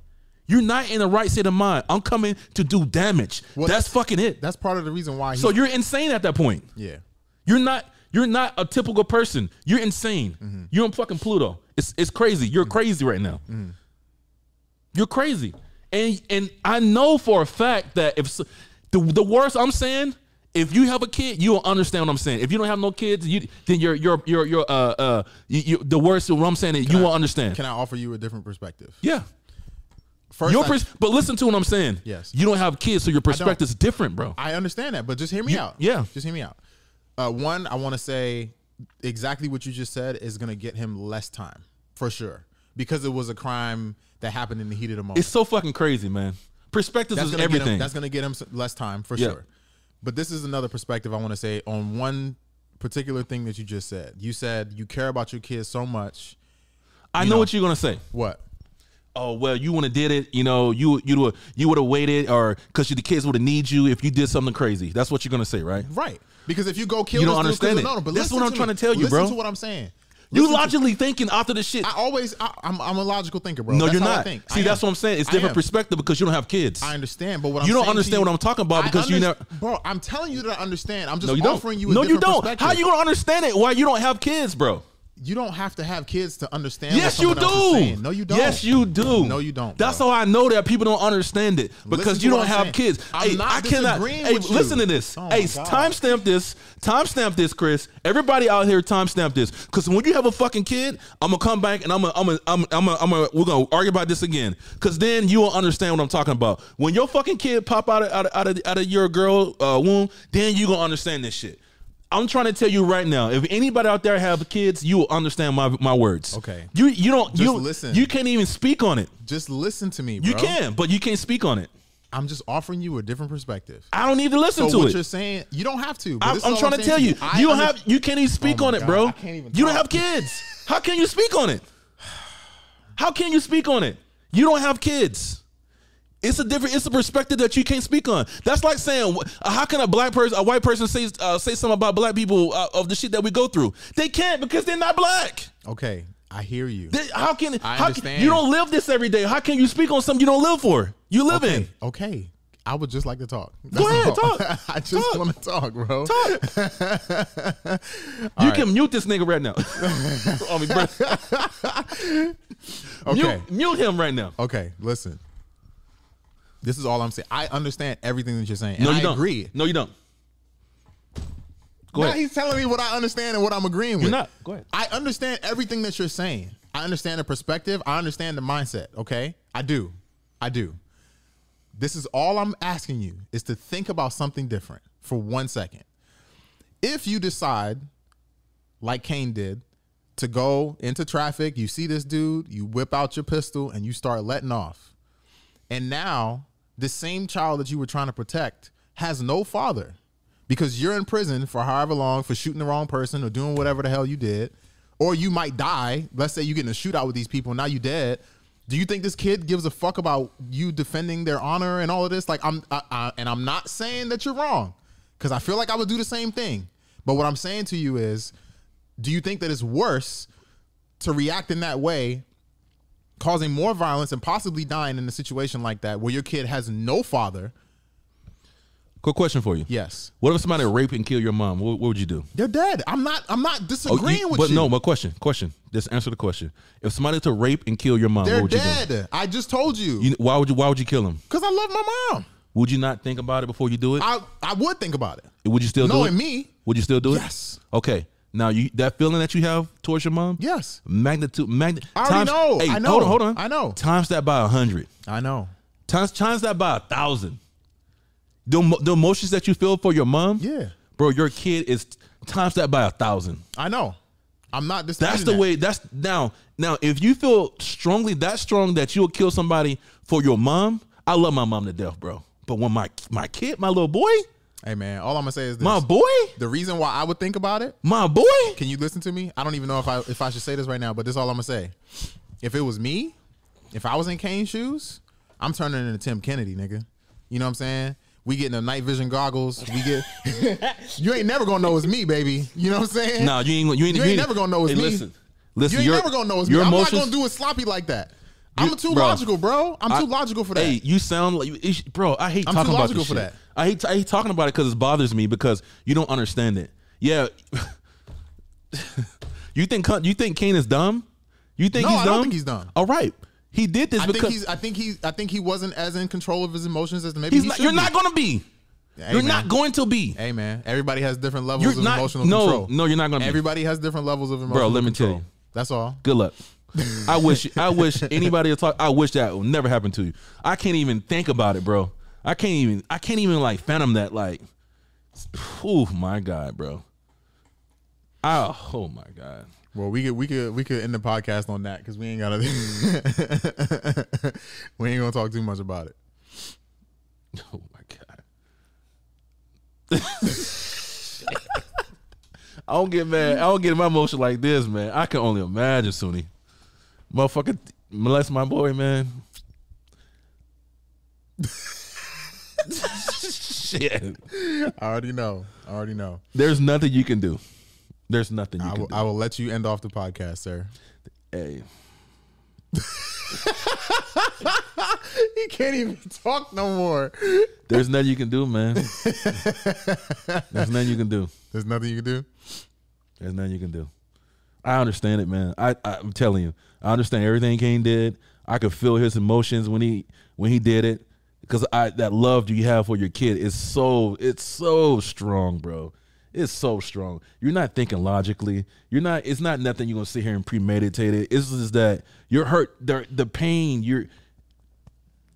Speaker 2: You're not in the right state of mind. I'm coming to do damage.
Speaker 1: Well,
Speaker 2: that's fucking it.
Speaker 1: That's part of the reason why. He,
Speaker 2: So you're insane at that point.
Speaker 1: yeah,
Speaker 2: You're not you're not a typical person. You're insane.
Speaker 1: Mm-hmm.
Speaker 2: You're on fucking Pluto. It's it's crazy. You're crazy right now.
Speaker 1: Mm-hmm.
Speaker 2: You're crazy. And and I know for a fact that if s- the the worst I'm saying, if you have a kid, you will understand what I'm saying. If you don't have no kids, you then you're you're you're you're uh uh you, you, the worst of what I'm saying is you
Speaker 1: I-
Speaker 2: will understand.
Speaker 1: can I offer you a different perspective?
Speaker 2: yeah.
Speaker 1: First,
Speaker 2: Your
Speaker 1: I-
Speaker 2: pers- but listen to what I'm saying.
Speaker 1: Yes.
Speaker 2: You don't have kids, so your perspective's different, bro.
Speaker 1: I understand that, but just hear me out.
Speaker 2: yeah.
Speaker 1: just hear me out. Uh, one, I want to say exactly what you just said is going to get him less time for sure because it was a crime that happened in the heat of the moment.
Speaker 2: it's so fucking crazy, man. Perspectives
Speaker 1: that's
Speaker 2: is
Speaker 1: gonna
Speaker 2: everything.
Speaker 1: Get him, that's going to get him s- less time for
Speaker 2: Yeah.
Speaker 1: sure. But this is another perspective I want to say on one particular thing that you just said. You said you care about your kids so much.
Speaker 2: I know what you're gonna say.
Speaker 1: What?
Speaker 2: oh well you would have did it you know you you would you would have waited or because the kids would have need you if you did something crazy that's what you're gonna say right
Speaker 1: Right. Because if you go kill,
Speaker 2: You don't
Speaker 1: this dude 'cause
Speaker 2: understand
Speaker 1: of-
Speaker 2: it.
Speaker 1: No, no, but
Speaker 2: That's
Speaker 1: listen
Speaker 2: what I'm
Speaker 1: to
Speaker 2: trying
Speaker 1: me.
Speaker 2: to tell you,
Speaker 1: listen
Speaker 2: bro.
Speaker 1: to what I'm saying.
Speaker 2: you
Speaker 1: Listen to-
Speaker 2: logically thinking after the shit
Speaker 1: I always, I, I'm, I'm a logical thinker, bro.
Speaker 2: no
Speaker 1: That's
Speaker 2: you're
Speaker 1: how I
Speaker 2: not see
Speaker 1: think. I
Speaker 2: that's
Speaker 1: am.
Speaker 2: what i'm saying it's
Speaker 1: I
Speaker 2: different
Speaker 1: am.
Speaker 2: perspective because you don't have kids
Speaker 1: I understand, but what I'm
Speaker 2: You don't
Speaker 1: saying to
Speaker 2: understand what I'm talking about
Speaker 1: I
Speaker 2: because you
Speaker 1: underst-
Speaker 2: never-
Speaker 1: Bro, I'm telling you that I understand. I'm just
Speaker 2: no you
Speaker 1: offering
Speaker 2: don't
Speaker 1: you. A
Speaker 2: no you
Speaker 1: different
Speaker 2: don't
Speaker 1: perspective.
Speaker 2: how you gonna understand it why you don't have kids bro
Speaker 1: you don't have to have kids to understand. what
Speaker 2: Yes, you
Speaker 1: someone else is
Speaker 2: do.
Speaker 1: saying. No, you don't.
Speaker 2: Yes, you do.
Speaker 1: No, you don't,
Speaker 2: That's
Speaker 1: bro.
Speaker 2: how I know that people don't understand it
Speaker 1: Listen
Speaker 2: because
Speaker 1: to
Speaker 2: you
Speaker 1: what
Speaker 2: don't
Speaker 1: I'm
Speaker 2: have
Speaker 1: saying.
Speaker 2: kids.
Speaker 1: I'm
Speaker 2: hey,
Speaker 1: not
Speaker 2: I cannot.
Speaker 1: disagreeing
Speaker 2: Hey,
Speaker 1: with you.
Speaker 2: listen to this.
Speaker 1: Oh my
Speaker 2: hey,
Speaker 1: God.
Speaker 2: timestamp this. Timestamp this, Chris. Everybody out here, timestamp this because when you have a fucking kid, I'm gonna come back and I'm gonna, I'm gonna, I'm gonna, I'm gonna, I'm gonna we're gonna argue about this again because then you will understand what I'm talking about. When your fucking kid pop out of out of out of, out of your girl uh, womb, then you gonna understand this shit. I'm trying to tell you right now. If anybody out there have kids, you will understand my my words.
Speaker 1: Okay.
Speaker 2: You you don't you
Speaker 1: listen.
Speaker 2: You can't even speak on it.
Speaker 1: Just listen to me. Bro.
Speaker 2: You can, but you can't speak on it.
Speaker 1: I'm just offering you a different perspective.
Speaker 2: I don't need to
Speaker 1: So
Speaker 2: listen
Speaker 1: what
Speaker 2: to
Speaker 1: you're
Speaker 2: it.
Speaker 1: saying, you don't have to. but
Speaker 2: I'm,
Speaker 1: this is
Speaker 2: I'm
Speaker 1: all
Speaker 2: trying to
Speaker 1: saying
Speaker 2: tell you.
Speaker 1: I
Speaker 2: You don't
Speaker 1: under-
Speaker 2: have. You can't even speak
Speaker 1: Oh my
Speaker 2: on it,
Speaker 1: God,
Speaker 2: bro.
Speaker 1: I can't even
Speaker 2: you don't have
Speaker 1: talk.
Speaker 2: kids. How can you speak on it? How can you speak on it? You don't have kids. It's a different. It's a perspective that you can't speak on. That's like saying, wh- uh, how can a black person, a white person, say uh, say something about black people uh, of the shit that we go through? They can't because they're not black.
Speaker 1: Okay, I hear you.
Speaker 2: Th- How can
Speaker 1: I
Speaker 2: how can,
Speaker 1: understand.
Speaker 2: you don't live this every day? How can you speak on something you don't live for? You live in.
Speaker 1: Okay, I would just like to talk.
Speaker 2: ahead,
Speaker 1: all.
Speaker 2: talk.
Speaker 1: I just
Speaker 2: Talk.
Speaker 1: want to talk, bro.
Speaker 2: Talk. you can mute this nigga right now. I mean, bro,
Speaker 1: Okay.
Speaker 2: mute, mute him right now.
Speaker 1: Okay, listen. This is all I'm saying. I understand everything that you're saying. And
Speaker 2: No, you
Speaker 1: I
Speaker 2: don't.
Speaker 1: agree.
Speaker 2: No, you don't. Go
Speaker 1: now
Speaker 2: ahead.
Speaker 1: he's telling me what I understand and what I'm agreeing with.
Speaker 2: not. Go ahead.
Speaker 1: I understand everything that you're saying. I understand the perspective. I understand the mindset. Okay, I do. I do. This is all I'm asking you is to think about something different for one second. If you decide, like Kane did, to go into traffic, you see this dude, you whip out your pistol, and you start letting off. And now, the same child that you were trying to protect has no father because you're in prison for however long for shooting the wrong person or doing whatever the hell you did. Or you might die. Let's say you get in a shootout with these people, now you dead. Do you think this kid gives a fuck about you defending their honor and all of this? Like I'm, I, I, and I'm not saying that you're wrong, because I feel like I would do the same thing. But what I'm saying to you is, do you think that it's worse to react in that way causing more violence and possibly dying in a situation like that where your kid has no father
Speaker 2: Quick question for you.
Speaker 1: yes
Speaker 2: What if somebody rape and kill your mom? What, what would you do?
Speaker 1: they're dead i'm not i'm not
Speaker 2: Oh,
Speaker 1: disagreeing
Speaker 2: you-
Speaker 1: with
Speaker 2: but
Speaker 1: you
Speaker 2: no, my question, question. Just answer the question. If somebody to rape and kill your mom,
Speaker 1: they're
Speaker 2: what would you
Speaker 1: dead i just told
Speaker 2: do?
Speaker 1: you
Speaker 2: You, why would you? Why would you kill him?
Speaker 1: because i love my mom
Speaker 2: Would you not think about it before you do it?
Speaker 1: i i would think about it
Speaker 2: Would you still do it?
Speaker 1: knowing me
Speaker 2: Would you still do it?
Speaker 1: Yes.
Speaker 2: Okay. Now you that feeling that you have towards your mom.
Speaker 1: yes
Speaker 2: Magnitude. Magni-
Speaker 1: I already know.
Speaker 2: Hey,
Speaker 1: I know.
Speaker 2: Hold on. Hold on.
Speaker 1: I know.
Speaker 2: Times that by a hundred.
Speaker 1: i know
Speaker 2: Times times that by a thousand. The, emo- the emotions that you feel for your mom.
Speaker 1: Yeah.
Speaker 2: Bro, your kid is times that by a thousand.
Speaker 1: i know i'm not disputing
Speaker 2: That's the
Speaker 1: that.
Speaker 2: way. That's now. Now, if you feel strongly that strong that you'll kill somebody for your mom, I love my mom to death, bro. But when my my kid, my little boy,
Speaker 1: hey man all i'm gonna say is this
Speaker 2: my boy,
Speaker 1: the reason why i would think about it
Speaker 2: my boy,
Speaker 1: Can you listen to me? I don't even know if I if I should say this right now, but this is all I'm gonna say. If it was me, if I was in Kane's shoes, I'm turning into Tim Kennedy, nigga. You know what I'm saying? We getting the night vision goggles. We get you ain't never gonna know it's me, baby. You know what I'm saying?
Speaker 2: No, you ain't. You ain't,
Speaker 1: You ain't never gonna know it's
Speaker 2: hey,
Speaker 1: me.
Speaker 2: Listen, listen.
Speaker 1: you ain't
Speaker 2: your-
Speaker 1: never gonna know it's me.
Speaker 2: your
Speaker 1: I'm
Speaker 2: emotions,
Speaker 1: not gonna do it sloppy like that. I'm
Speaker 2: You-
Speaker 1: too
Speaker 2: bro.
Speaker 1: logical, bro. I'm
Speaker 2: I-
Speaker 1: too logical for that.
Speaker 2: Hey, you sound like, you- ish- bro. I hate
Speaker 1: I'm
Speaker 2: talking
Speaker 1: too
Speaker 2: about
Speaker 1: logical
Speaker 2: this
Speaker 1: for
Speaker 2: shit.
Speaker 1: that.
Speaker 2: I hate, I hate talking about it because it bothers me because you don't understand it. Yeah, you think Con- you think Kane is dumb? You think
Speaker 1: No,
Speaker 2: he's
Speaker 1: I
Speaker 2: dumb?
Speaker 1: don't think he's dumb.
Speaker 2: All right, he did this
Speaker 1: I think
Speaker 2: because
Speaker 1: he's. I think he. I think he wasn't as in control of his emotions as maybe
Speaker 2: he's
Speaker 1: he
Speaker 2: not,
Speaker 1: should
Speaker 2: you're
Speaker 1: be.
Speaker 2: not gonna be.
Speaker 1: Hey,
Speaker 2: you're
Speaker 1: man.
Speaker 2: not going to be.
Speaker 1: Hey man, everybody has different levels
Speaker 2: You're
Speaker 1: of
Speaker 2: not-
Speaker 1: emotional
Speaker 2: no,
Speaker 1: control.
Speaker 2: no, you're not gonna be.
Speaker 1: Everybody has different levels of emotional
Speaker 2: let me tell
Speaker 1: control.
Speaker 2: you.
Speaker 1: That's all.
Speaker 2: Good luck. I wish I wish anybody to talk. I wish that would never happen to you. I can't even think about it, bro. I can't even. I can't even like phantom that. Like, oh my god, bro. I, oh my god.
Speaker 1: Well, we could we could we could end the podcast on that because we ain't gotta we ain't gonna talk too much about it.
Speaker 2: Oh my god. I don't get mad. I don't get my emotion like this, man. I can only imagine, Sunny. Motherfucker molest my boy, man. Shit.
Speaker 1: I already know. I already know.
Speaker 2: There's nothing you can do. There's nothing you
Speaker 1: I
Speaker 2: can
Speaker 1: will I will let you end off the podcast, sir.
Speaker 2: do. Hey.
Speaker 1: He can't even talk no more.
Speaker 2: There's nothing you can do, man. There's nothing you can do.
Speaker 1: There's nothing you can do.
Speaker 2: There's nothing you can do. I understand it, man. I, I I'm telling you, I understand everything Kane did. I could feel his emotions when he when he did it because I that love you have for your kid is so it's so strong, bro. It's so strong. You're not thinking logically. You're not. It's not nothing you're gonna sit here and premeditate it. It's just that you're hurt. The the pain. You're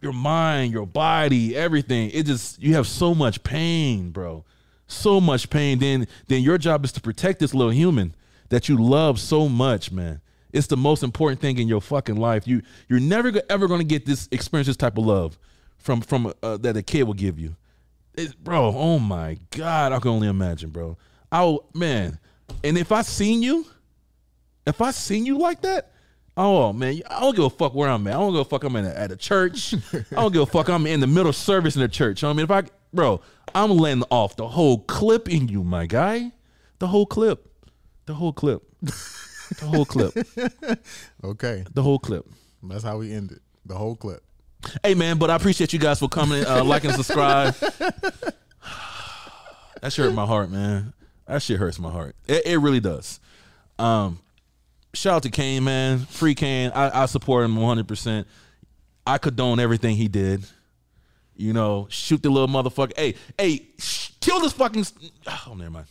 Speaker 2: your mind, your body, everything. It just you have so much pain, bro. So much pain. Then then your job is to protect this little human that you love so much, man. It's the most important thing in your fucking life. You you're never go- ever going to get this experience this type of love from from uh, that a kid will give you. It's, bro, oh my god, I can only imagine, bro. I man, and if I seen you, if I seen you like that, oh man, I don't give a fuck where I'm at. I don't give a fuck I'm in a, at a church. I don't give a fuck I'm in the middle of service in a church. I mean, if I bro, I'm laying off the whole clip in you, my guy. The whole clip, the whole clip, the whole clip,
Speaker 1: Okay,
Speaker 2: the whole clip.
Speaker 1: that's how we end it. The whole clip.
Speaker 2: Hey man, but I appreciate you guys for coming, uh, liking, and subscribe. that shit hurt my heart, man. That shit hurts my heart. It, it really does. Um, shout out to Kane, man. Free Kane. I, I support him 100. percent I condone everything he did. You know, shoot the little motherfucker. Hey, hey, sh- kill this fucking. s- Oh, never mind.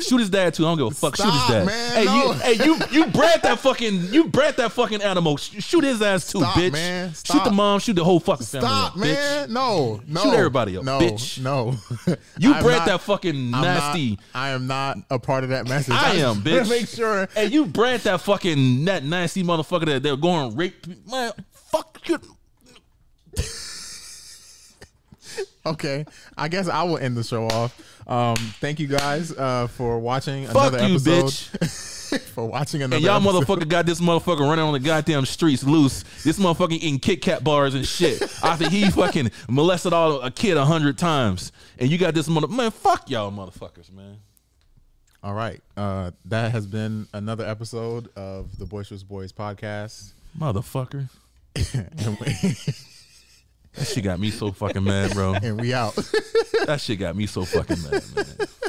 Speaker 2: Shoot his dad too. I don't give a fuck. Shoot
Speaker 1: Stop,
Speaker 2: his dad.
Speaker 1: man,
Speaker 2: hey,
Speaker 1: no.
Speaker 2: you, hey, you, you bred that fucking, you bred that fucking animal. Sh- Shoot his ass too,
Speaker 1: Stop,
Speaker 2: bitch.
Speaker 1: man.
Speaker 2: Shoot the
Speaker 1: Stop.
Speaker 2: mom. Shoot the whole fucking family.
Speaker 1: Stop,
Speaker 2: up, Bitch.
Speaker 1: man. No, no.
Speaker 2: Shoot everybody up,
Speaker 1: no,
Speaker 2: bitch.
Speaker 1: No,
Speaker 2: You
Speaker 1: I'm
Speaker 2: bred
Speaker 1: not-
Speaker 2: that fucking
Speaker 1: I'm
Speaker 2: nasty.
Speaker 1: Not, I am not a part of that message.
Speaker 2: I
Speaker 1: just
Speaker 2: am,
Speaker 1: wanna
Speaker 2: bitch.
Speaker 1: Make sure.
Speaker 2: Hey, you bred that fucking that nasty motherfucker that they're going rape. pe- Man, fuck you.
Speaker 1: Okay, I guess I will end the show off. Um, thank you guys uh, for watching
Speaker 2: Fuck
Speaker 1: another
Speaker 2: you,
Speaker 1: episode.
Speaker 2: bitch.
Speaker 1: for watching another.
Speaker 2: And y'all
Speaker 1: episode.
Speaker 2: motherfucker got this motherfucker running on the goddamn streets loose. This motherfucker eating Kit Kat bars and shit. After he fucking molested all a kid a hundred times, and you got this mother man. Fuck y'all motherfuckers, man.
Speaker 1: All right, uh, that has been another episode of the Boisterous Boys podcast.
Speaker 2: Motherfucker.
Speaker 1: and, we,
Speaker 2: That shit got me so fucking mad, bro.
Speaker 1: and we out.
Speaker 2: That shit got me so fucking mad, man.